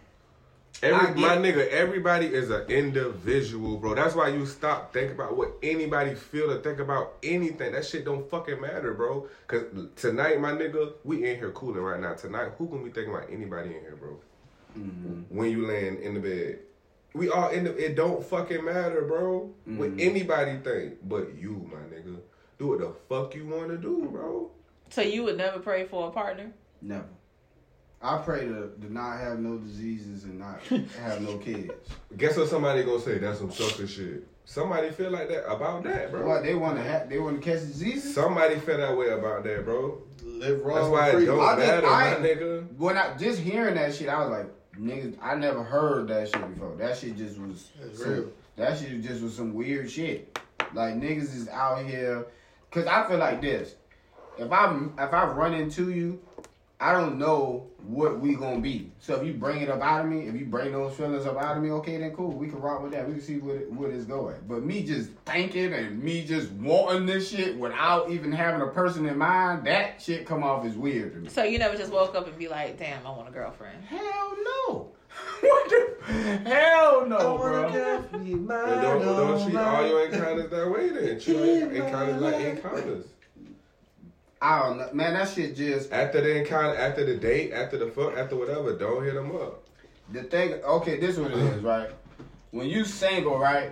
B: Every
C: I get
B: my
C: it.
B: nigga, everybody is an individual, bro. That's why you stop think about what anybody feel or think about anything. That shit don't fucking matter, bro. Cause tonight, my nigga, we in here cooling right now. Tonight, who can we think about anybody in here, bro?
C: Mm-hmm.
B: When you laying in the bed, we all in the. It don't fucking matter, bro.
C: Mm-hmm.
B: What anybody think, but you, my nigga, do what the fuck you want to do, bro.
D: so you would never pray for a partner.
C: Never. I pray to, to not have no diseases and not have no kids.
B: Guess what? Somebody gonna say that's some sucker shit. Somebody feel like that about that, bro.
C: What they want to have? They want to catch diseases.
B: Somebody feel that way about that, bro.
A: Live wrong.
B: That's why it
A: free.
B: don't
C: I just-
B: matter,
C: I-
B: my nigga.
C: When I just hearing that shit, I was like, niggas, I never heard that shit before. That shit just was
A: That's
C: some-
A: real.
C: That shit just was some weird shit. Like niggas is out here, cause I feel like this. If I'm if I run into you, I don't know what we gonna be. So if you bring it up out of me, if you bring those feelings up out of me, okay, then cool. We can rock with that. We can see what it, what it's going. But me just thinking and me just wanting this shit without even having a person in mind, that shit come off as weird to me.
D: So you never just woke up and be like, "Damn, I want a girlfriend."
C: Hell no. *laughs* Oh what the hell no,
A: I
C: bro.
A: wanna get me mine
B: Then don't, don't
A: on
B: treat
A: my-
B: all your encounters that way then. Treat all your encounters like encounters.
C: I don't know, man. That shit just
B: After the encounter, after the date, after the fuck, after whatever, don't hit them up.
C: the thing. Okay, this is what it is, right? When you single, right,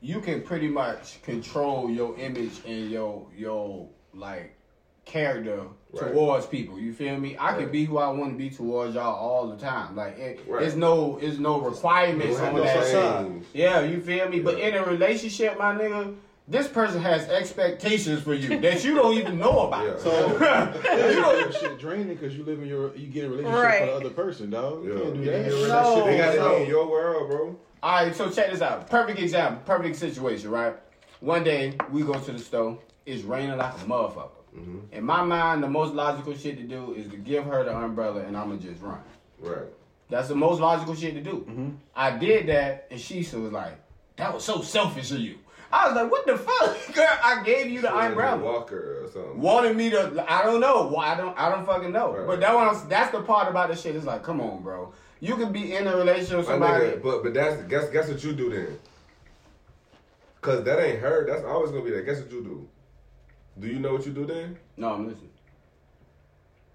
C: you can pretty much control your image and your your like character
B: Right.
C: towards people. You feel me? I can
B: Right.
C: be who I want to be towards y'all all the time. Like it,
B: Right.
C: it's no it's no requirements
A: Don't have
C: on
A: no
C: that.
A: facade.
C: Yeah, you feel me? But in a relationship, my nigga, this person has expectations for you that you don't even know about.
B: Yeah.
C: *laughs*
A: So
E: That's *laughs* you know, shit draining because you live in your, you get in a relationship
D: Right.
E: with another person, dog. You
B: Yeah.
E: can't do
B: Yeah,
E: that.
A: you're right.
C: No.
B: They got
A: No.
B: to be in your world, bro.
C: All right, so check this out. Perfect example, perfect situation, right? One day we go to the store. It's raining like a motherfucker. In my mind, the most logical shit to do is to give her the umbrella and I'ma just run.
B: Right.
C: That's the most logical shit to do. I did that, and she so was like, "That was so selfish of you." I was like, "What the fuck, *laughs* girl? I gave you the umbrella."
B: Walker or something.
C: wanted me to. I don't know. Why I don't. I don't fucking know.
B: Right.
C: But that one. That's the part about this shit. It's like, come on, bro. You could be in a relationship with
B: My
C: somebody.
B: nigga, but but that's guess guess what you do then? Cause that ain't her. That's always gonna be that. Guess what you do? Do you know what you do then?
C: no, I'm listening.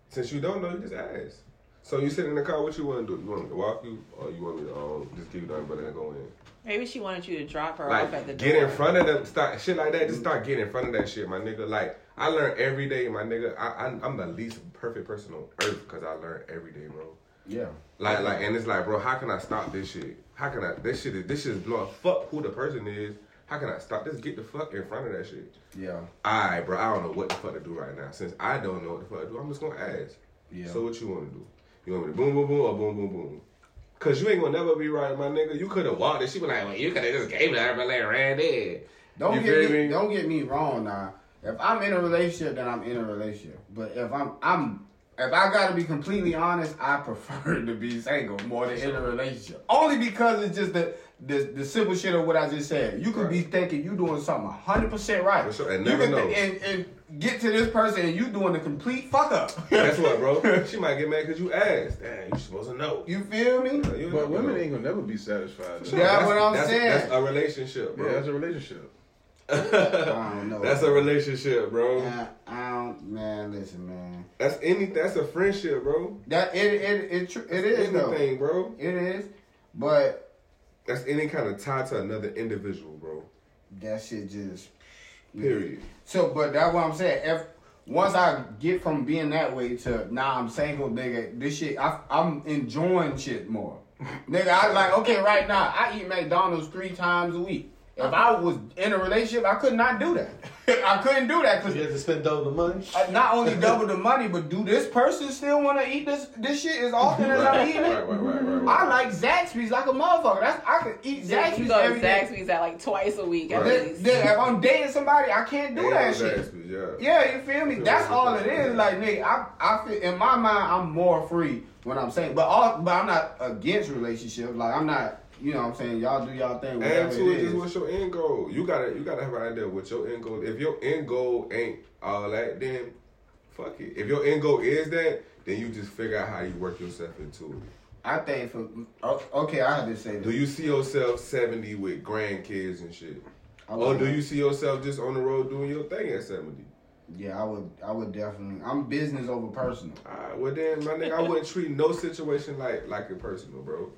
B: Since you don't know, you just ask. So you sit in the car. What you want to do? You want me to walk you, or you want me to um, just give you the umbrella and go in?
D: Maybe she wanted you to drop her off at the
B: Like
D: door.
B: get in front of them, start shit like that. Just start getting in front of that shit, my nigga. Like I learn every day, my nigga. I, I I'm the least perfect person on earth because I learn every day, bro.
C: Yeah.
B: Like, like, and it's like, bro, how can I stop this shit? How can I? This shit is this shit is blowing. Fuck who the person is. How can I stop this? Get the fuck in front of that shit.
C: Yeah.
B: Alright, bro, I don't know what the fuck to do right now. Since I don't know what the fuck to do, I'm just gonna ask.
C: Yeah.
B: So what you want to do? You want me to boom, boom, boom, or boom, boom, boom? Cause you ain't gonna never be right, my nigga. You could have walked, and she be like, well, you could have just gave it to her, but like ran in.
C: Don't
B: You
C: get
B: feel
C: me,
B: me?
C: Don't get me wrong now. If I'm in a relationship, then I'm in a relationship. But if I'm I'm if I gotta be completely honest, I *laughs* prefer to be single more than in a relationship. Only because it's just the the, the simple shit of what I just said. You could be
B: Right.
C: thinking you doing something hundred percent right.
B: For sure, and
C: you
B: never
C: could
B: know.
C: thi- and, and get to this person and you doing a complete
B: *laughs*
C: fuck up.
B: Guess what,
C: *laughs*
B: bro? she might get mad cause you asked. Damn, you supposed to know.
C: you feel me?
B: You
E: But
B: never know.
E: women ain't gonna never be satisfied. though.
C: Yeah, that's what I'm
B: that's,
C: saying.
B: That's a relationship,
E: Yeah,
B: bro.
E: that's a relationship.
B: *laughs*
C: I don't know.
B: That's a relationship, bro.
C: I, I don't man, listen, man.
B: That's any. That's a friendship, bro.
C: That it it it, tr- it is though.
B: Anything, bro.
C: It is. But
B: That's any kind of tie to another individual, bro.
C: that shit just
B: Period.
C: so but that's what I'm saying. If once I get from being that way to now I'm single nigga, this shit I I'm enjoying
B: *laughs*
C: shit more. nigga, I like okay right now, I eat McDonald's three times a week. If I was in a relationship, I could
B: *laughs*
C: not do that. I couldn't do that
A: You
C: because
A: have to spend double the money.
B: *laughs*
C: not only double the money, but do this person still want to eat this this shit as often as I'm
B: Right,
C: eating
B: right,
C: it?
B: right, right, right,
C: I
B: right.
C: like Zaxby's like a motherfucker. That's I could eat
D: Zaxby's you
C: Zaxby's
D: go to
C: every day.
D: Zaxby's at like twice a week at
B: Right.
C: Then,
D: least.
C: then if I'm dating somebody, I can't do
B: Yeah,
C: that shit.
B: Zaxby's, Yeah.
C: Yeah, you feel me? That's all it is. Like nigga, I, I feel in my mind I'm more free when I'm saying, but all, but I'm not against relationships. Like I'm not, you know, what I'm saying y'all do y'all thing. Whatever
B: And two
C: it
B: is just
C: is.
B: what's your end goal. You gotta you gotta have an idea what your end goal. If your end goal ain't all that, then fuck it. If your end goal is that, then you just figure out how you work yourself into it.
C: I think for o- okay, I have to say
B: Do
C: this.
B: you see yourself seventy with grandkids and shit?
C: I
B: Or
C: would-
B: do you see yourself just on the road doing your thing at 70?
C: Yeah, I would. I would definitely. I'm business over personal.
B: Alright, well then, my nigga, I
C: *laughs*
B: wouldn't treat no situation like like it personal, bro.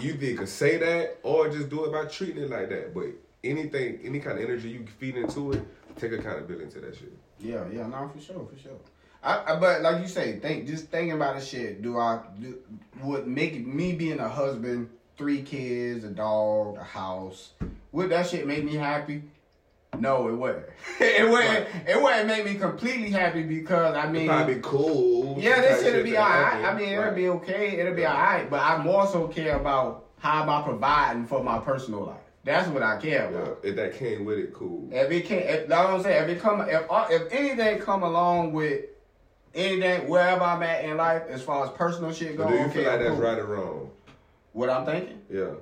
B: You either can say that or just do it by treating it like that. But anything, any kind of energy you feed into it, take accountability to that shit.
C: Yeah, yeah, no, for sure, for sure. I, I but like you say, think just thinking about the shit. Do I do, would make me being a husband, three kids, a dog, a house? Would that shit make me happy? No, it wouldn't. *laughs* it wouldn't. It wouldn't make me completely happy because I mean,
B: It'd probably be cool.
C: yeah,
B: type
C: this shit'll be
B: to
C: alright.
B: happen.
C: I mean, it'll
B: Right.
C: be okay. It'll be
B: Right.
C: alright. But I more so care about how am I providing for my personal life. That's what I care about.
B: Yeah, if that came with it, cool.
C: If it can, if that's what I'm saying. If it come, if if anything come along with anything, wherever I'm at in life, as far as personal shit
B: But
C: goes,
B: do you
C: okay,
B: feel like that's
C: cool.
B: right or wrong?
C: What I'm thinking?
B: Yeah.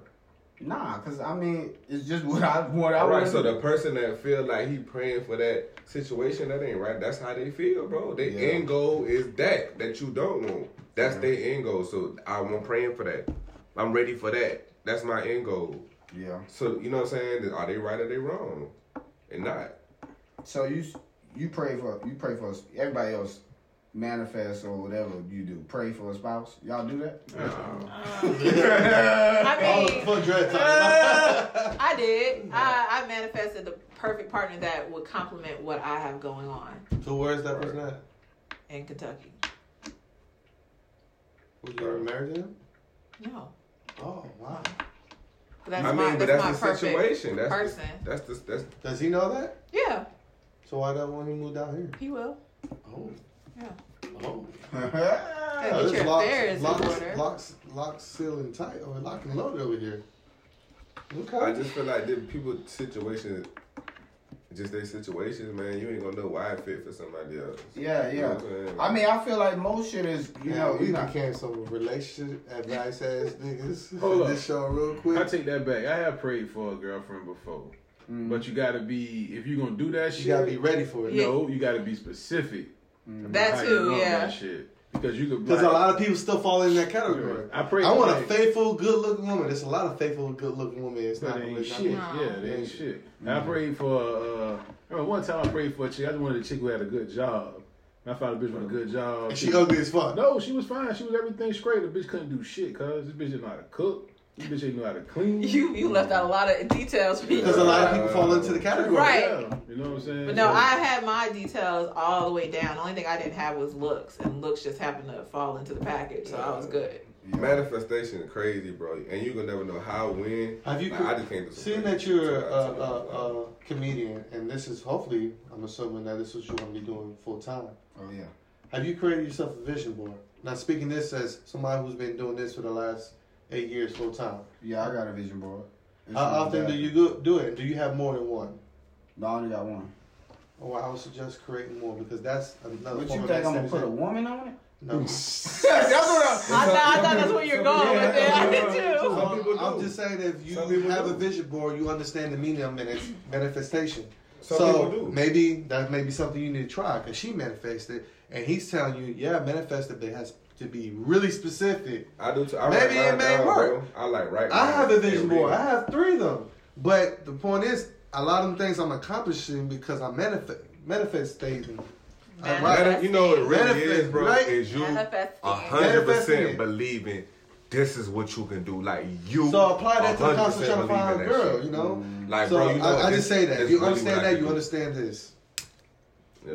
C: Nah, cause I mean, it's just *laughs* what I what I
B: All right,
C: wanna
B: so
C: do.
B: the person that feel like he praying for that situation, that ain't right. That's how they feel, bro. Their
C: Yeah.
B: end goal is that that you don't want. That's their end goal. So I'm praying for that. I'm ready for that. That's my end goal.
C: yeah.
B: So you know what I'm saying? Are they right or they wrong? And not.
C: So you s- you pray for you pray for us- everybody else manifest or whatever you do. Pray for a spouse. Y'all do that?
A: All
D: I
A: the
D: mean,
A: for dread time.
D: *laughs* I did. I, I manifested the perfect partner that would complement what I have going on
A: so where's that person at?
D: in Kentucky.
A: Was you already married to him?
D: No,
A: Oh wow.
D: that's
B: I mean,
D: my
B: but
D: that's,
B: that's
D: my
B: the
D: perfect
B: situation. That's
D: person.
B: The, that's the that's
A: Does he know that?
D: Yeah,
A: So why that when he moved out here?
D: he will.
A: Oh.
D: Yeah.
A: Oh.
D: Yeah,
A: Oh,
D: get
A: this
D: your
A: locks-
D: affairs in
A: locks,
D: order.
A: locks, locks, seal and tight, or lock and load over here. Okay.
B: I just feel like the people situation Just their situations, man. You ain't gonna know why it fit for somebody else.
C: *laughs* Yeah,
B: You know
C: yeah.
B: what I'm saying?
C: I mean, I feel like most shit is, you
A: Yeah,
C: know,
A: we
C: you not.
A: became some relationship advice ass niggas.
E: Hold
A: *laughs* Hold
E: up.
A: this show real
E: I
A: quick.
E: take that back. I have prayed for a girlfriend before, but you gotta be if you gonna do that shit.
A: Mm. you gotta be ready for it.
E: No, you gotta be specific. about
D: That
E: how you
D: too,
E: want
D: yeah.
E: That shit. Because you could.
A: Because
E: like-
A: a lot of people still fall in that category.
E: I pray.
A: I want a
E: like-
A: faithful, good looking woman. There's a lot of faithful, good looking women. It's
E: But
A: not
E: they
A: gonna
E: ain't
A: look
E: shit.
A: shit.
D: No.
E: Yeah, they ain't shit. And
A: Mm.
E: I prayed for. Uh, I remember one time I prayed for a chick. I just wanted a chick who had a good job. And I found a bitch with a good job.
A: And she ugly as fuck.
E: No, she was fine. She was everything straight. The bitch couldn't do shit, cause this bitch didn't know how to cook. This bitch didn't know how to clean.
D: You you left out a lot of details for you.
A: Because a lot of people fall into the category.
D: Right.
E: Yeah, you know what I'm saying?
D: But no,
E: So-
D: I had my details all the way down. The only thing I didn't have was looks, and looks just happened to fall into the package, so I was good.
B: Manifestation is crazy, bro. And you gonna never know how, when.
A: Have you
B: Like, I just can't do some
A: seeing
B: things.
A: that you're uh, a,
B: So,
A: a,
B: I told her, *laughs* like,
A: a comedian, and this is hopefully, I'm assuming that this is what you're gonna be doing full time.
C: Oh yeah.
A: Have you created yourself a vision board? Now, speaking this as somebody who's been doing this for the last eight years full time,
C: Yeah, I got a vision board. It's
A: how
C: in my
A: often do
C: bathroom.
A: you go, do it? Do you have more than one?
C: No, I only got one.
A: Oh, I would suggest creating more because that's another
C: What
A: form
C: you
A: of
C: think I'm gonna put a
A: manifestation.
C: woman on it?
A: No.
C: That's what
D: I thought I thought that's where you're going with it. I did
B: Some
D: too.
A: I'm,
B: people
A: I'm
B: do.
A: just saying if you
B: Some people
A: have a
B: do.
A: vision board, you understand the meaning of manif- manifestation.
B: Some
A: so
B: people do.
A: maybe that may be something you need to try because she manifested, and he's telling you, yeah, manifest it, but it has to be really specific.
B: I do. Too. I
A: Maybe
B: write
A: it
B: mine
A: may
B: down,
A: work.
B: Bro. I like right.
A: I have a vision board. I have three of them, but the point is, a lot of them things I'm accomplishing because I'm manifest manifesting. I write-
D: Manifest-
B: You know it really
A: Manifest,
B: is, bro.
A: right?
B: Is you
D: Manifesting.
B: a hundred
A: Manifesting.
B: percent believing this is what you can do? Like you.
A: So apply that to the
B: 100%
A: concept trying to find a
B: believe in that
A: girl,
B: shit. Mm.
A: you know.
B: Like,
A: so
B: bro, you know,
A: I, I
B: it's-
A: just say that
B: it's
A: if you
B: really
A: understand
B: what I
A: that,
B: can
A: you
B: do.
A: understand this.
B: Yeah.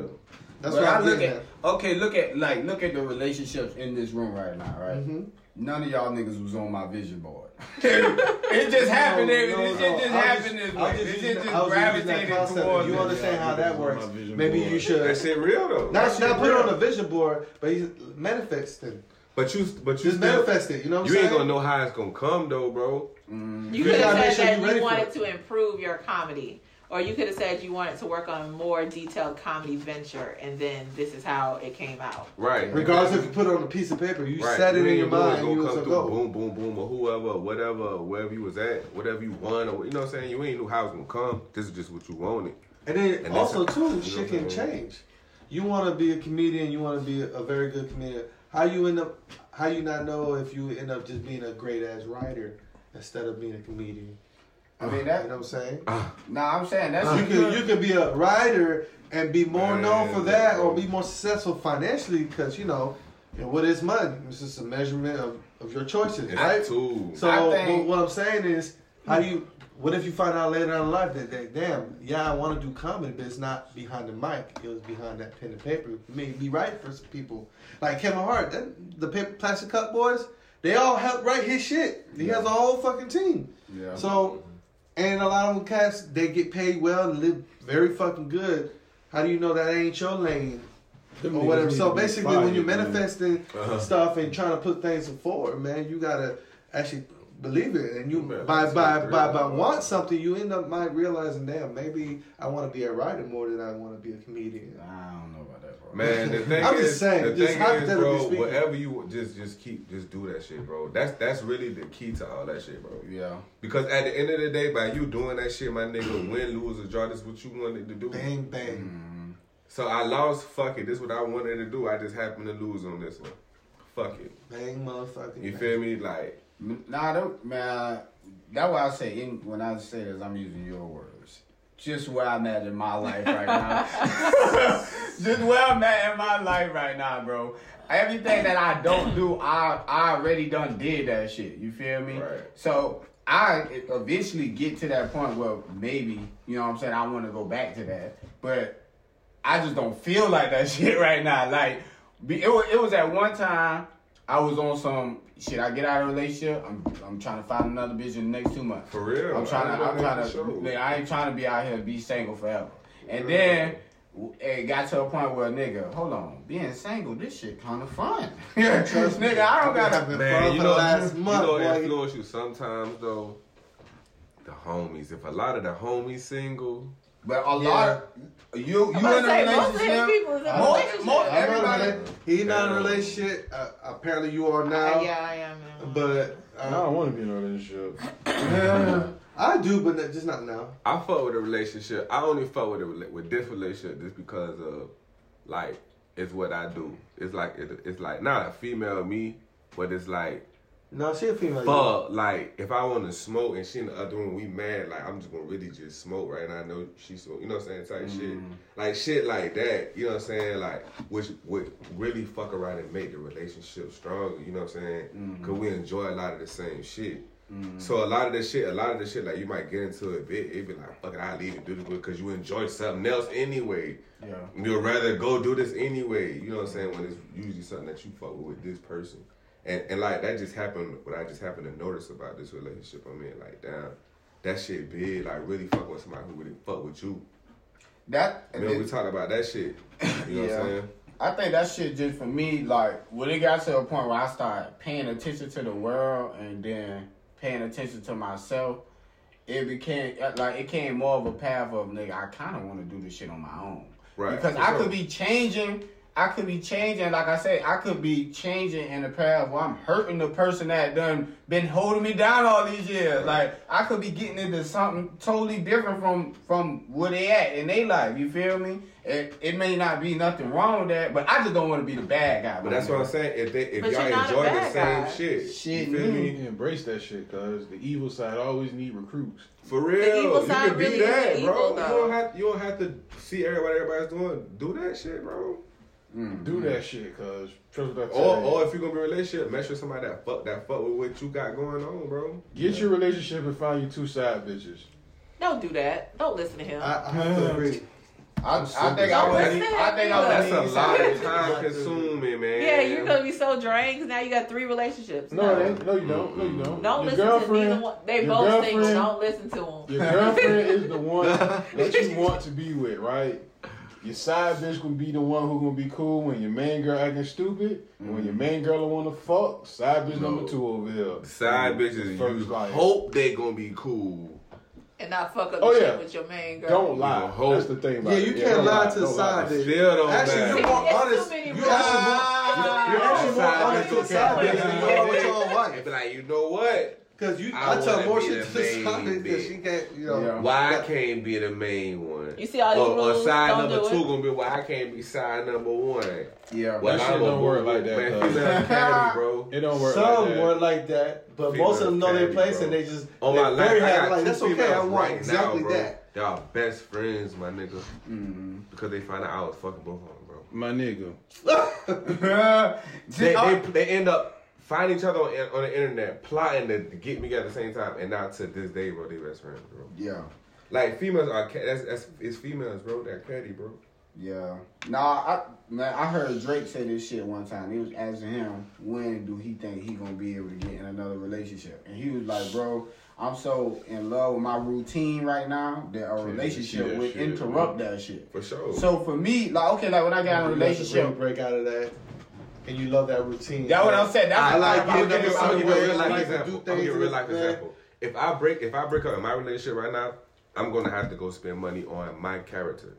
A: That's
C: but
A: what
C: I
A: I'm
C: look
A: looking
C: at. Okay, look at like look at the relationships in this room right now, right?
A: Mhm.
C: None of y'all niggas was on my vision board. it just happened.
A: No,
C: it
A: no,
C: it
A: no.
C: just
A: I was
C: happened
A: just-
C: this
A: I was
C: way.
A: just
C: It
A: using-
C: just
A: I was using that
C: gravitated
A: concept.
C: towards.
A: You
C: it.
A: understand how that works?
E: my vision
A: Maybe
E: board.
A: you
B: That
A: should
B: shit real though.
A: not not put it on a vision board, but you manifest it.
B: But you, but you
A: Just
B: still-
A: manifest it. You know what I'm
B: You ain't
A: saying?
B: gonna know how it's gonna come though, bro.
D: You
A: You
D: could
A: gotta
D: have
A: make sure
D: said
A: you're
D: that
A: ready
D: you
A: for
D: wanted
A: it.
D: to improve your comedy, or you could have said you wanted to work on a more detailed comedy venture, and then this is how it came out.
B: Right.
A: Regardless if you put it on a piece of paper, you
B: Right.
A: set it
B: You
A: in
B: ain't
A: your
B: know it's
A: mind. You
B: gonna
A: was
B: come
A: a
B: through.
A: go.
B: Boom, boom, boom, or whoever, whatever, wherever you was at, whatever you won, or you know what I'm saying. You ain't knew how it's gonna come. This is just what you wanted.
A: And then
B: And that's
A: also
B: a-
A: too,
B: you know
A: shit
B: what I'm
A: can
B: saying?
A: change. You want to be a comedian. You want to be a very good comedian. How you end up? How you not know if you end up just being a great ass writer instead of being a comedian?
C: I mean
A: You know *laughs*
C: that.
A: what I'm saying?
B: Uh-huh.
C: Nah, I'm saying that's
A: you could you could be a writer and be more
B: Man,
A: known for
B: man.
A: that, or be more successful financially because you know, and what is money? It's just a measurement of, of your choices,
B: It's
A: right?
B: too.
A: So
C: I think-
A: what, what I'm saying is, how do you? What if you find out later on in life that, that damn, yeah, I want to do comedy, but it's not behind the mic. It was behind that pen and paper. It may be right for some people, like Kevin Hart, that, the paper, plastic cup boys. They all help write his shit. He has a whole fucking team.
C: Yeah.
A: So, and a lot of them cats, they get paid well and live very fucking good. How do you know that ain't your lane
E: Them
A: or
E: niggas
A: whatever?
E: need
A: So
E: to be
A: basically, when you're
E: fired, man.
A: manifesting
B: Uh-huh.
A: stuff and trying to put things forward, man, you gotta actually believe it. And you
B: Yeah,
A: by
B: that's
A: by
B: what
A: by
B: I'm
A: by
B: realizing.
A: want something, you end up might realizing, damn, maybe I want to be a writer more than I want to be a comedian.
C: I don't know about that, bro.
B: Man, the thing
A: I'm
B: is,
A: just saying,
B: the
A: just
B: thing is,
A: hypothetically
B: bro,
A: speaking.
B: whatever you just just keep just do that shit, bro. That's that's really the key to all that shit, bro.
C: Yeah.
B: Because at the end of the day, by you doing that shit, my nigga, win, lose, or draw, this is what you wanted to do.
A: Bang bang.
B: So I lost. Fuck it. This is what I wanted to do. I just happened to lose on this one. Fuck it.
A: Bang, motherfucking.
B: Mm-hmm. You
A: bang.
B: feel me? Like
C: Nah, that, man, that's why I say in, when I say this, I'm using your words. Just where I'm at in my life right now. *laughs* Just where I'm at in my life right now, bro. Everything that I don't do, I I already done did that shit. You feel me?
B: Right.
C: So I eventually get to that point where maybe you know what I'm saying I want to go back to that, but I just don't feel like that *laughs* shit right now. Like, be, it, was, it was at one time I was on some shit. I get out of a relationship. I'm I'm trying to find another bitch in the next two months.
B: For real?
C: I'm trying to.
B: I
C: I'm
B: know that for
C: trying to.
B: sure.
C: nigga, I ain't trying to be out here be single forever. And
B: Yeah.
C: then w- it got to a point where nigga, hold on, being single, this shit kind of fun. *laughs* Trust nigga, I don't gotta.
A: Fun
B: man, you
A: for
B: know,
A: the last
B: you
A: month,
B: know, what
A: boy.
B: influence you sometimes though. The homies. If a lot of the homies single,
C: But a lot, you you
D: I'm about
C: in
D: to
C: a
D: say, most of these
C: relationship?
D: people is in
C: Most-
A: I'm
C: most-
D: relationships.
A: not in a
C: Everybody-
A: rela- He not in a relationship. Uh, apparently, you are now.
D: Uh, yeah, I am. yeah.
A: But
E: I don't
A: um,
E: want to be in a relationship.
A: I do, but not, just not now.
B: I fuck with a relationship. I only fuck with a, rela- with this relationship just because of like it's what I do. It's like it, it's like not a female me, but it's like
A: No, she a female.
B: fuck. Like if I want to smoke and she in the other room, we mad. Like I'm just gonna really just smoke right now. I know she smoke. You know what I'm saying? Type shit. Like shit like that. You know what I'm saying? Like which would really fuck around and make the relationship stronger. You know what I'm saying? Cause we enjoy a lot of the same shit. So a lot of this shit, a lot of this shit, like you might get into a bit, it'd be like, fuck it, I leave and do this because you enjoy something else anyway.
C: Yeah.
B: You'd rather go do this anyway. You know what I'm saying? When it's usually something that you fuck with, with this person. And and like that just happened what I just happened to notice about this relationship I'm in, like damn, that shit big, like really fuck with somebody who really fuck with you.
C: That and
B: Man,
C: it-
B: we talk about that shit. You know
C: Yeah.
B: what I'm saying?
C: I think that shit just for me, like when it got to a point where I started paying attention to the world and then paying attention to myself, it became uh, like it came more of a path of nigga. I kind of want to do this shit on my own,
B: Right,
C: Because
B: for
C: I
B: sure.
C: could be changing. I could be changing, like I said, I could be changing in the path where I'm hurting the person that done been holding me down all these years. Like I could be getting into something totally different from from where they at in their life. You feel me? It, it may not be nothing wrong with that, but I just don't want to be the bad guy.
B: But that's what I'm saying. If they if
D: But
B: y'all
D: you're not a
B: enjoy the
D: bad
B: same
D: guy.
B: shit,
C: Shit,
B: you feel
C: mm.
B: me?
E: You embrace that shit, cause the evil side always need recruits.
B: For
D: The
B: real,
D: evil
B: you
D: side
B: can be
D: really
B: that,
D: is
B: bro.
D: evil,
B: you
D: though.
B: don't have you don't have to see everybody everybody's doing. Do that shit, bro. Mm.
C: Mm-hmm.
E: Do that shit, cause trust what I tell
B: Or
E: you.
B: or if you're gonna be in a relationship, mesh with somebody that fuck that fuck with what you got going on, bro.
E: Get your relationship and find you two side bitches.
D: Don't do that. Don't listen to him.
A: I, I have to agree.
C: I, I think I
B: sorry.
C: would.
B: That's-
C: need- I think I would.
B: That's
C: need
B: a lot
C: somebody-
B: of time consuming, man.
D: yeah, you're gonna be so drained because now you got three relationships.
E: No, it ain't. no, you don't. No, you don't.
D: Don't
E: your
D: listen to neither
E: girlfriend-
D: one. They
E: your
D: both single.
E: girlfriend-
D: Don't listen to them.
E: Your girlfriend is the one that you want to be with, right? Your side bitch gonna be the one who gonna be cool when your main girl acting stupid, and when your main girl don't wanna fuck, side bitch number two over here.
B: Side bitches,
E: First
B: you
E: life.
B: hope they gonna be cool.
D: and not fuck up
E: Oh,
D: the
E: yeah.
D: shit with your main girl.
E: Don't
B: You
E: lie.
B: hope.
E: That's the thing about
A: Yeah,
E: it.
A: you can't
E: don't
A: lie to the
E: Don't
A: side bitch.
B: Still don't
A: Actually,
B: matter.
A: you're more
D: It's too
A: honest.
D: many
A: You
D: rules.
A: actually more. You're actually more
B: Ah. Side
A: honest to
B: bitch.
A: the side bitch than you are with your own
B: They
A: wife.
B: be like, you know what?
A: Because you,
B: I
A: I, tell
B: wanna
A: more
B: be
A: shit
B: the
A: to the side
B: main
A: bitch because
B: bitch.
A: she can't, you know.
C: Yeah.
B: Why I can't be the main one?
D: You see all these
B: or, or
D: rules?
B: side
D: Don't
B: number
D: do
B: two
D: it.
B: gonna be why I can't be side number one. *laughs*
C: Yeah.
B: Well,
E: shit
B: I'm
E: don't
B: a-
E: work like that,
B: Man,
E: though.
B: females catty, bro.
E: *laughs* It don't work.
A: Some
E: like that.
A: were like that, but
B: Females
A: most of them know their
B: catty,
A: place
B: bro.
A: and they just
B: On
A: they're
B: my life,
A: very
B: I
A: happy,
B: got
A: like
B: two
A: that's okay. I
B: females
A: want
B: right
A: exactly
B: now, bro.
A: that.
B: Y'all best friends, my nigga.
E: Mm-hmm.
B: Because they find out I was fucking both of them, bro.
E: my nigga.
C: uh,
B: They, they, they end up finding each other on, on the internet, plotting to get me at the same time, and now to this day, bro, they best friends, bro.
C: yeah.
B: Like females are ca- that's, that's it's females, bro. That catty, bro.
C: Yeah. Nah, I man, I heard Drake say this shit one time. He was asking him when do he think he gonna be able to get in another relationship, and he was like, "Bro, I'm so in love with my routine right now that a relationship
E: that
C: would
E: shit,
C: interrupt that shit."
B: For sure.
C: So for me, like, okay, like when I got
A: You
C: in a
A: got to really
C: relationship,
A: break out of that, and you love that routine.
C: that's what I'm saying. That's
A: I
C: what
A: like
C: I'm
A: getting up
C: looking
A: with
B: I'm gonna give you
C: for.
B: a real
A: Like to do
B: life example. I'm gonna
A: things
B: give you a real life
A: in the
B: example. If I break if I break up in my relationship right now, I'm gonna have to go spend money on my character.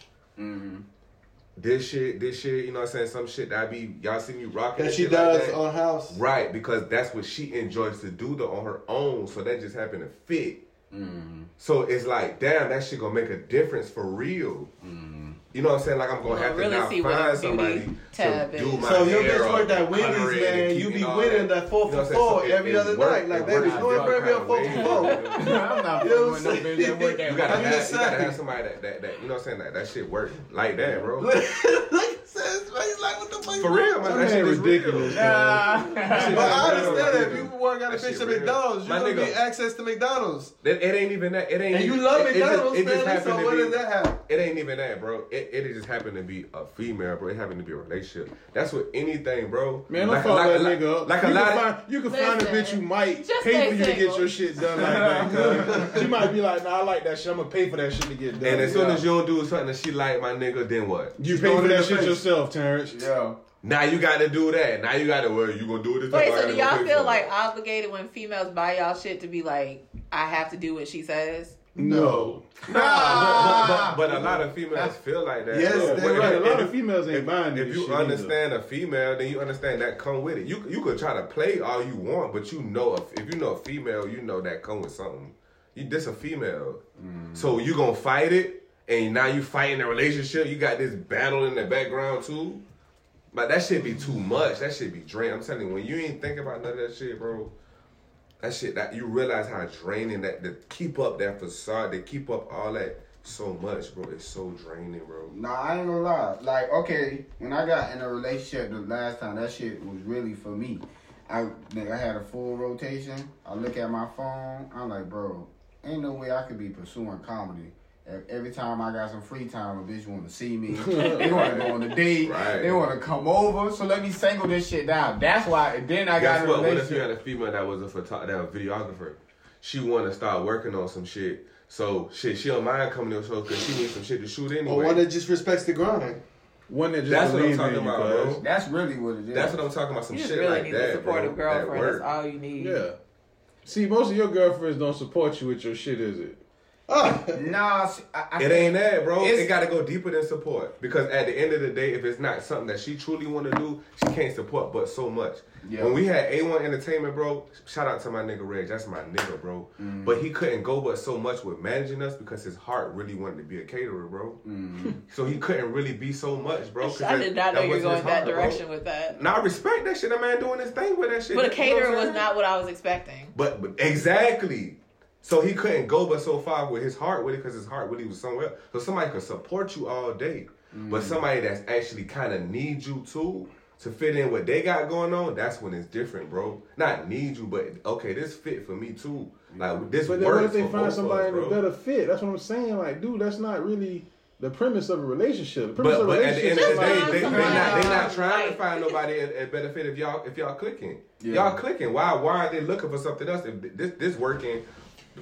B: This shit, this shit, you know what I'm saying? Some shit that I be y'all see me rocking.
A: that
B: and
A: she
B: shit like
A: does
B: that.
A: on house.
B: Right, because that's what she enjoys to do though on her own. So that just happened to fit.
A: Mm-hmm.
B: So it's like, damn, that shit gonna make a difference for real.
A: Mm-hmm.
B: You know what I'm saying? Like I'm gonna
D: Well,
B: have to
D: really
B: now
D: see what
B: find
D: her
B: somebody
D: beauty
B: to
D: tab
B: do
D: is.
B: my
A: So your
B: hair
A: bitch
B: up,
A: work that
B: color
A: Wendy's,
B: it,
A: man.
B: keep
A: You
B: it
A: be
B: all
A: winning
B: that.
A: that four
B: You
A: for
B: know what I'm saying? So
A: four
B: it-
A: every
B: it
A: other
B: work-
A: night. Like,
B: it
A: baby,
B: works
A: go and
B: out
A: grab me a
B: kind of
A: four for
B: way. *laughs*
A: four.
C: *laughs* I'm not
A: You know
C: fucking with no
A: what I'm
C: bitch that work
A: saying?
B: You
C: that
B: gotta,
A: I'm
B: have,
A: just
B: you gotta
A: saying.
B: have somebody that, that, that, you know what I'm saying? That, that shit work like that, bro.
A: Look at this, man. He's like, what the fuck?
B: For real, man. That
E: That
B: shit
E: ain't
B: is
E: ridiculous.
B: ridiculous.
C: way.
A: But I
B: Yeah,
A: understand that
B: yeah,
A: if
B: yeah.
A: you work out a
B: That shit
A: bitch at
B: real.
A: McDonald's, you
B: My
A: don't
B: nigga.
A: need access to McDonald's.
B: It, it ain't even that. It ain't.
A: And you
B: even-
A: love
B: it- it just-
A: McDonald's,
B: it just
A: family,
B: happened
A: so
B: to
A: what
B: be-
A: does that have?
B: It ain't even that, bro. It, it just happened to be a female, bro. It happened to be a relationship. That's what anything, bro.
E: Man, don't
B: like,
E: fuck
B: like,
E: that nigga up.
B: Like a
E: you
B: lot.
E: Can
B: of-
E: find, you can find a bitch
D: Listen,
E: who might
D: just
E: pay for
D: stay
E: you to get
D: single.
E: your shit done
B: *laughs*
E: like that. 'cause she might be like, nah, I like that shit. I'm gonna pay for that shit to get done.
B: and as soon as you don't do something that she like, my nigga, then what?
E: you
A: throw
E: pay
A: it
E: for
A: in
E: that
A: the
E: shit
A: face.
E: yourself, Terrence.
C: Yeah.
B: Now you got to do that. Now you got to. Well, you gonna do this? I
D: Wait, so
B: gotta
D: do
B: go
D: y'all
B: pay
D: feel
B: for it.
D: like obligated when females buy y'all shit to be like, I have to do what she says?
E: No.
B: But, but, but a lot of females feel like that.
A: Yes,
B: But
A: they
B: if-
A: right.
E: A
B: if
E: lot
B: you-
E: of females ain't buying
B: If
E: this
B: you
E: shit either.
B: understand a female, then you understand that come with it. You you could try to play all you want, but you know if, if you know a female, you know that come with something. You this a female,
E: Mm.
B: so you gonna fight it, and now you fighting a relationship. You got this battle in the background too. But that shit be too much. That shit be drain. I'm telling you, when you ain't think about none of that shit, bro. That shit that you realize how draining that to keep up that facade, to keep up all that so much, bro. It's so draining, bro.
C: Nah, I ain't gonna lie. Like, okay, when I got in a relationship the last time, that shit was really for me. I nigga, I had a full rotation. I look at my phone. I'm like, bro, ain't no way I could be pursuing comedy. Ev- Every time I got some free time, a bitch want to
B: *laughs*
C: see me. they want to go on a date.
B: Right.
C: They want to come over. So let me single this shit down. That's why. And then I got
B: Guess
C: in
B: what?
C: a
B: What if you
C: relationship.
B: had a female that was a photo- that was a videographer? She want to start working on some shit. So shit, she don't mind coming to the show because she needs some shit to shoot
A: Or one
B: anyway.
A: that just respects the grind.
E: One that just
B: That's what I'm
E: believes in
B: talking
E: you,
B: about,
E: cuz.
B: bro.
C: That's really what it is.
B: That's what I'm talking about. Some
D: You just
B: shit
D: really
B: like
D: need
B: that.
D: a supportive
B: bro, that
D: girlfriend. That's
B: work.
D: all you need.
E: Yeah. See, most of your girlfriends don't support you with your shit, is it?
A: Ah,
C: Nah, see, I, I
B: It ain't that, bro.
C: It's-
B: it got to go deeper than support because at the end of the day, if it's not something that she truly want to do, she can't support but so much.
C: Yeah.
B: When we had A1 Entertainment, bro, shout out to my nigga Reg. That's my nigga, bro.
C: Mm.
B: But he couldn't go but so much with managing us because his heart really wanted to be a caterer, bro.
C: Mm.
B: *laughs* So he couldn't really be so much, bro. 'cause
D: I
B: that-
D: did not know you were
B: wasn't
D: going
B: his
D: that
B: heart, bro.
D: direction
B: *laughs*
D: with that.
B: Now I respect that shit. That man doing his thing with that shit.
D: But a
B: You know what I'm
D: caterer was
B: saying?
D: not what I was expecting.
B: But, but exactly. So he couldn't go but so far with his heart with it because his heart really was somewhere else. So somebody could support you all day,
E: Mm.
B: but somebody that's actually kind of needs you too to fit in what they got going on. That's when it's different, bro. Not need you, but okay, this fit for me too. Like this
E: Mm. But then what
B: works
E: if they
B: for both
E: find somebody
B: of
E: in
B: us,
E: a
B: bro.
E: better fit? That's what I'm saying. Like, dude, that's not really the premise of a relationship. The premise
B: But,
E: of a
B: but at the
E: relationship
B: end of the
D: Just
E: is
B: day,
D: find
E: like-
B: they, they
D: somebody
B: not they not
D: else,
B: trying to
D: like-
B: find nobody at, at benefit if y'all if y'all clicking.
C: Yeah.
B: Y'all clicking. Why why are they looking for something else? If this this working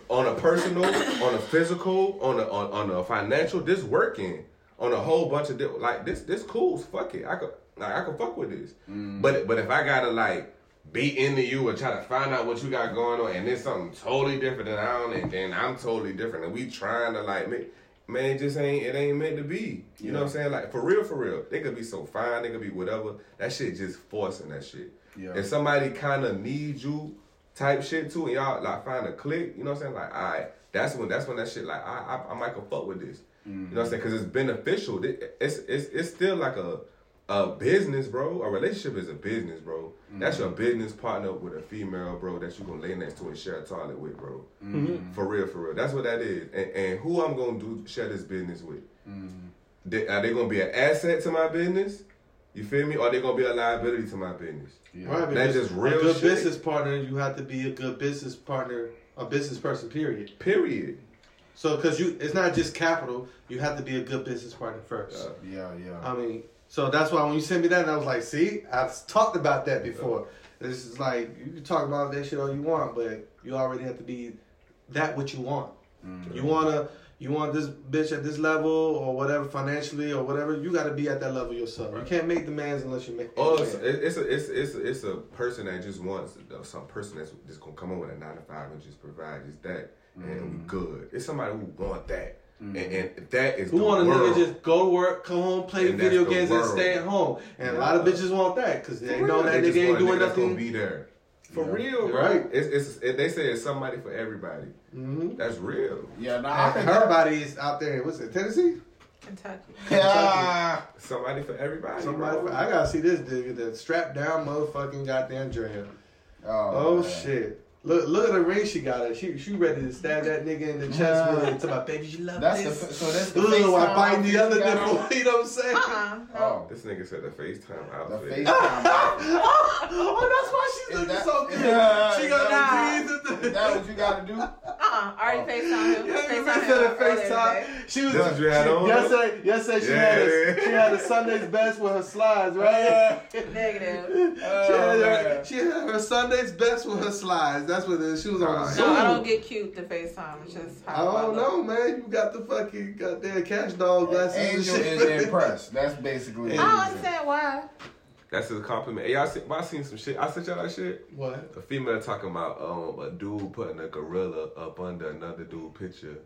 B: on a personal, on a physical, on a on, on a financial, this working on a whole bunch of different like this this cool. Fuck it. I could like I could fuck with this. But but if I gotta like be into you and try to find out what you got going on and it's something totally different than I don't and then I'm totally different and we trying to like make man it just ain't it ain't meant to be. You know what I'm saying? Like for real, for real. They could be so fine, they could be whatever. That shit just forcing that shit.
C: Yeah.
B: If somebody kinda needs you type shit too, and y'all like find a click, you know what I'm saying? Like, all right, that's when that's when that shit like I I, I might go fuck with this. You know what I'm saying? Because it's beneficial. It- It's it's it's still like a a business, bro. A relationship is a business, bro. That's your business partner with a female, bro. That you gonna lay next to and share a toilet with, bro. For real, for real. That's what that is. And, and who I'm gonna do share this business with? They- are they gonna be an asset to my business? You feel me? Or they gonna be a liability to my business?
A: Right,
B: That's
A: because
B: just real
A: A good
B: shit.
A: business partner, you have to be a good business partner, a business person. Period.
B: Period.
A: So, because you, it's not just capital. You have to be a good business partner first.
C: Yeah, yeah.
A: I mean, so that's why when you sent me that, I was like, see, I've talked about that before. This is like you can talk about that shit all you want, but you already have to be that what you want.
B: Mm-hmm.
A: You wanna, you want this bitch at this level or whatever financially or whatever. You got to be at that level yourself. You can't make demands unless you make.
B: Oh,
A: demands.
B: it's, it's a it's it's it's a person that just wants some person that's just gonna come on with a nine to five and just provide just that and we good. It's somebody who want that and, and that is
A: Who
B: the
A: want a nigga
B: world.
A: just go to work, come home, play
B: And that's
A: video
B: the
A: games, and
B: world.
A: stay at home? And a lot of bitches want that because they know that
B: They
A: nigga
B: just
A: ain't
B: want a
A: doing
B: nigga that's gonna
A: nothing.
B: Be there for real,
A: Right. Mm-hmm.
B: right? It's, it's it, they say it's somebody for everybody. That's real.
C: Yeah, nah, I
A: And
C: think
A: her body is out there. What's it, Tennessee?
D: Kentucky.
C: *laughs* Yeah.
B: Somebody for everybody.
A: Somebody,
B: bro.
A: I gotta see this nigga that strapped down motherfucking goddamn dread. Oh
C: man.
A: shit! Look, look at the ring she got. Her. She she ready to stab that nigga in the chest *laughs* with it. To my baby, you love
C: That's the
A: this.
C: f- so that's the
A: Ooh, I
C: FaceTime
A: bite the
C: outfit
A: other
C: you
A: *laughs*
C: got
A: nipple.
C: on?
A: You know what I'm saying?
D: Uh-uh. *laughs*
C: Oh,
B: This nigga said the FaceTime
C: the
B: outfit.
C: FaceTime.
D: Uh-uh.
A: Oh, that's why she's
C: Is
A: looking
C: that-
A: so good.
C: Yeah,
A: she
C: is
A: got
D: that
A: the jeans. and the-
C: Is that
A: *laughs*
C: what you gotta do? *laughs*
D: Uh-uh. I
B: Oh.
D: already FaceTime him.
A: Yeah, you
D: FaceTime
A: said
D: him Oh,
A: a
D: earlier today.
A: FaceTime. She was
B: That's what you had
A: she-
B: on?
A: Yesterday, yesterday she had a,
B: Yeah.
A: she had a Sunday's best with her slides, right?
B: *laughs*
D: Negative.
A: she, had her,
C: man.
A: she had her Sunday's best with her slides. That's what it is. She was on
B: Alright.
A: Zoom.
D: No, I don't get cute to FaceTime. It's just
A: I
D: how
A: don't
D: look.
A: know, man. You got the fucking goddamn cash dog glasses and
C: Angel
A: shit. *laughs*
C: is impressed. That's basically.
A: I
D: I
C: it.
D: don't understand why.
B: That's his compliment. Hey, y'all, see, I seen some shit. I sent y'all that shit.
A: What?
B: A female talking about um a dude putting a gorilla up under another dude picture,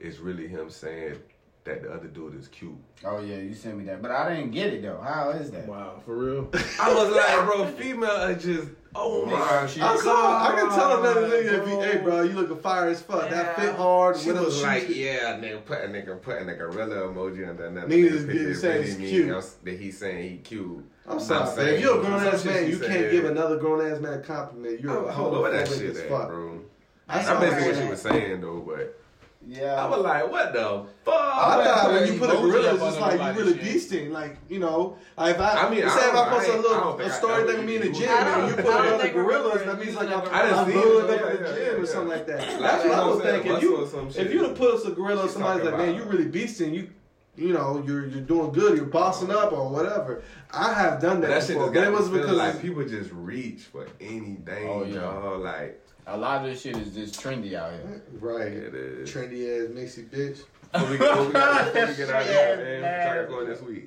B: is really him saying that the other dude is cute.
C: Oh yeah, you sent me that, but I didn't get it though. How is that?
E: Wow, for real?
B: I was like, bro, female are just oh my.
C: She-
A: I saw. I can tell another nigga if he,
E: Bro.
A: hey, bro, you looking fire as fuck. That
D: Yeah.
A: fit hard.
B: She
A: whatever
B: was
A: shoes
B: like,
A: you-
B: yeah, nigga, put a nigga, put a nigga gorilla emoji under another
A: Niggas
B: nigga's
A: is getting
B: picture.
A: saying
B: Really
A: he's
B: mean
A: cute.
B: else That he's saying he cute.
A: I'm sorry,
B: I'm
A: man.
B: saying-
A: If you're a grown
B: I'm
A: ass
B: saying
A: man, you
B: she
A: can't
B: said-
A: give another grown ass man a compliment. You're a
B: I don't know
A: whole
B: where that
A: as
B: shit at,
A: fuck.
B: bro.
A: I
B: I
A: saw
B: basically
A: that.
B: what she was saying though, but I
C: Yeah.
B: was like, what the fuck?
A: I thought when
C: put
A: you put a
C: emojis
A: gorilla,
C: up
A: it's
C: on
A: just like
C: everybody
A: you really
C: shit.
A: beasting. Like, you know, if I,
B: I mean,
A: say
B: I
A: if
B: don't-
A: I post
B: I
A: a
B: ain't- I
A: little
B: don't
A: a
B: think I
A: story
B: know
A: that me in the
B: you.
A: gym,
D: I don't-
A: and you
D: I
A: put
D: don't
A: another
D: think I
A: gorillas,
D: remember
A: that means like I'm,
D: using
B: that. I
A: I'm
B: done seen
A: blowing up
B: it.
A: in the
B: Yeah, yeah,
A: gym or
B: yeah.
A: something like that.
B: Like,
A: That's what I
B: I'm
A: was
B: saying,
A: thinking.
B: muscle or some
A: You, if
B: shit.
A: you would put us a gorilla,
B: She's
A: somebody's like,
B: talking
A: man, you
B: about-
A: really beasting. You, you know, you're you're doing good. You're bossing up or whatever. I have done
B: But
A: that.
B: that shit
A: before,
B: just
A: but
B: got
A: it was
B: me feeling
A: because
B: like people just reach for anything,
C: Oh, yeah.
B: dawg. Like
C: A lot of this shit is just trendy out here.
A: right,
B: it is. *laughs*
A: trendy ass mixy bitch.
B: What we, what we got, what we get out of here, man? What y'all going this week?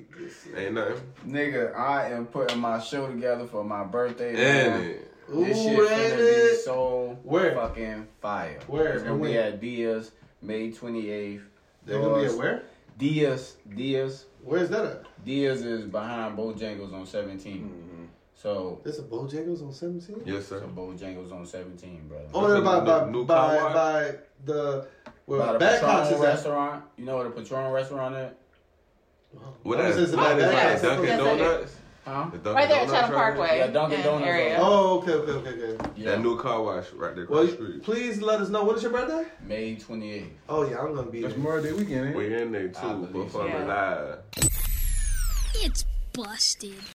B: Ain't nothing.
C: Nigga, I am putting my show together for my birthday. man.
B: And uh, it.
A: Ooh,
C: This shit
A: ain't
C: finna be
A: it?
C: so
A: Where?
C: fucking fire.
A: Where?
C: It's gonna
A: And
C: be
A: when?
C: at Diaz, May 28th.
A: They're gonna be at where?
C: Diaz, Diaz,
A: Where's that at?
C: Diaz is behind Bojangles on 17. So,
A: That's a Bojangles on 17.
B: Yes, sir.
C: so Bojangles on 17, brother.
A: Oh, yeah, by, by,
B: New
A: by,
B: Kawhi?
A: by the
C: By
A: well,
C: the
A: Badcock's is
C: Patron
A: at.
C: restaurant. You know where the Patron restaurant is?
B: What
A: Oh,
B: that
A: this is
B: is?
A: the
B: That is
A: back-
B: like
A: that's the-
B: Dunkin'
D: that's the-
B: Donuts.
C: Huh?
B: The Dunkin'
D: Right there at
B: Donuts
D: Chatham Parkway.
C: Yeah, Dunkin'
D: and
C: Donuts
D: area.
C: over there.
A: Oh, okay, okay, okay, okay.
C: Yeah.
B: That new car wash right there. across
A: Well,
B: the street.
A: please let us know. When is your birthday?
C: May 28th.
A: Oh, yeah, I'm going to be there.
E: That's Memorial Day weekend, ain't it?
B: We in there
C: I
B: too, but
C: believe so.
B: for the
D: Yeah.
B: lie.
F: It's busted.